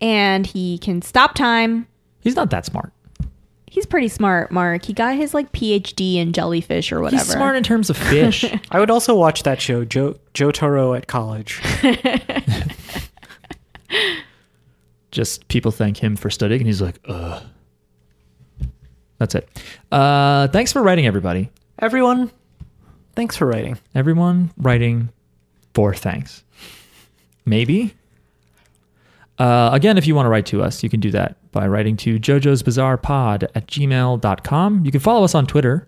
Speaker 3: and he can stop time.
Speaker 1: He's not that smart.
Speaker 3: He's pretty smart, Mark. He got his like PhD in jellyfish or whatever.
Speaker 1: He's smart in terms of fish.
Speaker 2: I would also watch that show, jo- Jotaro at college.
Speaker 1: Just people thank him for studying, and he's like, ugh. That's it. Uh, thanks for writing, everybody.
Speaker 2: Everyone, thanks for writing.
Speaker 1: Everyone writing for thanks. Maybe. Uh, again, if you want to write to us, you can do that by writing to Jojo's Bizarre Pod at gmail.com. You can follow us on Twitter,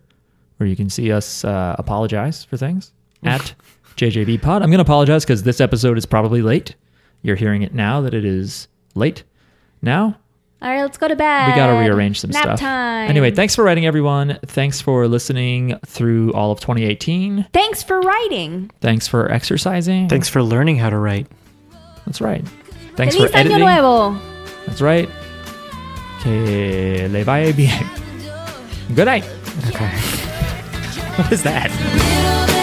Speaker 1: where you can see us uh, apologize for things at JJB Pod. I'm going to apologize because this episode is probably late. You're hearing it now that it is late. Now,
Speaker 3: All right, let's go to bed.
Speaker 1: we got to rearrange some
Speaker 3: Nap
Speaker 1: stuff.
Speaker 3: Time.
Speaker 1: Anyway, thanks for writing, everyone. Thanks for listening through all of 2018.
Speaker 3: thanks for writing.
Speaker 1: Thanks for exercising.
Speaker 2: Thanks for learning how to write.
Speaker 1: That's right. Thanks
Speaker 3: Feliz
Speaker 1: for
Speaker 3: año
Speaker 1: editing.
Speaker 3: nuevo.
Speaker 1: That's right. Que le vaya bien. Good night.
Speaker 2: Okay.
Speaker 1: What is that?
Speaker 4: Little